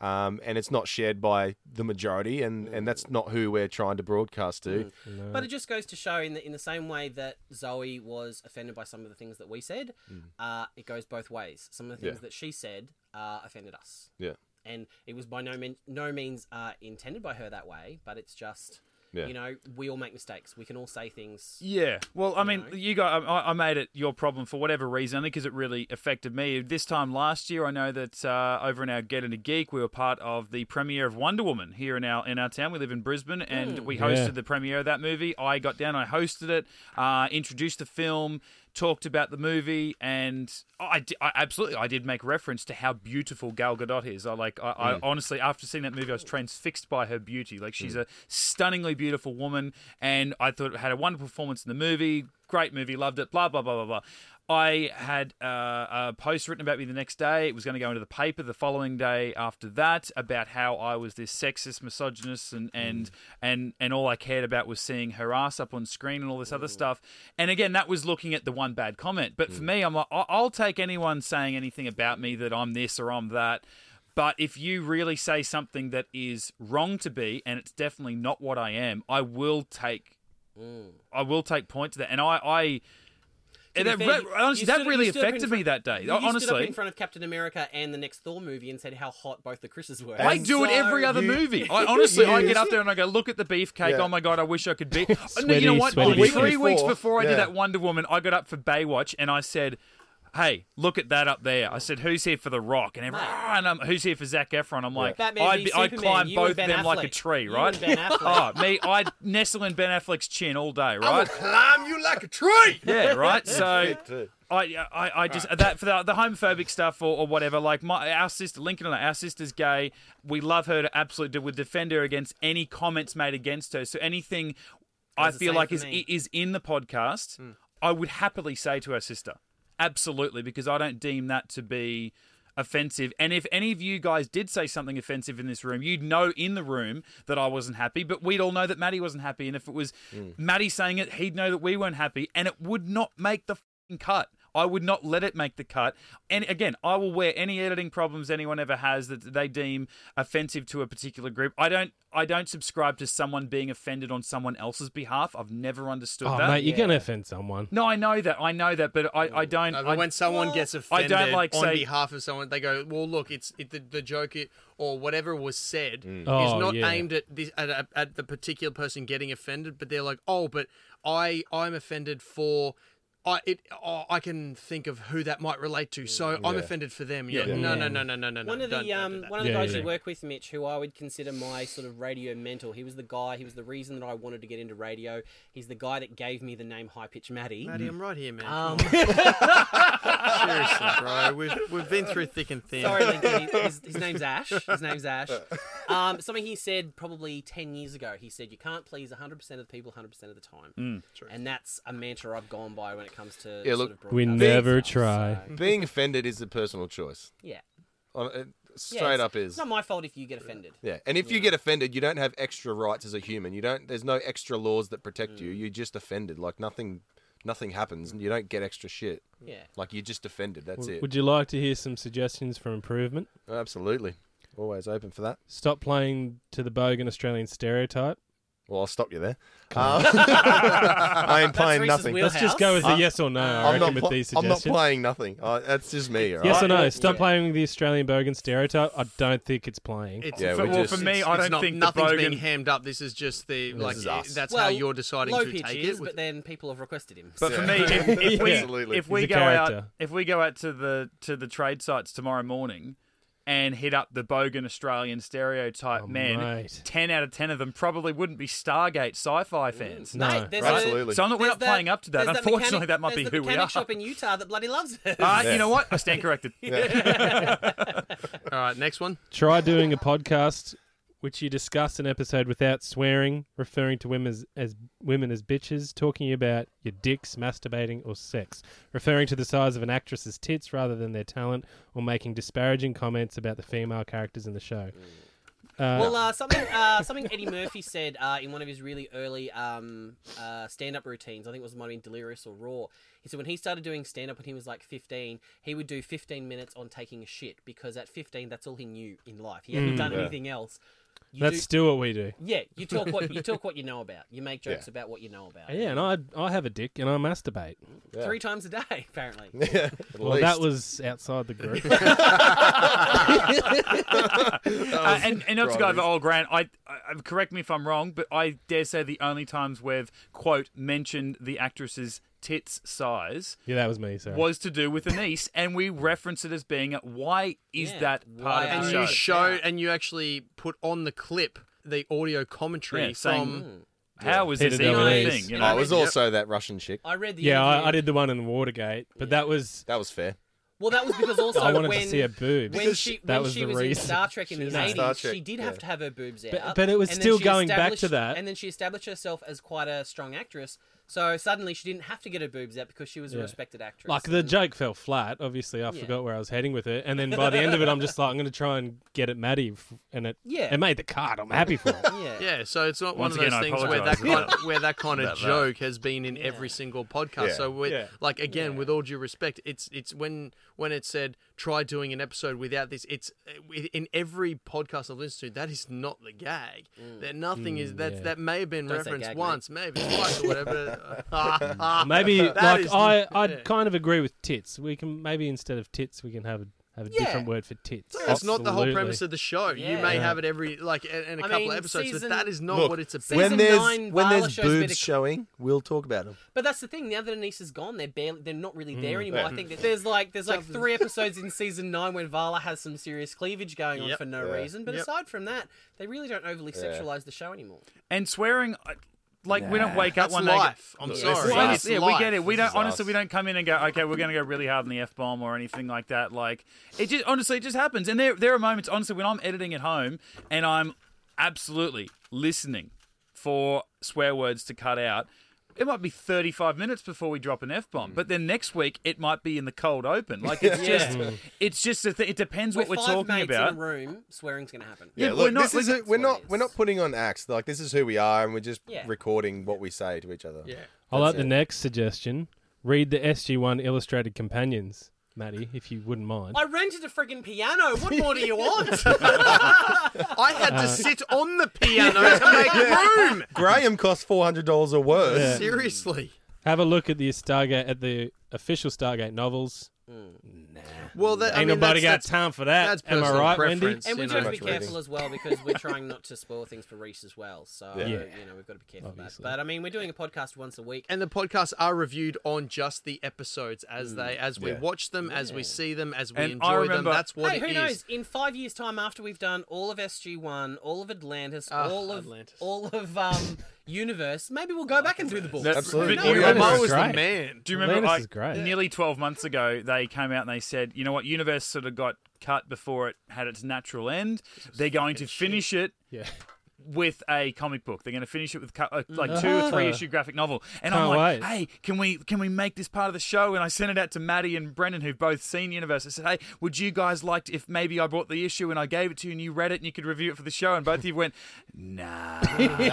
Speaker 3: um, and it's not shared by the majority, and, and that's not who we're trying to broadcast to.
Speaker 4: But it just goes to show in the in the same way that Zoe was offended by some of the things that we said,
Speaker 1: Hmm.
Speaker 4: uh, it goes both ways. Some of the things
Speaker 3: Yeah.
Speaker 4: that she said uh, offended us,
Speaker 3: Yeah,
Speaker 4: and it was by no mean, no means uh, intended by her that way. But it's just,
Speaker 3: Yeah.
Speaker 4: you know, we all make mistakes. We can all say things.
Speaker 1: Yeah. Well, I mean, you got. I, I made it your problem for whatever reason, only because it really affected me. This time last year, I know that uh, over in our Get Into Geek, we were part of the premiere of Wonder Woman here in our in our town. We live in Brisbane,
Speaker 4: Hmm.
Speaker 1: and we hosted
Speaker 2: Yeah.
Speaker 1: the premiere of that movie. I got down, I hosted it, uh, introduced the film, talked about the movie, and I, di- I absolutely I did make reference to how beautiful Gal Gadot is. I like I, I honestly after seeing that movie, I was transfixed by her beauty. Like she's a stunningly beautiful woman, and I thought it had a wonderful performance in the movie. Great movie, loved it. Blah blah blah blah blah. I had uh, a post written about me the next day. It was going to go into the paper the following day after that about how I was this sexist, misogynist, and and and and all I cared about was seeing her ass up on screen and all this other stuff. And again, that was looking at the one bad comment. But for me, I'm like, I- I'll take anyone saying anything about me that I'm this or I'm that. But if you really say something that is wrong to be, and it's definitely not what I am, I will take. I will take point to that, and I, I and
Speaker 4: be
Speaker 1: that,
Speaker 4: fair,
Speaker 1: re-
Speaker 4: you-
Speaker 1: honestly,
Speaker 4: you
Speaker 1: that
Speaker 4: stood-
Speaker 1: really
Speaker 4: you stood up in
Speaker 1: affected
Speaker 4: front-
Speaker 1: me that day.
Speaker 4: You you stood up
Speaker 1: honestly,
Speaker 4: in front of Captain America and the next Thor movie and said how hot both the Chris's were.
Speaker 1: I do it
Speaker 4: So
Speaker 1: every other
Speaker 3: you-
Speaker 1: movie. I honestly, I
Speaker 3: you-
Speaker 1: get up there and I go, look at the beefcake.
Speaker 3: Yeah.
Speaker 1: Oh my god, I wish I could be. No, you
Speaker 2: Sweaty,
Speaker 1: know what?
Speaker 2: sweaty
Speaker 1: Three
Speaker 3: beefcake.
Speaker 1: weeks before I
Speaker 3: Yeah.
Speaker 1: did that Wonder Woman, I got up for Baywatch and I said. hey, look at that up there. I said, who's here for The Rock? And everyone, "Ah," and I'm, who's here for Zach Efron? I'm like,
Speaker 4: Batman
Speaker 1: I'd,
Speaker 4: v
Speaker 1: be- I'd
Speaker 4: Superman,
Speaker 1: climb
Speaker 4: you and
Speaker 1: both of
Speaker 4: Ben
Speaker 1: them like a
Speaker 4: Affleck.
Speaker 1: tree,
Speaker 4: You
Speaker 1: right?
Speaker 4: and Ben Affleck.
Speaker 1: Oh, me, I'd nestle in Ben Affleck's chin all day,
Speaker 5: I will
Speaker 1: right?
Speaker 5: climb you like a tree.
Speaker 1: Yeah, right. So
Speaker 3: too.
Speaker 1: I, I, I just that for the, the homophobic stuff or, or whatever. Like my our sister Lincoln, and I, our sister's gay. We love her to absolute. do- We defend her against any comments made against her. So anything I
Speaker 4: the
Speaker 1: feel
Speaker 4: same
Speaker 1: like
Speaker 4: for
Speaker 1: is
Speaker 4: me. Hmm.
Speaker 1: is in the podcast, I would happily say to our sister, absolutely, because I don't deem that to be offensive. And if any of you guys did say something offensive in this room, you'd know in the room that I wasn't happy, but we'd all know that Maddie wasn't happy. And if it was
Speaker 4: Hmm.
Speaker 1: Maddie saying it, he'd know that we weren't happy, and it would not make the fing cut. I would not let it make the cut. And again, I will wear any editing problems anyone ever has that they deem offensive to a particular group. I don't I don't subscribe to someone being offended on someone else's behalf. I've never understood
Speaker 2: Oh,
Speaker 1: that.
Speaker 2: mate, you're going to offend someone.
Speaker 1: No, I know that. I know that, but I, I don't.
Speaker 5: No, but
Speaker 1: I,
Speaker 5: when someone gets
Speaker 1: I
Speaker 5: offended
Speaker 1: don't like
Speaker 5: on
Speaker 1: say-
Speaker 5: behalf of someone, they go, "Well, look, it's it, the, the joke it, or whatever was said
Speaker 1: Hmm.
Speaker 5: is
Speaker 2: Oh,
Speaker 5: not
Speaker 2: yeah.
Speaker 5: aimed at, this, at at at the particular person getting offended, but they're like, "Oh, but I I'm offended for." I it oh, I can think of who that might relate to, so I'm offended for them. You're
Speaker 1: Yeah.
Speaker 5: like, no, no, no, no, no, no, no.
Speaker 4: One of the
Speaker 5: don't- don't do
Speaker 4: um,
Speaker 5: that."
Speaker 4: one of the
Speaker 2: Yeah,
Speaker 4: guys
Speaker 2: yeah.
Speaker 4: who work with Mitch, who I would consider my sort of radio mentor. He was the guy. He was the reason that I wanted to get into radio. He's the guy that gave me the name High Pitch Maddie.
Speaker 5: Maddie, I'm right here, man.
Speaker 4: Um,
Speaker 5: Seriously, bro, we've we've been through thick and thin.
Speaker 4: sorry, Lincoln. he- His, his name's Ash. His name's Ash. Um, something he said probably ten years ago. He said you can't please 100 percent of the people 100 percent of the time,
Speaker 5: Mm.
Speaker 4: and that's a mantra I've gone by when it comes to
Speaker 3: Yeah,
Speaker 4: sort
Speaker 3: look,
Speaker 4: of
Speaker 2: We
Speaker 4: broadcasting
Speaker 2: never
Speaker 4: stuff,
Speaker 2: try.
Speaker 4: so,
Speaker 3: Being offended is a personal choice.
Speaker 4: yeah.
Speaker 3: On- it
Speaker 4: Yeah,
Speaker 3: Straight
Speaker 4: it's-
Speaker 3: up is.
Speaker 4: It's not my fault if you get offended.
Speaker 3: Yeah, and if you get offended, you don't have extra rights as a human. You don't. There's no extra laws that protect you.
Speaker 5: Mm.
Speaker 3: You're just offended. Like nothing, nothing happens. You don't get extra shit.
Speaker 4: Yeah.
Speaker 3: Like you're just offended. That's it.
Speaker 2: Would you like to hear some suggestions for improvement?
Speaker 3: Absolutely. Always open for that.
Speaker 2: Stop playing to the bogan Australian stereotype.
Speaker 3: Well, I'll stop you there. Um, I ain't playing
Speaker 4: Reese's
Speaker 3: nothing.
Speaker 4: wheel-
Speaker 2: Let's just go with a yes or no. I
Speaker 3: Uh, I'm
Speaker 2: reckon
Speaker 3: not,
Speaker 2: with
Speaker 3: pl-
Speaker 2: these
Speaker 3: I'm not
Speaker 2: suggestions.
Speaker 3: playing nothing. Uh, that's just me. all
Speaker 2: Yes
Speaker 3: right?
Speaker 2: or no? Stop playing the Australian bogan stereotype. I don't think it's playing.
Speaker 5: It's,
Speaker 3: Yeah,
Speaker 1: for,
Speaker 3: we
Speaker 1: well,
Speaker 3: just-
Speaker 1: for me,
Speaker 5: it's-
Speaker 1: I
Speaker 5: it's
Speaker 1: don't
Speaker 5: not-
Speaker 1: think the
Speaker 5: nothing's being
Speaker 1: bogan.
Speaker 5: hammed up. This is just the like
Speaker 3: is us.
Speaker 5: that's
Speaker 4: well,
Speaker 5: how you're deciding
Speaker 4: low
Speaker 5: to
Speaker 4: pitch
Speaker 5: take
Speaker 4: is,
Speaker 5: it. with-
Speaker 4: but then people have requested him.
Speaker 1: But for me, if, if we
Speaker 3: Absolutely.
Speaker 1: if we
Speaker 2: He's a
Speaker 1: go out
Speaker 2: character.
Speaker 1: if we go out to the to the trade sites tomorrow morning and hit up the bogan Australian stereotype
Speaker 2: Oh,
Speaker 1: men,
Speaker 2: mate.
Speaker 1: ten out of ten of them probably wouldn't be Stargate sci-fi fans.
Speaker 2: No.
Speaker 4: Mate, there's
Speaker 3: Absolutely.
Speaker 1: So I'm not, we're
Speaker 4: there's
Speaker 1: not playing up to that.
Speaker 4: there's
Speaker 1: Unfortunately,
Speaker 4: mechanic-
Speaker 1: that might be
Speaker 4: there's
Speaker 1: who
Speaker 4: the
Speaker 1: we
Speaker 4: mechanic
Speaker 1: are.
Speaker 4: shop in Utah that bloody loves her.
Speaker 1: Uh,
Speaker 3: Yeah.
Speaker 1: You know what? I stand corrected. Uh,
Speaker 5: All right, next one.
Speaker 2: Try doing a podcast which you discuss an episode without swearing, referring to women as, as women as bitches, talking about your dicks, masturbating, or sex, referring to the size of an actress's tits rather than their talent, or making disparaging comments about the female characters in the
Speaker 3: Mm.
Speaker 2: show.
Speaker 4: well, uh, something uh, something Eddie Murphy said uh, in one of his really early um, uh, stand-up routines. I think it was might have been Delirious or Raw. He said when he started doing stand-up when he was like 15, he would do 15 minutes on taking a shit because at 15 that's all he knew in life. He
Speaker 1: Mm,
Speaker 4: hadn't done anything else. You
Speaker 2: That's
Speaker 4: do-
Speaker 2: still what we do.
Speaker 4: yeah. You talk what you talk what you know about. You make jokes about what you know about.
Speaker 2: Yeah, and I I have a dick and I masturbate.
Speaker 4: Three times a day apparently.
Speaker 3: At
Speaker 2: Well,
Speaker 3: least.
Speaker 2: that was outside the group.
Speaker 1: Uh, and, and not to go over old Grant, I, I I- correct me if I'm wrong, but I dare say the only times we've quote mentioned the actress's tits size
Speaker 2: yeah, that was me. Sorry.
Speaker 1: was to do with a niece, and we reference it as being a- why is
Speaker 4: Yeah,
Speaker 1: that part
Speaker 4: why
Speaker 1: of
Speaker 5: And
Speaker 1: the
Speaker 4: are
Speaker 1: show?
Speaker 5: you
Speaker 4: Sorry.
Speaker 5: show and you actually put on the clip the audio commentary
Speaker 1: Yeah, saying-
Speaker 5: from
Speaker 1: How is this
Speaker 2: Peter
Speaker 1: even a
Speaker 2: Davies.
Speaker 1: thing? You
Speaker 4: And
Speaker 1: know?
Speaker 3: I was
Speaker 5: Yep.
Speaker 3: also that Russian chick.
Speaker 4: I read the
Speaker 2: yeah, I,
Speaker 4: interview-
Speaker 2: I did the one in the Watergate, but that was
Speaker 3: That was fair.
Speaker 4: Well, that was because also
Speaker 2: I wanted
Speaker 4: when
Speaker 2: to see her boobs.
Speaker 4: when she
Speaker 2: that
Speaker 4: when
Speaker 2: was
Speaker 4: she
Speaker 2: the
Speaker 4: was in
Speaker 2: reason.
Speaker 4: Star Trek in
Speaker 2: She was
Speaker 4: the
Speaker 2: in
Speaker 3: Star
Speaker 4: eighties,
Speaker 3: Trek,
Speaker 4: she did
Speaker 3: yeah.
Speaker 4: have to have her boobs out.
Speaker 2: but it was
Speaker 4: and then
Speaker 2: still
Speaker 4: she
Speaker 2: going back to
Speaker 4: established-
Speaker 2: that.
Speaker 4: And then she established herself as quite a strong actress. So suddenly she didn't have to get her boobs out because she was a respected actress.
Speaker 2: Like the joke fell flat. Obviously, I forgot where I was heading with it, and then by the end of it, I'm just like, I'm going to try and get at Maddie, f- and it
Speaker 4: Yeah.
Speaker 2: it made the card. I'm happy for it.
Speaker 4: yeah.
Speaker 5: yeah, so it's not
Speaker 1: Once
Speaker 5: one of
Speaker 1: again, I
Speaker 5: those things where
Speaker 1: apologise
Speaker 5: that kind
Speaker 1: about-
Speaker 5: where that kind of
Speaker 1: about that.
Speaker 5: joke has been in every single podcast.
Speaker 3: Yeah.
Speaker 5: So with
Speaker 2: Yeah.
Speaker 5: like again, with all due respect, it's it's when when it said try doing an episode without this. It's it- in every podcast I've listened to. That is not the gag. That nothing
Speaker 1: Mm,
Speaker 5: is that that may have been
Speaker 4: Don't say
Speaker 5: referenced
Speaker 4: Mm. gag, mate.
Speaker 5: once, maybe twice or whatever.
Speaker 2: Maybe
Speaker 5: That
Speaker 2: like
Speaker 5: is-
Speaker 2: I I'd
Speaker 5: yeah.
Speaker 2: kind of agree with tits. We can maybe instead of tits, we can have a, have a
Speaker 4: Yeah.
Speaker 2: different word for tits.
Speaker 5: It's not the whole
Speaker 2: Absolutely.
Speaker 5: premise of the show. You
Speaker 4: Yeah.
Speaker 5: may have it every like in in a
Speaker 4: I
Speaker 5: couple
Speaker 4: mean,
Speaker 5: of episodes,
Speaker 4: season-
Speaker 5: but that is not
Speaker 3: Look,
Speaker 5: what it's about.
Speaker 4: Season
Speaker 3: when there's
Speaker 4: nine,
Speaker 3: when
Speaker 4: Viola
Speaker 3: there's
Speaker 4: shows a bit
Speaker 3: boobs
Speaker 4: of-
Speaker 3: showing, we'll talk about them.
Speaker 4: But that's the thing. Now that Anissa's gone, they're barely, they're not really
Speaker 2: Mm.
Speaker 4: there anymore. I think that there's like there's like three episodes in season nine when Vala has some serious cleavage going on
Speaker 5: Yep.
Speaker 4: for no reason. But
Speaker 5: Yep.
Speaker 4: aside from that, they really don't overly sexualize the show anymore.
Speaker 1: And swearing, I- like we don't wake up
Speaker 5: That's
Speaker 1: one day. and go-
Speaker 5: life. I'm
Speaker 3: Look, this
Speaker 5: sorry.
Speaker 3: is
Speaker 1: Well,
Speaker 3: us.
Speaker 5: It's
Speaker 1: honestly, yeah, we
Speaker 5: life.
Speaker 1: get it. We
Speaker 3: This
Speaker 1: don't
Speaker 3: is
Speaker 1: honestly
Speaker 3: us.
Speaker 1: we don't come in and go, okay, we're going to go really hard on the f bomb or anything like that. Like it just honestly it just happens. And there there are moments honestly when I'm editing at home and I'm absolutely listening for swear words to cut out. It might be 35 minutes before we drop an f bomb, but then next week it might be in the cold open. Like it's just it's just a th- it depends what
Speaker 4: With
Speaker 1: we're
Speaker 4: five
Speaker 1: talking
Speaker 4: mates
Speaker 1: about.
Speaker 4: in a room, swearing's going to happen.
Speaker 1: Yeah,
Speaker 3: Yeah,
Speaker 1: but
Speaker 3: look,
Speaker 1: we're not-
Speaker 3: this is
Speaker 1: we're-
Speaker 3: it. We're
Speaker 4: that's what
Speaker 3: not
Speaker 4: it
Speaker 3: we're
Speaker 4: is.
Speaker 3: not putting on acts. Like this is who we are, and we're just
Speaker 4: Yeah.
Speaker 3: recording what we say to each other.
Speaker 5: Yeah.
Speaker 2: I like
Speaker 3: That's
Speaker 2: the
Speaker 3: it.
Speaker 2: next suggestion. Read the SG1 Illustrated Companions, Maddie, if you wouldn't mind.
Speaker 4: I rented a friggin' piano. What more do you want?
Speaker 5: I had
Speaker 2: Uh,
Speaker 5: to sit on the piano to make room.
Speaker 3: Graham costs four hundred dollars or worse.
Speaker 5: Seriously.
Speaker 2: Have a look at the Stargate at the official Stargate novels.
Speaker 5: Well, that, I
Speaker 2: Ain't
Speaker 5: mean,
Speaker 2: nobody got
Speaker 5: that's, that's,
Speaker 2: time for that.
Speaker 5: that's
Speaker 2: Am I
Speaker 5: personal
Speaker 2: right, Wendy?
Speaker 5: preference.
Speaker 4: and we've got
Speaker 5: you know.
Speaker 4: to be
Speaker 3: much reading.
Speaker 4: careful as well because we're trying not to spoil things for Reese as well. So
Speaker 2: Yeah.
Speaker 4: you know we've got to be careful about. That.
Speaker 2: Obviously.
Speaker 4: But I mean, we're doing a podcast once a week.
Speaker 5: And the podcasts are reviewed on just the episodes as
Speaker 4: Mm,
Speaker 5: they as we
Speaker 3: Yeah.
Speaker 5: watch them, as we see them, as we
Speaker 1: And I
Speaker 5: enjoy
Speaker 1: remember-
Speaker 5: them. That's what
Speaker 4: hey,
Speaker 5: it
Speaker 4: who
Speaker 5: is.
Speaker 4: knows? In five years' time, after we've done all of SG One, all of Atlantis,
Speaker 5: Ah,
Speaker 4: all of
Speaker 5: Atlantis.
Speaker 4: all of um, Universe, maybe we'll go back and do the books.
Speaker 1: That's-
Speaker 3: Absolutely.
Speaker 1: But
Speaker 5: Well,
Speaker 1: you
Speaker 5: Mo
Speaker 1: remember-
Speaker 5: was the
Speaker 2: Great.
Speaker 5: man.
Speaker 1: Do you remember
Speaker 2: Atlantis is
Speaker 1: like
Speaker 2: great.
Speaker 1: nearly 12 months ago they came out and they said, you know what, Universe sort of got cut before it had its natural end. They're going to finish it
Speaker 2: Yeah.
Speaker 1: with a comic book. They're going to finish it with co- uh, like two or three
Speaker 2: Ah.
Speaker 1: issue graphic novel. And
Speaker 2: Can't
Speaker 1: I'm like,
Speaker 2: wait.
Speaker 1: hey, can we can we make this part of the show? And I sent it out to Maddie and Brendan, who've both seen Universe. I said, hey, would you guys like to, if maybe I brought the issue and I gave it to you and you read it and you could review it for the show? And both of you went, nah.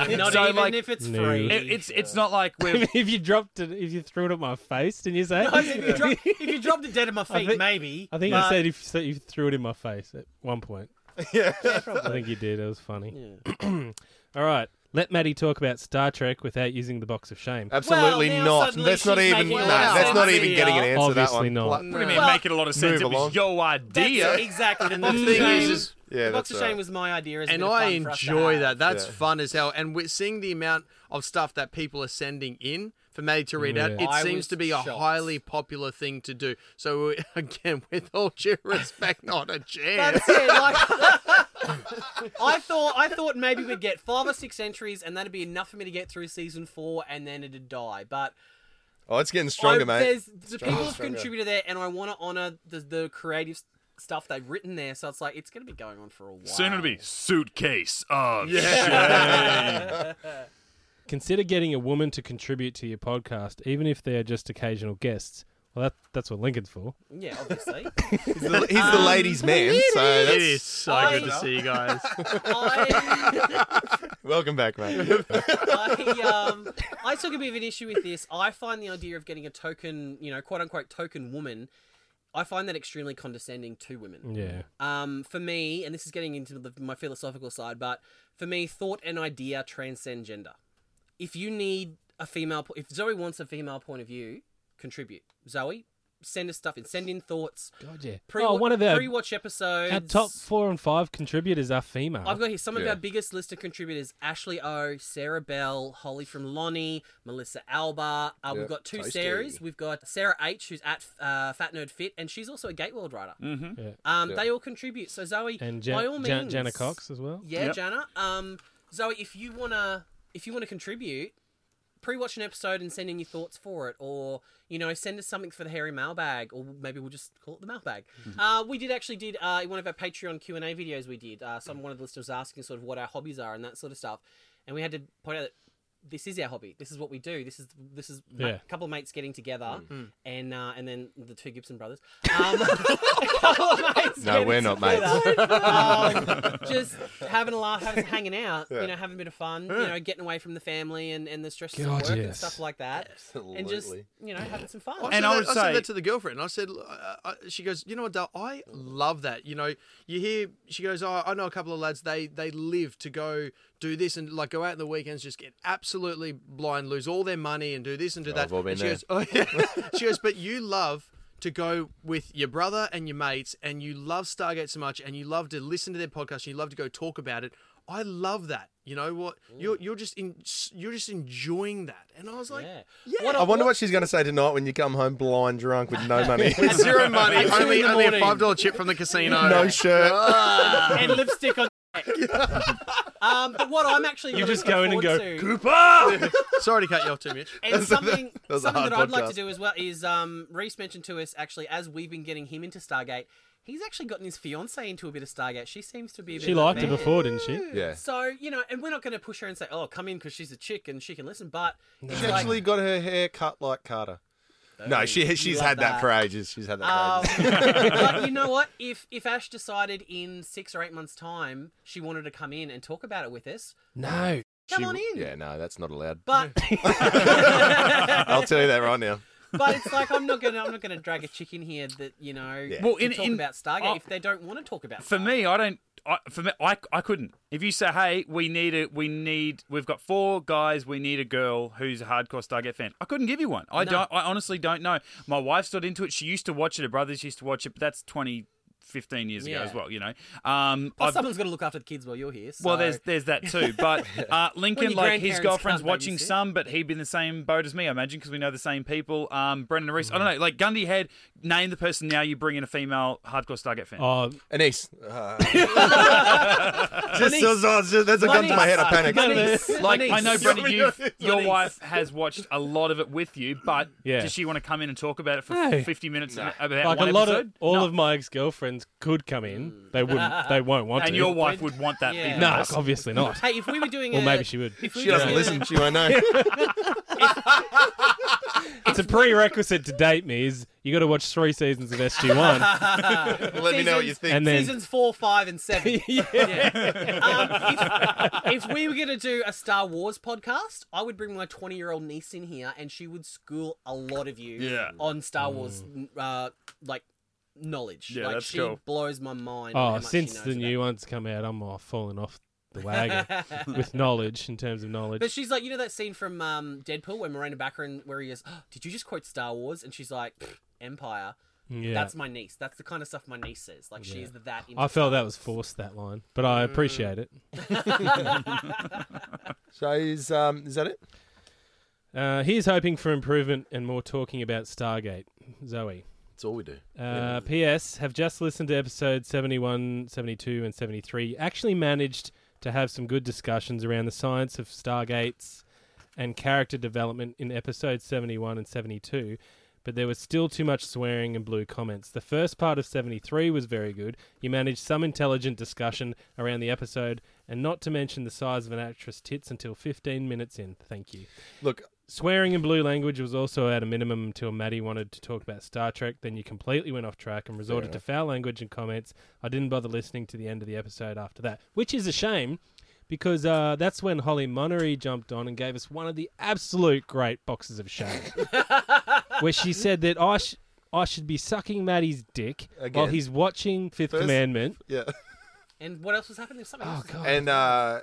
Speaker 4: Not
Speaker 1: So,
Speaker 4: even
Speaker 1: like,
Speaker 4: if it's
Speaker 2: No.
Speaker 4: free.
Speaker 1: It- it's it's not like we're
Speaker 2: if you dropped it, if you threw it at my face, didn't you say?
Speaker 4: I mean, if, you drop, if you dropped it dead at my feet,
Speaker 2: think-
Speaker 4: maybe.
Speaker 2: I think
Speaker 4: but,
Speaker 2: you said if so you threw it in my face at one point.
Speaker 4: Yeah,
Speaker 2: I
Speaker 4: probably.
Speaker 2: think you did. It was funny. All right. Let Maddie talk about Star Trek without using the box of shame.
Speaker 3: Absolutely
Speaker 4: Well, now
Speaker 3: not.
Speaker 4: suddenly
Speaker 3: That's not
Speaker 4: she's
Speaker 3: even.
Speaker 4: making
Speaker 3: Nah,
Speaker 5: a lot of
Speaker 3: that's not
Speaker 4: sense
Speaker 3: even
Speaker 4: here.
Speaker 3: getting an answer to that
Speaker 2: Obviously
Speaker 3: one.
Speaker 2: not.
Speaker 3: What
Speaker 5: mm.
Speaker 1: what do you mean
Speaker 4: Well,
Speaker 1: make it a lot of sense? It
Speaker 3: along.
Speaker 1: was your idea.
Speaker 4: That's it, exactly. The box,
Speaker 5: The
Speaker 4: of
Speaker 5: thing
Speaker 4: shame,
Speaker 5: is, is
Speaker 3: Yeah,
Speaker 4: the box
Speaker 3: that's
Speaker 4: of
Speaker 3: right.
Speaker 4: shame was my idea, as a
Speaker 5: and
Speaker 4: bit of
Speaker 5: I
Speaker 4: fun for us to
Speaker 5: enjoy
Speaker 4: have.
Speaker 5: that. That's
Speaker 3: Yeah.
Speaker 5: fun as hell. And we're seeing the amount of stuff that people are sending in for Maddie to read out.
Speaker 2: Yeah.
Speaker 5: It
Speaker 4: I was
Speaker 5: seems to be a
Speaker 4: shocked.
Speaker 5: highly popular thing to do. So we- again, with all due respect, not a chance.
Speaker 4: That's it. Like, I thought I thought maybe we'd get five or six entries, and that'd be enough for me to get through season four, and then it'd die. But
Speaker 3: Oh, it's getting stronger,
Speaker 4: I,
Speaker 3: mate.
Speaker 4: There's, the people have contributed there, and I want to honour the, the creative s- stuff they've written there. So it's like it's going to be going on for a while.
Speaker 1: Soon it'll be suitcase of
Speaker 2: Consider getting a woman to contribute to your podcast, even if they are just occasional guests. Well, that, that's what Lincoln's for.
Speaker 4: Yeah, obviously.
Speaker 3: He's the, he's the ladies' man, so
Speaker 5: It
Speaker 3: that's,
Speaker 5: is so good to
Speaker 4: I-
Speaker 5: see you guys.
Speaker 4: I,
Speaker 3: welcome back, mate.
Speaker 4: I, um, I took a bit of an issue with this. I find the idea of getting a token, you know, quote unquote token woman, I find that extremely condescending to women.
Speaker 2: Yeah.
Speaker 4: Um, for me, and this is getting into the, my philosophical side, but for me, thought and idea transcend gender. If you need a female, po- if Zoe wants a female point of view, contribute. Zoe, send us stuff and send in thoughts.
Speaker 2: God, yeah.
Speaker 4: Pre-
Speaker 2: oh, one of our,
Speaker 4: pre-watch episodes.
Speaker 2: our top four and five contributors are female.
Speaker 4: I've got here some of
Speaker 3: Yeah.
Speaker 4: our biggest list of contributors: Ashley O, Sarah Bell, Holly from Lonnie, Melissa Alba. Uh, We've
Speaker 3: Yep,
Speaker 4: got two
Speaker 3: toasty.
Speaker 4: Sarahs. We've got Sarah H, who's at uh, Fat Nerd Fit, and she's also a Gateworld writer.
Speaker 2: Yeah.
Speaker 4: Um, They all contribute. So Zoe,
Speaker 2: And
Speaker 4: by
Speaker 2: Jan-
Speaker 4: all
Speaker 2: Jan-
Speaker 4: means,
Speaker 2: Jana Cox as well.
Speaker 4: Yeah,
Speaker 1: Yep.
Speaker 4: Jana. Um, Zoe, if you wanna, if you wanna contribute, pre-watch an episode and send in your thoughts for it, or you know, send us something for the hairy mailbag, or maybe we'll just call it the mailbag.
Speaker 3: Mm-hmm.
Speaker 4: Uh, we did actually did uh, in one of our Patreon Q and A videos. We did. Uh,
Speaker 3: Mm.
Speaker 4: some one of the listeners was asking sort of what our hobbies are and that sort of stuff, and we had to point out that. This is our hobby. This is what we do. This is this is ma-
Speaker 2: Yeah.
Speaker 4: a couple of mates getting together,
Speaker 3: Mm.
Speaker 4: and uh, and then the two Gibson brothers. Um, a couple of mates
Speaker 3: No,
Speaker 4: getting
Speaker 3: we're not mates.
Speaker 4: um, just having a laugh, having hanging out, you know, having a bit of fun, you know, getting away from the family and, and the stresses of
Speaker 2: God,
Speaker 4: work and
Speaker 2: yes.
Speaker 4: stuff like that, and just you know having some fun.
Speaker 1: And
Speaker 5: said
Speaker 1: I
Speaker 5: that-
Speaker 1: would say-
Speaker 5: I said that to the girlfriend. I said, uh, uh, she goes, you know what, Dale, I love that. You know, you hear, she goes, oh, I know a couple of lads, they they live to go do this and like go out in the weekends, just get absolutely blind, lose all their money and do this and do that.
Speaker 3: Oh, I've all been
Speaker 5: and she goes, oh yeah. she goes, but you love to go with your brother and your mates and you love Stargate so much and you love to listen to their podcast and you love to go talk about it. I love that. You know what? You're you're just in you're just enjoying that. And I was like,
Speaker 4: Yeah.
Speaker 5: yeah.
Speaker 4: What a-
Speaker 3: I wonder what she's going to say tonight when you come home blind drunk with no money.
Speaker 5: With zero money,
Speaker 4: two in
Speaker 5: only,
Speaker 4: the
Speaker 5: only a
Speaker 4: morning.
Speaker 5: five dollar chip from the casino.
Speaker 3: no shirt.
Speaker 4: and lipstick on. um, but what I'm actually
Speaker 2: You just
Speaker 4: looking
Speaker 2: go in and
Speaker 4: forward
Speaker 2: go,
Speaker 4: to-
Speaker 5: Sorry to cut you off too much.
Speaker 4: and something
Speaker 3: was a
Speaker 4: something
Speaker 3: hard
Speaker 4: that I'd like
Speaker 3: podcast.
Speaker 4: to do as well is um, Reese mentioned to us actually as we've been getting him into Stargate, he's actually gotten his fiance into a bit of Stargate. She seems to be. A bit
Speaker 2: She
Speaker 4: of a
Speaker 2: liked it
Speaker 4: fan.
Speaker 2: before, didn't she?
Speaker 3: Yeah.
Speaker 4: So you know, and we're not going to push her and say, "Oh, come in," because she's a chick and she can listen. But it's
Speaker 3: She
Speaker 4: like,
Speaker 3: actually got her hair cut like Carter. No, she she's
Speaker 4: love
Speaker 3: had that.
Speaker 4: that.
Speaker 3: for ages. She's had that
Speaker 4: Um,
Speaker 3: for ages.
Speaker 4: but you know what? If if Ash decided in six or eight months' time she wanted to come in and talk about it with us,
Speaker 2: No.
Speaker 4: come
Speaker 3: She-
Speaker 4: on in.
Speaker 3: Yeah, no, that's not allowed.
Speaker 4: But
Speaker 3: I'll tell you that right now.
Speaker 4: but it's like I'm not gonna I'm not gonna drag a chick in here that you know
Speaker 1: Well,
Speaker 4: can
Speaker 1: in-
Speaker 4: talk
Speaker 1: in-
Speaker 4: about Stargate
Speaker 1: oh.
Speaker 4: if they don't want to talk about.
Speaker 1: for
Speaker 4: Stargate.
Speaker 1: me, I don't. I, for me, I, I couldn't. If you say, "Hey, we need a, we need, we've got four guys, we need a girl who's a hardcore Stargate fan," I couldn't give you one. I don't. I honestly don't know. My wife's not into it. She used to watch it. Her brothers used to watch it, but that's twenty. 15 years ago
Speaker 4: Yeah.
Speaker 1: as well, you know. Um,
Speaker 4: Plus,
Speaker 1: I've-
Speaker 4: someone's got to look after the kids while you're here. So.
Speaker 1: Well, there's there's that too. But uh, Lincoln,
Speaker 4: your
Speaker 1: like his
Speaker 4: grandparents
Speaker 1: girlfriend's
Speaker 4: can't
Speaker 1: watching
Speaker 4: babysit.
Speaker 1: some, but he'd be in the same boat as me, I imagine, because we know the same people. Um, Brendan Reese, I
Speaker 2: Mm.
Speaker 1: don't know. Like Gundy had name the person now you bring in a female hardcore Stargate fan.
Speaker 2: Oh,
Speaker 3: Anise. Uh, just, just- just- there's a gun to my head. I panicked.
Speaker 4: Moniece.
Speaker 1: Like I know,
Speaker 4: Moniece.
Speaker 1: Brendan, you've, your
Speaker 4: Denise.
Speaker 1: wife has watched a lot of it with you, but
Speaker 2: Yeah.
Speaker 1: does she want to come in and talk about it for
Speaker 2: No.
Speaker 1: fifty minutes and- about
Speaker 2: like a
Speaker 1: one
Speaker 2: lot
Speaker 1: episode?
Speaker 2: of all
Speaker 1: No.
Speaker 2: of my ex girlfriends could come in.
Speaker 4: Mm.
Speaker 2: They wouldn't. They won't want
Speaker 1: and
Speaker 2: to.
Speaker 1: your wife would want that.
Speaker 4: Yeah.
Speaker 1: even
Speaker 2: No,
Speaker 1: more.
Speaker 2: obviously not.
Speaker 4: Hey, if we were doing
Speaker 2: Well,
Speaker 4: a,
Speaker 2: maybe she would.
Speaker 4: If we
Speaker 3: She
Speaker 4: were
Speaker 3: doesn't
Speaker 4: doing
Speaker 3: listen.
Speaker 4: A,
Speaker 3: She won't know.
Speaker 2: It's a prerequisite to date me. Is you got to watch three seasons of SG One,
Speaker 3: Let me know what you think.
Speaker 2: and then
Speaker 4: seasons four, five, and seven. yeah. Um, if, if we were going to do a Star Wars podcast, I would bring my 20 year old niece in here and she would school a lot of you
Speaker 1: Yeah.
Speaker 4: on Star
Speaker 2: Mm.
Speaker 4: Wars, uh, like, knowledge.
Speaker 1: Yeah,
Speaker 4: like,
Speaker 1: that's
Speaker 4: she
Speaker 1: cool.
Speaker 4: blows my mind. how
Speaker 2: oh,
Speaker 4: much she
Speaker 2: since
Speaker 4: knows
Speaker 2: the
Speaker 4: about
Speaker 2: new one's come out, I'm all falling off the wagon with knowledge in terms of knowledge.
Speaker 4: But she's like, you know that scene from um, Deadpool where Miranda Baccarin, where he goes, oh, "Did you just quote Star Wars?" And she's like, "Pfft, "Empire."
Speaker 2: yeah,
Speaker 4: That's my niece. That's the kind of stuff my niece says. Like she's that.
Speaker 2: I felt that was forced that line, but
Speaker 4: Mm.
Speaker 2: I appreciate it.
Speaker 3: So is um is that it?
Speaker 2: Uh, he's hoping for improvement and more talking about Stargate. Zoe.
Speaker 3: That's all we do.
Speaker 2: Uh, P.S. Have just listened to episodes 71, 72, and 73. You Actually managed to have some good discussions around the science of Stargates and character development in episodes 71 and 72, but there was still too much swearing and blue comments. The first part of 73 was very good. You managed some intelligent discussion around the episode, and not to mention the size of an actress' tits until 15 minutes in. Thank you.
Speaker 3: Look,
Speaker 2: Swearing in blue language was also at a minimum until Maddie wanted to talk about Star Trek. Then you completely went off track and resorted to foul language and comments. I didn't bother listening to the end of the episode after that, which is a shame because uh, that's when Holly Monery jumped on and gave us one of the absolute great boxes of shame, where she said that I, sh- I should be sucking Maddie's dick while
Speaker 3: Again.
Speaker 2: he's watching Fifth
Speaker 3: First-
Speaker 2: Commandment.
Speaker 3: yeah,
Speaker 4: And what else was happening? There was Something
Speaker 2: Oh
Speaker 4: else.
Speaker 2: god!
Speaker 3: and uh,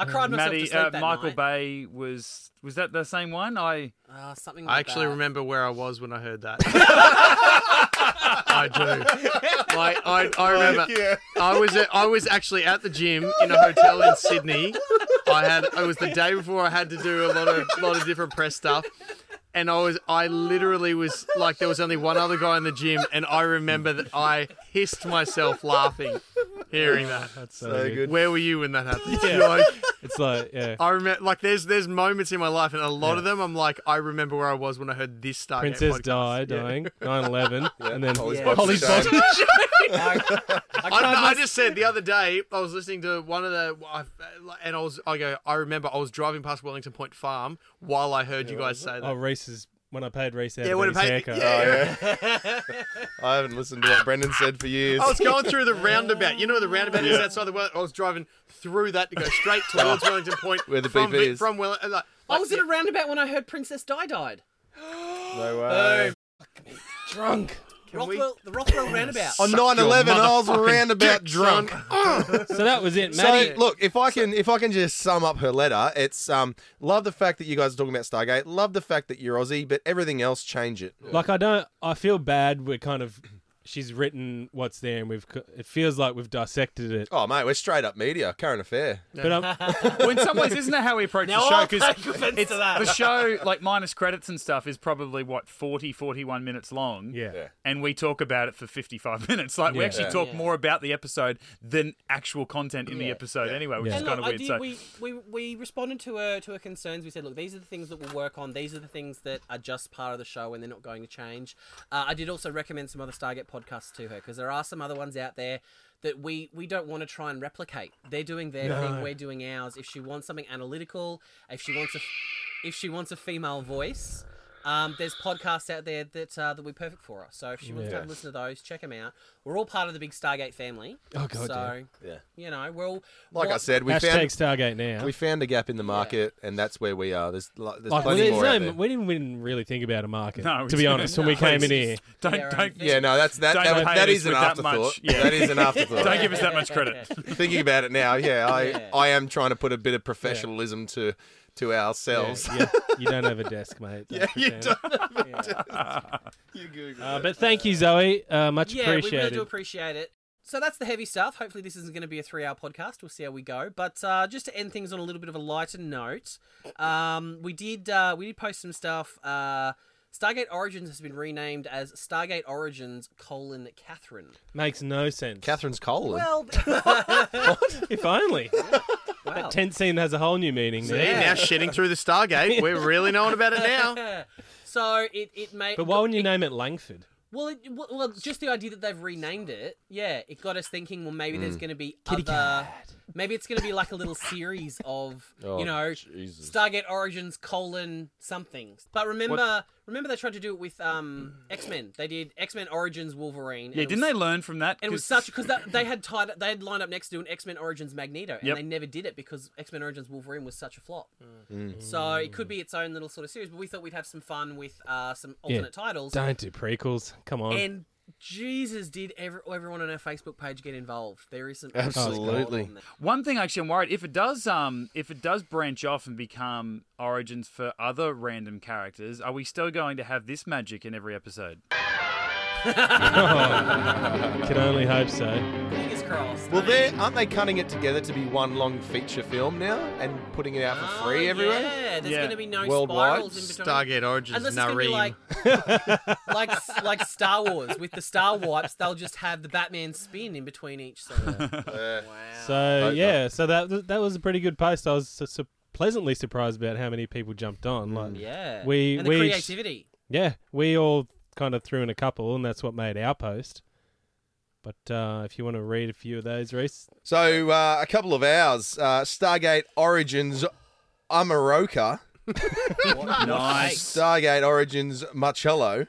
Speaker 4: I cried myself to
Speaker 1: Maddie,
Speaker 4: sleep
Speaker 1: uh,
Speaker 4: that
Speaker 1: Michael
Speaker 4: night.
Speaker 1: Bay was was that the same one? I
Speaker 4: Ah, something. Like
Speaker 5: I actually
Speaker 4: that.
Speaker 5: remember where I was when I heard that. I do. Like I, I remember. I was at, I was actually at the gym in a hotel in Sydney. I had it was the day before I had to do a lot of lot of different press stuff. And I was I literally was like there was only one other guy in the gym and I remember that I hissed myself laughing hearing that.
Speaker 2: That's so,
Speaker 3: so
Speaker 2: good.
Speaker 3: good.
Speaker 5: Where were you when that happened? You're like,
Speaker 2: It's like yeah,
Speaker 5: I remember like there's there's moments in my life and a lot of them I'm like I remember where I was when I heard this Stargate
Speaker 2: Princess
Speaker 5: podcast.
Speaker 2: Di
Speaker 5: Yeah.
Speaker 2: dying, 9-11, and then
Speaker 3: Holly's
Speaker 4: Yeah.
Speaker 3: box of
Speaker 2: Holly's
Speaker 3: shame.
Speaker 2: box
Speaker 4: I
Speaker 5: I,
Speaker 4: cried
Speaker 5: no,
Speaker 4: my-
Speaker 5: I just said the other day I was listening to one of the I, and I was I go I remember I was driving past Wellington Point Farm while I heard you guys say that.
Speaker 2: Oh, Reese's when I paid Reese out
Speaker 5: yeah,
Speaker 2: of
Speaker 5: when
Speaker 2: his
Speaker 5: I paid, yeah,
Speaker 2: haircut.
Speaker 5: yeah.
Speaker 3: I haven't listened to what Brendan said for years.
Speaker 5: I was going through the roundabout. You know where the roundabout is outside the well. I was driving through that to go straight towards Wellington Point.
Speaker 3: Where the
Speaker 5: from,
Speaker 3: BP
Speaker 5: Vi-
Speaker 3: is.
Speaker 5: From well, uh, like,
Speaker 4: I was at a roundabout when I heard Princess Di died.
Speaker 3: no way.
Speaker 2: Drunk.
Speaker 5: we-
Speaker 4: Rothwell, the Rothwell roundabout.
Speaker 3: On 9-11, I was around about drunk.
Speaker 2: So that was it,
Speaker 3: So
Speaker 2: Maddie.
Speaker 3: look, if I can, if I can just sum up her letter, it's um, love the fact that you guys are talking about Stargate, love the fact that you're Aussie, but everything else, change it.
Speaker 2: like I don't. I feel bad. We're kind of. She's written what's there, and we've. co- It feels like we've dissected it.
Speaker 3: Oh mate, we're straight up media, current affair.
Speaker 2: But I'm,
Speaker 1: well, in some ways, isn't that how we approach
Speaker 4: Now
Speaker 1: the show?
Speaker 4: I'll take offense to that.
Speaker 1: the show, like minus credits and stuff, is probably what 40, 41 minutes long.
Speaker 2: yeah.
Speaker 1: And we talk about it for 55 minutes. Like, we
Speaker 2: Yeah.
Speaker 1: actually
Speaker 3: Yeah.
Speaker 1: talk more about the episode than actual content in the episode anyway, which
Speaker 2: Yeah.
Speaker 1: is
Speaker 4: And
Speaker 1: kind of
Speaker 4: look, I
Speaker 1: weird.
Speaker 4: did-
Speaker 1: so,
Speaker 4: we, we, we responded to her to her concerns. We said, look, these are the things that we'll work on. These are the things that are just part of the show and they're not going to change. Uh, I did also recommend some other Stargate podcasts to her because there are some other ones out there that we, we don't want to try and replicate. They're doing their thing, we're doing ours. If she wants something analytical, if she wants a, if she wants a female voice. Um, there's podcasts out there that uh, that will be perfect for her. So if she wants to go and listen to those, check them out. We're all part of the big Stargate family.
Speaker 2: Oh, God,
Speaker 4: So
Speaker 3: Yeah.
Speaker 4: you know we're all
Speaker 3: Like I
Speaker 4: what-
Speaker 3: said, we
Speaker 2: Hashtag
Speaker 3: found
Speaker 2: Stargate now.
Speaker 3: we found a gap in the market, and that's where we are. There's lo- there's
Speaker 2: Like, well,
Speaker 3: plenty
Speaker 2: there's
Speaker 3: more out
Speaker 2: no-
Speaker 3: there.
Speaker 2: we didn't, we didn't really think about a market.
Speaker 1: No, we
Speaker 2: to be
Speaker 1: didn't.
Speaker 2: honest, when we
Speaker 1: No.
Speaker 2: came in here,
Speaker 1: don't,
Speaker 4: Yeah,
Speaker 1: don't,
Speaker 4: right.
Speaker 3: Yeah, no, that's that.
Speaker 1: Don't
Speaker 3: That,
Speaker 1: hate
Speaker 3: that
Speaker 1: us
Speaker 3: is an
Speaker 1: with that much.
Speaker 3: afterthought.
Speaker 1: Yeah.
Speaker 3: That is an afterthought.
Speaker 1: don't give us that much credit.
Speaker 3: Thinking about it now, yeah, I
Speaker 4: Yeah.
Speaker 3: I am trying to put a bit of professionalism to to
Speaker 2: yeah,
Speaker 3: ourselves.
Speaker 2: yeah, you don't have a desk, mate. Don't
Speaker 3: you
Speaker 2: pretend.
Speaker 3: don't.
Speaker 2: Uh, but thank you, Zoe. Uh, much
Speaker 4: yeah, we really
Speaker 2: appreciated.
Speaker 4: do appreciate it. So that's the heavy stuff. Hopefully, this isn't going to be a three-hour podcast. We'll see how we go. But uh, just to end things on a little bit of a lighter note, um, we did uh, we did post some stuff. Uh, Stargate Origins has been renamed as Stargate Origins colon Catherine.
Speaker 2: Makes no sense.
Speaker 3: Catherine's colon.
Speaker 4: Well,
Speaker 2: if only
Speaker 4: wow.
Speaker 2: tent scene has a whole new meaning. there.
Speaker 5: See, now shitting through the Stargate. We're really knowing about it now.
Speaker 4: so it it made.
Speaker 2: But why wouldn't you name it Langford?
Speaker 4: Well, it, well, well, just the idea that they've renamed it, yeah, it got us thinking. Well, maybe
Speaker 1: Mm.
Speaker 4: there's going to be other. Maybe it's going to be like a little series of,
Speaker 1: Oh,
Speaker 4: you know, Stargate Origins colon something. But remember, remember they tried to do it with um, X Men. They did X Men Origins Wolverine.
Speaker 1: Yeah, didn't they learn from that?
Speaker 4: And it was
Speaker 1: 'Cause-
Speaker 4: such because they had tied they had lined up next to do an X Men Origins Magneto, and
Speaker 1: Yep.
Speaker 4: they never did it because X Men Origins Wolverine was such a flop.
Speaker 1: Mm.
Speaker 4: So it could be its own little sort of series. But we thought we'd have some fun with uh, some alternate titles.
Speaker 2: Don't do prequels. Come on.
Speaker 4: And Jesus, did every, everyone on our Facebook page get involved? There isn't
Speaker 3: Absolutely.
Speaker 1: One thing actually I'm worried if it does um if it does branch off and become origins for other random characters, are we still going to have this magic in every episode?
Speaker 2: Can only hope so.
Speaker 4: Fingers crossed.
Speaker 3: Well, they aren't they cutting it together to be one long feature film now and putting it out for free
Speaker 4: Oh,
Speaker 3: everywhere?
Speaker 4: Yeah, there's
Speaker 1: Yeah.
Speaker 4: going to be no
Speaker 3: Worldwide?
Speaker 4: spirals in between.
Speaker 5: Stargate Origins,
Speaker 4: Unless it's going to be
Speaker 5: Nareem.
Speaker 4: like, like, like Star Wars with the Star Wipes, they'll just have the Batman spin in between each. So.
Speaker 2: So
Speaker 3: Hope
Speaker 2: yeah, so that that was a pretty good post. I was su- su- pleasantly surprised about how many people jumped on. Like,
Speaker 4: Yeah.
Speaker 2: We-
Speaker 4: and the
Speaker 2: we-
Speaker 4: creativity.
Speaker 2: yeah, we all kind of threw in a couple, and that's what made our post. But uh, if you want to read a few of those, Reese,
Speaker 3: So uh, a couple of hours, uh, Stargate Origins, Amaroka,
Speaker 1: Nice.
Speaker 3: Stargate Origins, Marcello,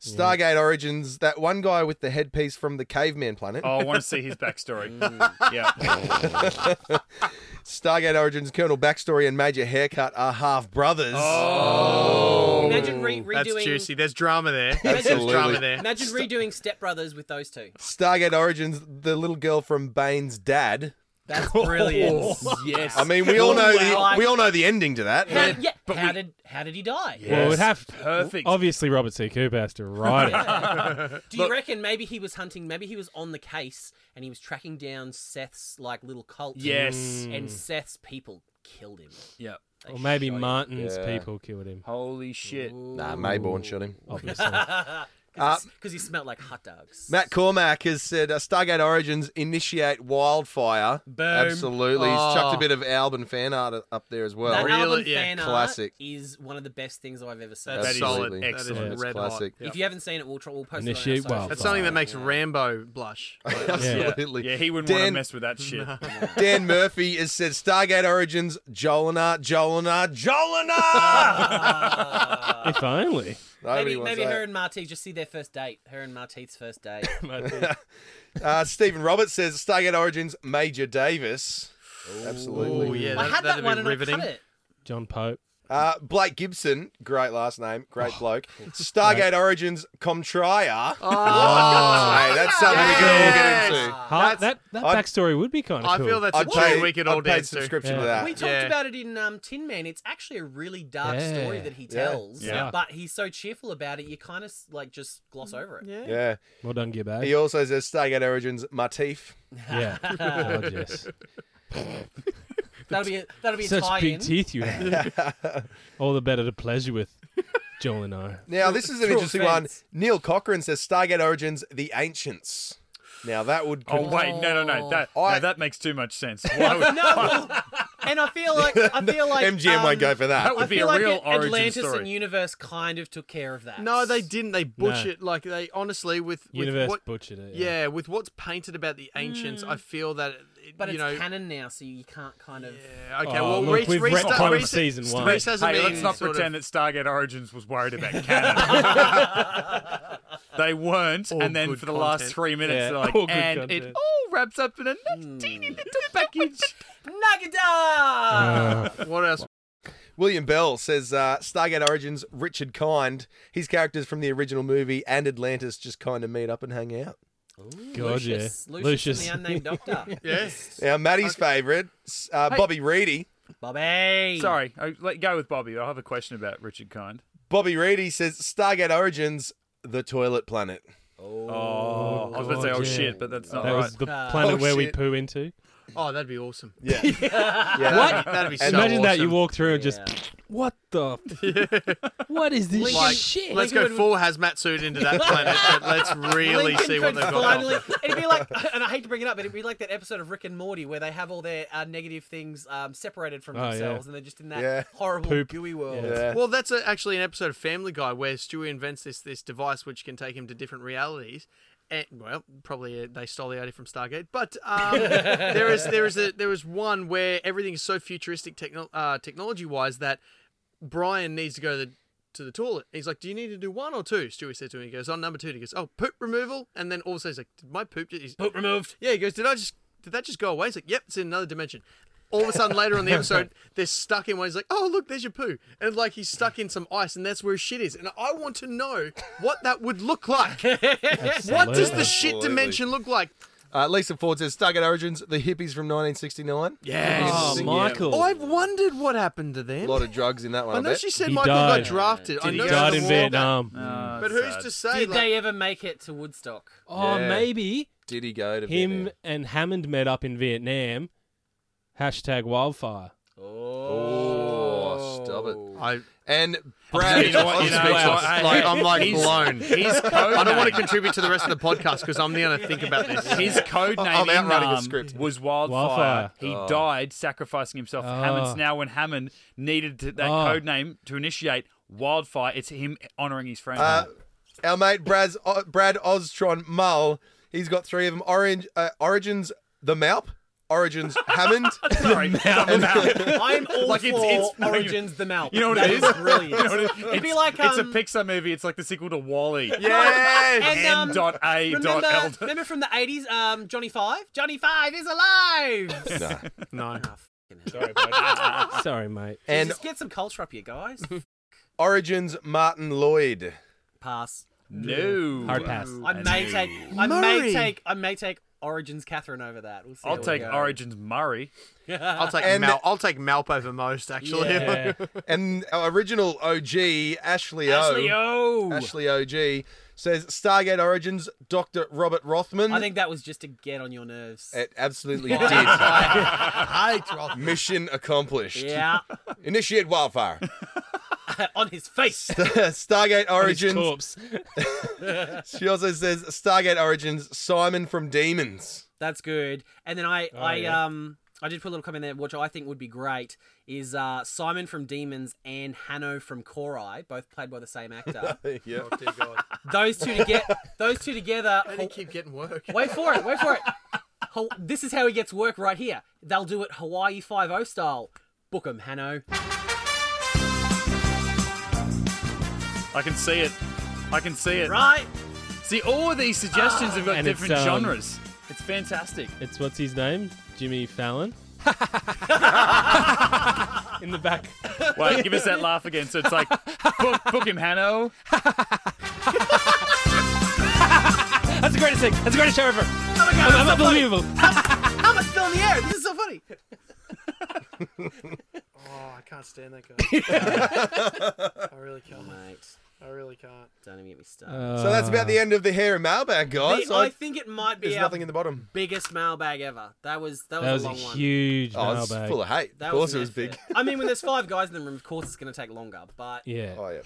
Speaker 3: Stargate Origins, that one guy with the headpiece from the caveman planet,
Speaker 1: Oh, I want to see his backstory. Mm. yeah.
Speaker 3: Stargate Origins, Colonel Backstory and Major Haircut are half brothers.
Speaker 1: Oh.
Speaker 4: Imagine re-
Speaker 5: Mm, That's
Speaker 4: redoing.
Speaker 5: juicy. There's drama there. There's
Speaker 3: Absolutely.
Speaker 5: drama there.
Speaker 4: Imagine redoing Step Brothers with those two.
Speaker 3: Stargate Origins, the little girl from Bane's dad.
Speaker 4: That's brilliant. yes.
Speaker 3: I mean, we all know
Speaker 4: Wow.
Speaker 3: the we all know the ending to that.
Speaker 4: How, yeah, how did how did he die?
Speaker 2: well, we'd have
Speaker 1: perfect.
Speaker 2: Obviously, Robert C. Cooper has to write it.
Speaker 4: Do you reckon maybe he was hunting? Maybe he was on the case and he was tracking down Seth's like little cult.
Speaker 1: Yes.
Speaker 4: and Seth's people killed him.
Speaker 1: Yeah.
Speaker 4: They
Speaker 2: or maybe
Speaker 4: shot him.
Speaker 2: Martin's
Speaker 3: Yeah.
Speaker 2: people killed him.
Speaker 1: Holy shit.
Speaker 3: Nah, Mayborn shot him.
Speaker 2: Obviously,
Speaker 4: Cause, he- 'cause he smelled like hot dogs.
Speaker 3: Matt Cormack has said uh, Stargate Origins initiate wildfire.
Speaker 4: Boom.
Speaker 3: Absolutely. He's chucked
Speaker 5: Oh.
Speaker 3: a bit of Alban fan art up there as well.
Speaker 4: that
Speaker 5: Really?
Speaker 4: album
Speaker 5: yeah.
Speaker 4: fan art
Speaker 3: Classic.
Speaker 4: is one of the best things I've ever seen.
Speaker 5: That's
Speaker 3: That is
Speaker 5: solid.
Speaker 3: absolutely.
Speaker 5: That is
Speaker 1: Excellent.
Speaker 3: It's
Speaker 5: red
Speaker 3: classic.
Speaker 5: hot.
Speaker 4: If you haven't seen it, we'll try, we'll post
Speaker 2: Initiate
Speaker 4: it on our socials.
Speaker 5: That's
Speaker 2: wildfire.
Speaker 5: something that makes Rambo blush.
Speaker 3: Absolutely.
Speaker 1: Yeah, he wouldn't want to
Speaker 3: Dan,
Speaker 1: mess with that shit.
Speaker 3: Dan Murphy has said Stargate Origins Jolina, Jolina, Jolina.
Speaker 2: if only.
Speaker 3: Nobody
Speaker 4: Maybe,
Speaker 3: wants
Speaker 4: maybe
Speaker 3: that.
Speaker 4: her and Marty just see their first date. Her and Marty's first date.
Speaker 3: Uh, Stephen Roberts says Stargate Origins Major Davis. Absolutely.
Speaker 5: Oh yeah,
Speaker 4: I
Speaker 5: that,
Speaker 4: had that
Speaker 5: that'd
Speaker 4: one
Speaker 5: be
Speaker 4: and
Speaker 5: riveting.
Speaker 4: I cut it.
Speaker 2: John Pope.
Speaker 3: Uh, Blake Gibson, great last name, great bloke. Stargate Origins Comtria. hey, that's something we can all get
Speaker 4: Uh, Ah.
Speaker 3: into.
Speaker 2: Huh? that that
Speaker 3: I'd-
Speaker 2: backstory would be kind of
Speaker 5: I
Speaker 2: cool.
Speaker 5: feel that's a
Speaker 3: I'd
Speaker 5: tune
Speaker 3: pay,
Speaker 5: we could
Speaker 3: I'd
Speaker 5: all
Speaker 3: pay
Speaker 5: dance to.
Speaker 3: subscription to
Speaker 2: Yeah.
Speaker 3: that.
Speaker 4: We talked
Speaker 5: Yeah.
Speaker 4: about it in um, Tin Man. It's actually a really dark
Speaker 2: Yeah.
Speaker 4: story that he
Speaker 3: Yeah.
Speaker 4: tells,
Speaker 2: Yeah.
Speaker 4: but he's so cheerful about it, you kind of like just gloss over it. Yeah.
Speaker 3: yeah.
Speaker 2: well done, Gibbo.
Speaker 3: He also says Stargate Origins Matif.
Speaker 2: Yeah. oh, yes.
Speaker 4: That'll be a, that'll be a
Speaker 2: Such
Speaker 4: tie-in.
Speaker 2: big teeth you have. All the better to pleasure with Joel and I.
Speaker 3: Now, this is an
Speaker 4: True
Speaker 3: interesting
Speaker 4: offense.
Speaker 3: one. Neil Cochran says Stargate Origins The Ancients. Now, that would.
Speaker 1: Oh wait, no, no, no. That
Speaker 3: I-
Speaker 1: no, that makes too much sense. Why would,
Speaker 4: no, well, and I feel like I feel like
Speaker 3: MGM
Speaker 4: um,
Speaker 3: won't go for that.
Speaker 1: that would
Speaker 4: I
Speaker 1: be
Speaker 4: feel
Speaker 1: a
Speaker 4: like
Speaker 1: real
Speaker 4: it-
Speaker 1: origin
Speaker 4: Atlantis
Speaker 1: story.
Speaker 4: and Universe kind of took care of that.
Speaker 5: No, they didn't. They butchered like they honestly with, with
Speaker 2: Universe
Speaker 5: what,
Speaker 2: butchered it.
Speaker 5: yeah. with what's painted about the ancients. I feel that it,
Speaker 4: Mm. But
Speaker 5: you
Speaker 4: it's
Speaker 5: know.
Speaker 4: canon now, so you can't kind of.
Speaker 5: yeah, okay,
Speaker 2: Oh,
Speaker 5: well,
Speaker 2: look,
Speaker 5: Reese,
Speaker 2: we've
Speaker 5: Reese,
Speaker 2: retconned
Speaker 5: Reese-
Speaker 2: season
Speaker 5: Reese
Speaker 2: one.
Speaker 5: hasn't
Speaker 1: Hey,
Speaker 5: been
Speaker 1: let's not
Speaker 5: sort of-
Speaker 1: pretend that Stargate Origins was worried about canon. they weren't,
Speaker 5: All
Speaker 1: and then
Speaker 5: good
Speaker 1: for the last
Speaker 5: content.
Speaker 1: three minutes,
Speaker 2: Yeah,
Speaker 1: they're like,
Speaker 2: all good
Speaker 1: and it
Speaker 2: content."
Speaker 1: all wraps up in a nice teeny little package.
Speaker 2: Oh,
Speaker 4: Nagada!
Speaker 5: What else?
Speaker 3: William Bell says uh, Stargate Origins Richard Kind. His characters from the original movie and Atlantis just kind of meet up and hang out.
Speaker 2: God, yeah.
Speaker 4: Lucius, Lucius,
Speaker 2: Lucius.
Speaker 4: and the unnamed doctor.
Speaker 5: Yes.
Speaker 3: Now, Maddie's favourite, s- uh, Bobby Reedy.
Speaker 4: Bobby.
Speaker 1: Sorry, I, let go with Bobby. I have a question about Richard Kind.
Speaker 3: Bobby Reedy says Stargate Origins The Toilet Planet.
Speaker 1: Oh, I was going to say, oh
Speaker 2: God, yeah.
Speaker 1: shit, but that's not
Speaker 2: That
Speaker 1: right.
Speaker 2: was the planet
Speaker 3: Oh,
Speaker 2: where we
Speaker 3: shit.
Speaker 2: poo into.
Speaker 5: Oh, that'd be awesome.
Speaker 3: Yeah.
Speaker 5: That'd be, that'd be so
Speaker 2: Imagine that you
Speaker 5: awesome.
Speaker 2: walk through and just what the what is this
Speaker 4: Like,
Speaker 2: shit?
Speaker 5: Let's go full hazmat suit into that planet. but let's really
Speaker 4: Lincoln
Speaker 5: see what
Speaker 4: could
Speaker 5: they've got.
Speaker 4: finally, it'd be like, and I hate to bring it up, but it'd be like that episode of Rick and Morty where they have all their uh, negative things um, separated from
Speaker 2: Oh, yeah.
Speaker 4: themselves, and they're just in that
Speaker 3: Yeah.
Speaker 4: horrible
Speaker 2: Poop.
Speaker 4: gooey world.
Speaker 3: Yeah.
Speaker 5: Well, that's a, actually an episode of Family Guy where Stewie invents this this device which can take him to different realities. And, well, probably uh, they stole the idea from Stargate, but um, there is there is a, there is one where everything is so futuristic techno- uh, technology wise that Brian needs to go to the, to the toilet. He's like, "Do you need to do one or two? Stewie says to him. He goes, "On number two. And he goes, "Oh, poop removal." And then also he's like, "Did my poop just poop removed?" Yeah, he goes, "Did I just did that just go away?" He's like, "Yep, it's in another dimension." All of a sudden, later on the episode, they're stuck in one. He's like, "Oh, look, there's your poo," and like he's stuck in some ice, and that's where his shit is. And I want to know what that would look like. what does the shit
Speaker 3: Absolutely.
Speaker 5: dimension look like?
Speaker 3: Uh, Lisa Ford says Stargate Origins The Hippies from 1969.
Speaker 5: Yes,
Speaker 2: Oh, Michael.
Speaker 5: I've wondered what happened to
Speaker 3: A
Speaker 5: them.
Speaker 3: lot of drugs in that one.
Speaker 5: I
Speaker 3: I
Speaker 5: know
Speaker 3: bet.
Speaker 5: she said
Speaker 2: He
Speaker 5: Michael
Speaker 2: died.
Speaker 5: got drafted. I
Speaker 1: Did he
Speaker 5: know
Speaker 1: die?
Speaker 2: died
Speaker 5: the
Speaker 2: in
Speaker 5: war-
Speaker 2: Vietnam.
Speaker 1: Oh,
Speaker 5: But
Speaker 1: that's
Speaker 5: who's
Speaker 1: sad.
Speaker 5: to say?
Speaker 4: Did
Speaker 5: like-
Speaker 4: they ever make it to Woodstock?
Speaker 2: oh,
Speaker 3: Yeah.
Speaker 2: maybe
Speaker 3: Did he go to
Speaker 2: him
Speaker 3: Vietnam?
Speaker 2: and Hammond met up in Vietnam. Hashtag wildfire.
Speaker 3: Oh, stop it.
Speaker 5: I,
Speaker 3: And Brad,
Speaker 1: You know what,
Speaker 5: I'm
Speaker 1: you know
Speaker 5: speechless.
Speaker 1: what, I-
Speaker 5: like, I'm like
Speaker 1: he's-
Speaker 5: blown.
Speaker 1: His code
Speaker 5: I don't want
Speaker 1: name-
Speaker 5: to contribute to the rest of the podcast because I'm the only think about this.
Speaker 1: His code name
Speaker 3: I'm
Speaker 1: in
Speaker 3: outwriting the
Speaker 1: Nam
Speaker 3: script.
Speaker 1: was Wildfire.
Speaker 2: Wildfire.
Speaker 1: He
Speaker 4: Oh.
Speaker 1: died sacrificing himself. to Hammond's now when Hammond needed to, that
Speaker 2: Oh.
Speaker 1: code name to initiate Wildfire. It's him honouring his friend.
Speaker 4: Uh,
Speaker 3: our mate Brad's, O- Brad Oztron Mull, he's got three of them. Orange, uh, Origins The Maup, Origins Hammond.
Speaker 1: Sorry, I'm out.
Speaker 4: I'm all
Speaker 1: Like,
Speaker 4: for
Speaker 1: it's- it's- no, you-
Speaker 4: Origins the Mouth.
Speaker 1: You know what
Speaker 4: That
Speaker 1: it is?
Speaker 4: Brilliant.
Speaker 1: You know what it is?
Speaker 4: It'd be
Speaker 1: It's-
Speaker 4: like,
Speaker 1: it's a
Speaker 4: um,
Speaker 1: Pixar movie. It's like the sequel to Wally.
Speaker 5: Yes!
Speaker 4: and, um,
Speaker 1: Dot A. Dot L.
Speaker 4: remember, remember from the 80s, um, Johnny Five? Johnny Five is alive!
Speaker 5: No.
Speaker 2: Sorry, mate.
Speaker 3: and
Speaker 4: Just get some culture up here, guys.
Speaker 3: Origins Martin Lloyd.
Speaker 4: Pass.
Speaker 1: No.
Speaker 2: Hard pass.
Speaker 4: I may
Speaker 1: no.
Speaker 4: take. I may
Speaker 5: Murray.
Speaker 4: take. I may take Origins Catherine over that. We'll see
Speaker 1: I'll
Speaker 4: how we
Speaker 1: take
Speaker 4: go.
Speaker 1: Origins Murray.
Speaker 5: I'll take
Speaker 3: And-
Speaker 5: Mal- I'll take Malp over most actually.
Speaker 2: Yeah.
Speaker 3: And our original OG, Ashley O.
Speaker 1: Ashley O.
Speaker 3: Ashley OG says Stargate Origins, Dr. Robert Rothman.
Speaker 4: I think that was just to get on your nerves.
Speaker 3: it absolutely did.
Speaker 5: I drop.
Speaker 3: Mission accomplished.
Speaker 4: yeah,
Speaker 3: Initiate wildfire.
Speaker 4: on his face.
Speaker 3: Stargate
Speaker 2: His
Speaker 3: Origins.
Speaker 2: corpse.
Speaker 3: She also says Stargate Origins, Simon from Demons.
Speaker 4: That's good. And then I, I,
Speaker 2: yeah.
Speaker 4: um, I did put a little comment there, which I think would be great. Is uh, Simon from Demons and Hanno from Korai, both played by the same actor.
Speaker 3: Yeah.
Speaker 5: Oh, Dear God.
Speaker 4: those two to get those two together.
Speaker 5: They keep getting work.
Speaker 4: Wait for it. Wait for it. Ho- This is how he gets work right here. They'll do it Hawaii Five O style. Book 'em, Hanno.
Speaker 1: I can see it. I can see it.
Speaker 4: Right.
Speaker 1: See, all of these suggestions have got
Speaker 2: And it's,
Speaker 1: different
Speaker 2: um,
Speaker 1: genres. It's fantastic.
Speaker 2: It's what's his name? Jimmy Fallon. in the back.
Speaker 1: Wait, give us that laugh again. So it's like, book, book him, Hanno.
Speaker 2: That's the greatest thing. That's the greatest show ever. I'm unbelievable.
Speaker 4: How am I still in the air? This is so funny.
Speaker 5: Oh, I can't stand that guy. I really can't.
Speaker 4: Mate,
Speaker 5: I really can't.
Speaker 4: don't even get me started.
Speaker 2: Uh,
Speaker 3: So that's about the end of the hair and mailbag, guys.
Speaker 4: The-
Speaker 3: I-
Speaker 4: I think it might be
Speaker 3: there's
Speaker 4: our
Speaker 3: nothing in the bottom.
Speaker 4: biggest mailbag ever. That was that was,
Speaker 2: Uh, That was a
Speaker 4: a long one.
Speaker 2: huge
Speaker 3: Oh, it's
Speaker 2: mailbag.
Speaker 3: full of hate.
Speaker 4: That
Speaker 3: of course,
Speaker 4: an
Speaker 3: it was big.
Speaker 4: effort. I mean, when there's five guys in the room, of course it's going to take longer. But yeah,
Speaker 2: yeah.
Speaker 3: Oh yeah.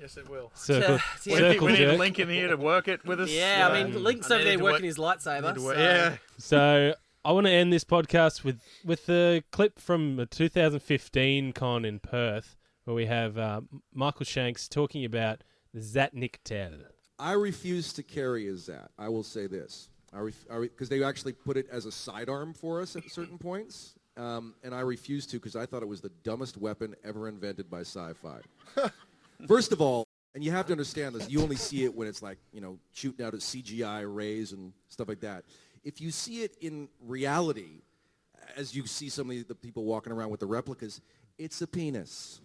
Speaker 5: Yes, it will.
Speaker 2: Circle,
Speaker 4: Yeah.
Speaker 1: We
Speaker 4: We
Speaker 1: need-
Speaker 2: circle
Speaker 1: we need
Speaker 2: jerk.
Speaker 1: Lincoln here to work it with us.
Speaker 4: I mean, Link's
Speaker 5: I
Speaker 4: over
Speaker 5: needed
Speaker 4: there
Speaker 5: to
Speaker 4: working
Speaker 5: work-
Speaker 4: his lightsaber. so-
Speaker 5: Yeah.
Speaker 2: So I want to end this podcast with with the clip from a 2015 con in Perth where we have uh, Michael Shanks talking about Zatnik Tel.
Speaker 8: I refuse to carry a Zat. I will say this. Because they actually put it as a sidearm for us at certain points. Um, and I refuse to because I thought it was the dumbest weapon ever invented by sci-fi. First of all, and you have to understand this, you only see it when it's like, you know, shooting out at CGI rays and stuff like that. If you see it in reality, as you see some of the people walking around with the replicas, it's a penis.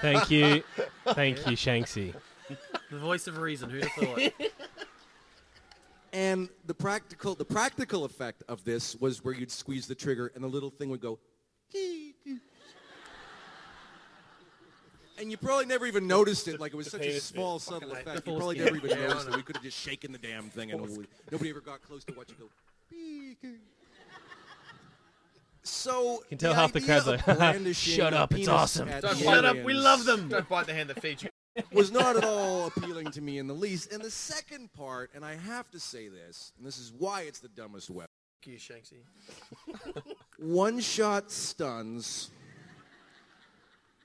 Speaker 2: Thank you, thank you, Shanksy.
Speaker 4: the voice of reason. Who'd have thought?
Speaker 8: And the practical, the practical effect of this was where you'd squeeze the trigger and the little thing would go. and you probably never even noticed it. Like it was such a small, subtle effect. You probably never even noticed it. We could have just shaken the damn thing and nobody, nobody ever got close to what you go. So you
Speaker 2: can tell half the crowd's like, "Shut up, it's awesome."
Speaker 5: Shut up. We love them. Don't bite the hand that feeds you.
Speaker 8: was not at all appealing to me in the least. And the second part, and I have to say this, and this is why it's the dumbest weapon.
Speaker 5: Fuck you, Shanksy.
Speaker 8: One shot stuns,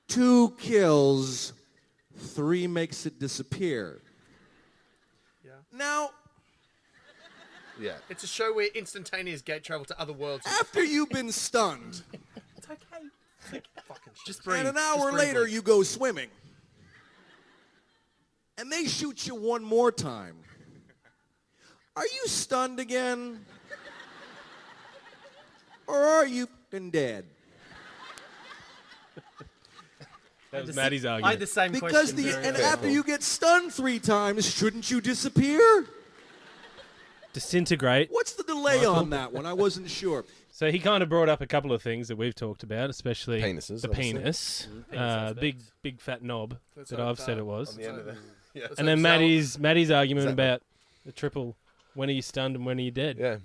Speaker 8: two kills, three makes it disappear.
Speaker 5: Yeah.
Speaker 8: Now,
Speaker 3: Yeah.
Speaker 5: It's a show where instantaneous gate travel to other worlds. is
Speaker 8: after you've been stunned,
Speaker 4: it's okay.
Speaker 5: fucking shit.
Speaker 4: Just breathe.
Speaker 8: and an
Speaker 4: Just
Speaker 8: hour
Speaker 4: breathe,
Speaker 8: later
Speaker 4: Link.
Speaker 8: you go swimming, and they shoot you one more time. Are you stunned again? Or are you been dead?
Speaker 2: That was Maddie's
Speaker 4: I had the
Speaker 2: argument.
Speaker 4: same
Speaker 8: Because
Speaker 4: question.
Speaker 8: the
Speaker 4: very
Speaker 8: and
Speaker 4: early.
Speaker 8: after you get stunned three times, shouldn't you disappear?
Speaker 2: Disintegrate.
Speaker 8: What's the delay on that one? I wasn't sure.
Speaker 2: So he kind of brought up a couple of things that we've talked about, especially
Speaker 3: Penises,
Speaker 2: the
Speaker 3: obviously.
Speaker 2: penis,
Speaker 4: Mm-hmm.
Speaker 2: uh, big big fat knob that I've said it was.
Speaker 3: Yeah.
Speaker 2: and then Maddie's Maddie's argument about the triple. When are you stunned and when are you dead?
Speaker 3: Yeah.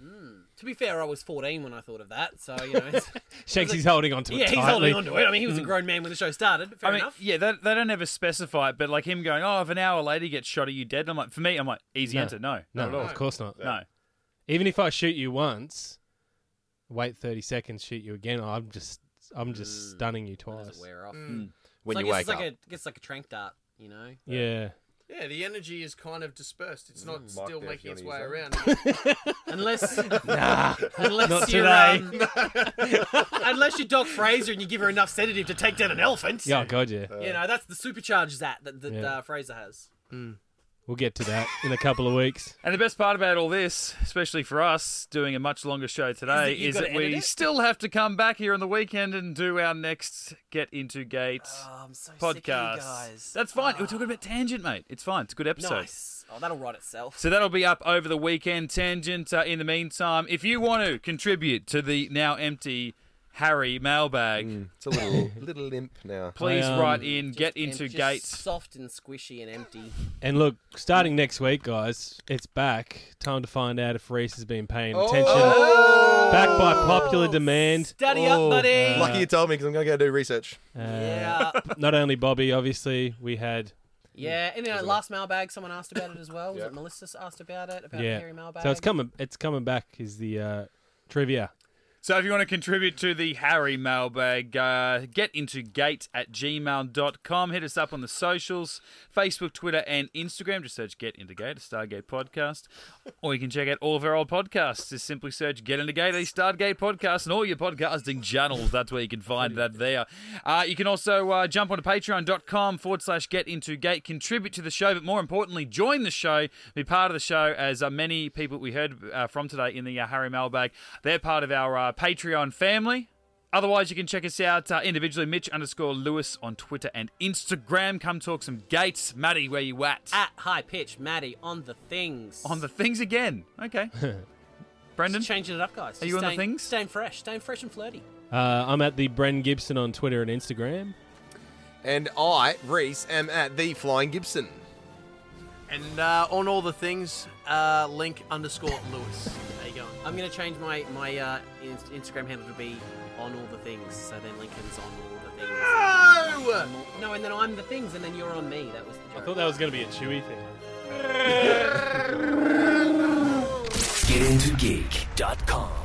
Speaker 4: to be fair, I was 14 when I thought of that. So you know, it's-
Speaker 2: Shanksy's holding on to it
Speaker 4: yeah, he's
Speaker 2: tightly. Mm.
Speaker 4: holding on to it. I mean, he was a grown man when the show started. But fair
Speaker 1: I mean,
Speaker 4: enough.
Speaker 1: yeah, they, they don't ever specify it, but like him going, oh, if an hour later you get shot, are you dead? And I'm like, for me, I'm like, easy
Speaker 2: No.
Speaker 1: answer, no,
Speaker 2: No,
Speaker 1: not at all.
Speaker 2: of course not.
Speaker 1: No.
Speaker 2: Even if I shoot you once, wait thirty seconds, shoot you again. I'm just, I'm just
Speaker 4: Mm.
Speaker 2: stunning you
Speaker 4: Does it
Speaker 2: twice.
Speaker 4: wear off?
Speaker 3: When you
Speaker 4: so I guess
Speaker 3: wake
Speaker 4: it's like
Speaker 3: up.
Speaker 4: a I guess like a trank dart. You know,
Speaker 2: Yeah,
Speaker 5: Yeah, the energy is kind of dispersed. It's not
Speaker 3: Mark
Speaker 5: still
Speaker 3: there if
Speaker 5: making
Speaker 3: you
Speaker 5: its way
Speaker 3: wanna
Speaker 5: around.
Speaker 4: unless
Speaker 2: nah,
Speaker 4: unless
Speaker 2: not
Speaker 4: you're,
Speaker 2: today.
Speaker 4: um, unless you're Doc Fraser and you give her enough sedative to take down an elephant.
Speaker 2: yeah, oh, god, yeah.
Speaker 4: You know, that's the supercharge that that, that
Speaker 2: Yeah.
Speaker 4: uh, Fraser has.
Speaker 2: We'll get to that in a couple of weeks.
Speaker 1: And the best part about all this, especially for us doing a much longer show today,
Speaker 4: that you've
Speaker 1: is
Speaker 4: gotta
Speaker 1: that we
Speaker 4: edit it?
Speaker 1: still have to come back here on the weekend and do our next Get Into Gate
Speaker 4: Oh, I'm so sick
Speaker 1: podcast.
Speaker 4: of you guys. Ah.
Speaker 1: That's fine. We're talking about Tangent, mate. It's fine. It's a good episode.
Speaker 4: nice. Oh, that'll write itself.
Speaker 1: So that'll be up over the weekend. Tangent. Uh, in the meantime, if you want to contribute to the now empty Harry mailbag,
Speaker 3: It's a little little limp now.
Speaker 1: please
Speaker 2: I, um,
Speaker 1: write in. Get
Speaker 4: Em-
Speaker 1: into
Speaker 4: just
Speaker 1: gates.
Speaker 4: Soft and squishy and empty.
Speaker 2: And look, starting next week, guys, it's back. Time to find out if Reese has been paying attention. Back by popular demand. Oh,
Speaker 4: Daddy Oh! up, buddy.
Speaker 3: Lucky you told me because I'm gonna go do research.
Speaker 2: Uh,
Speaker 4: yeah,
Speaker 2: Not only Bobby, obviously, we had
Speaker 4: yeah. And in our last mailbag, someone asked about it as well. Was
Speaker 3: Yeah.
Speaker 4: it Melissa asked about it about
Speaker 2: yeah.
Speaker 4: Harry mailbag?
Speaker 2: So it's coming. It's coming back. Is the uh, trivia.
Speaker 1: So if you want to contribute to the Harry mailbag, uh, get into gate at gmail.com. Hit us up on the socials, Facebook, Twitter, and Instagram. Just search Get Into Gate, a Stargate podcast. Or you can check out all of our old podcasts. Just simply search Get Into Gate, a Stargate podcast, and all your podcasting channels. That's where you can find that there. Uh, you can also uh, jump onto patreon.com forward slash Get Into Gate, contribute to the show, but more importantly, join the show, be part of the show, as uh, many people we heard uh, from today in the uh, Harry mailbag, they're part of our uh, Patreon family. Otherwise, you can check us out uh, individually, Mitch underscore Lewis on Twitter and Instagram. Come talk some gates. Maddie, where you at?
Speaker 4: At high pitch, Maddie on the things.
Speaker 1: On the things again. Okay. Brendan?
Speaker 4: Just changing it up, guys. Just
Speaker 1: you on the
Speaker 4: staying-
Speaker 1: things?
Speaker 4: Staying fresh, staying fresh and flirty.
Speaker 2: Uh, I'm at the Bren Gibson on Twitter and Instagram.
Speaker 3: And I, Reese, am at the Flying Gibson.
Speaker 5: And uh, on all the things, uh, link underscore Lewis. There you go.
Speaker 4: I'm gonna change my my uh, in- Instagram handle to be on all the things. So then Lincoln's on all the things.
Speaker 5: No!
Speaker 4: No, and then I'm the things, and then you're on me. That was the joke.
Speaker 2: I thought that was going to be a chewy thing.
Speaker 9: Getintogeek.com.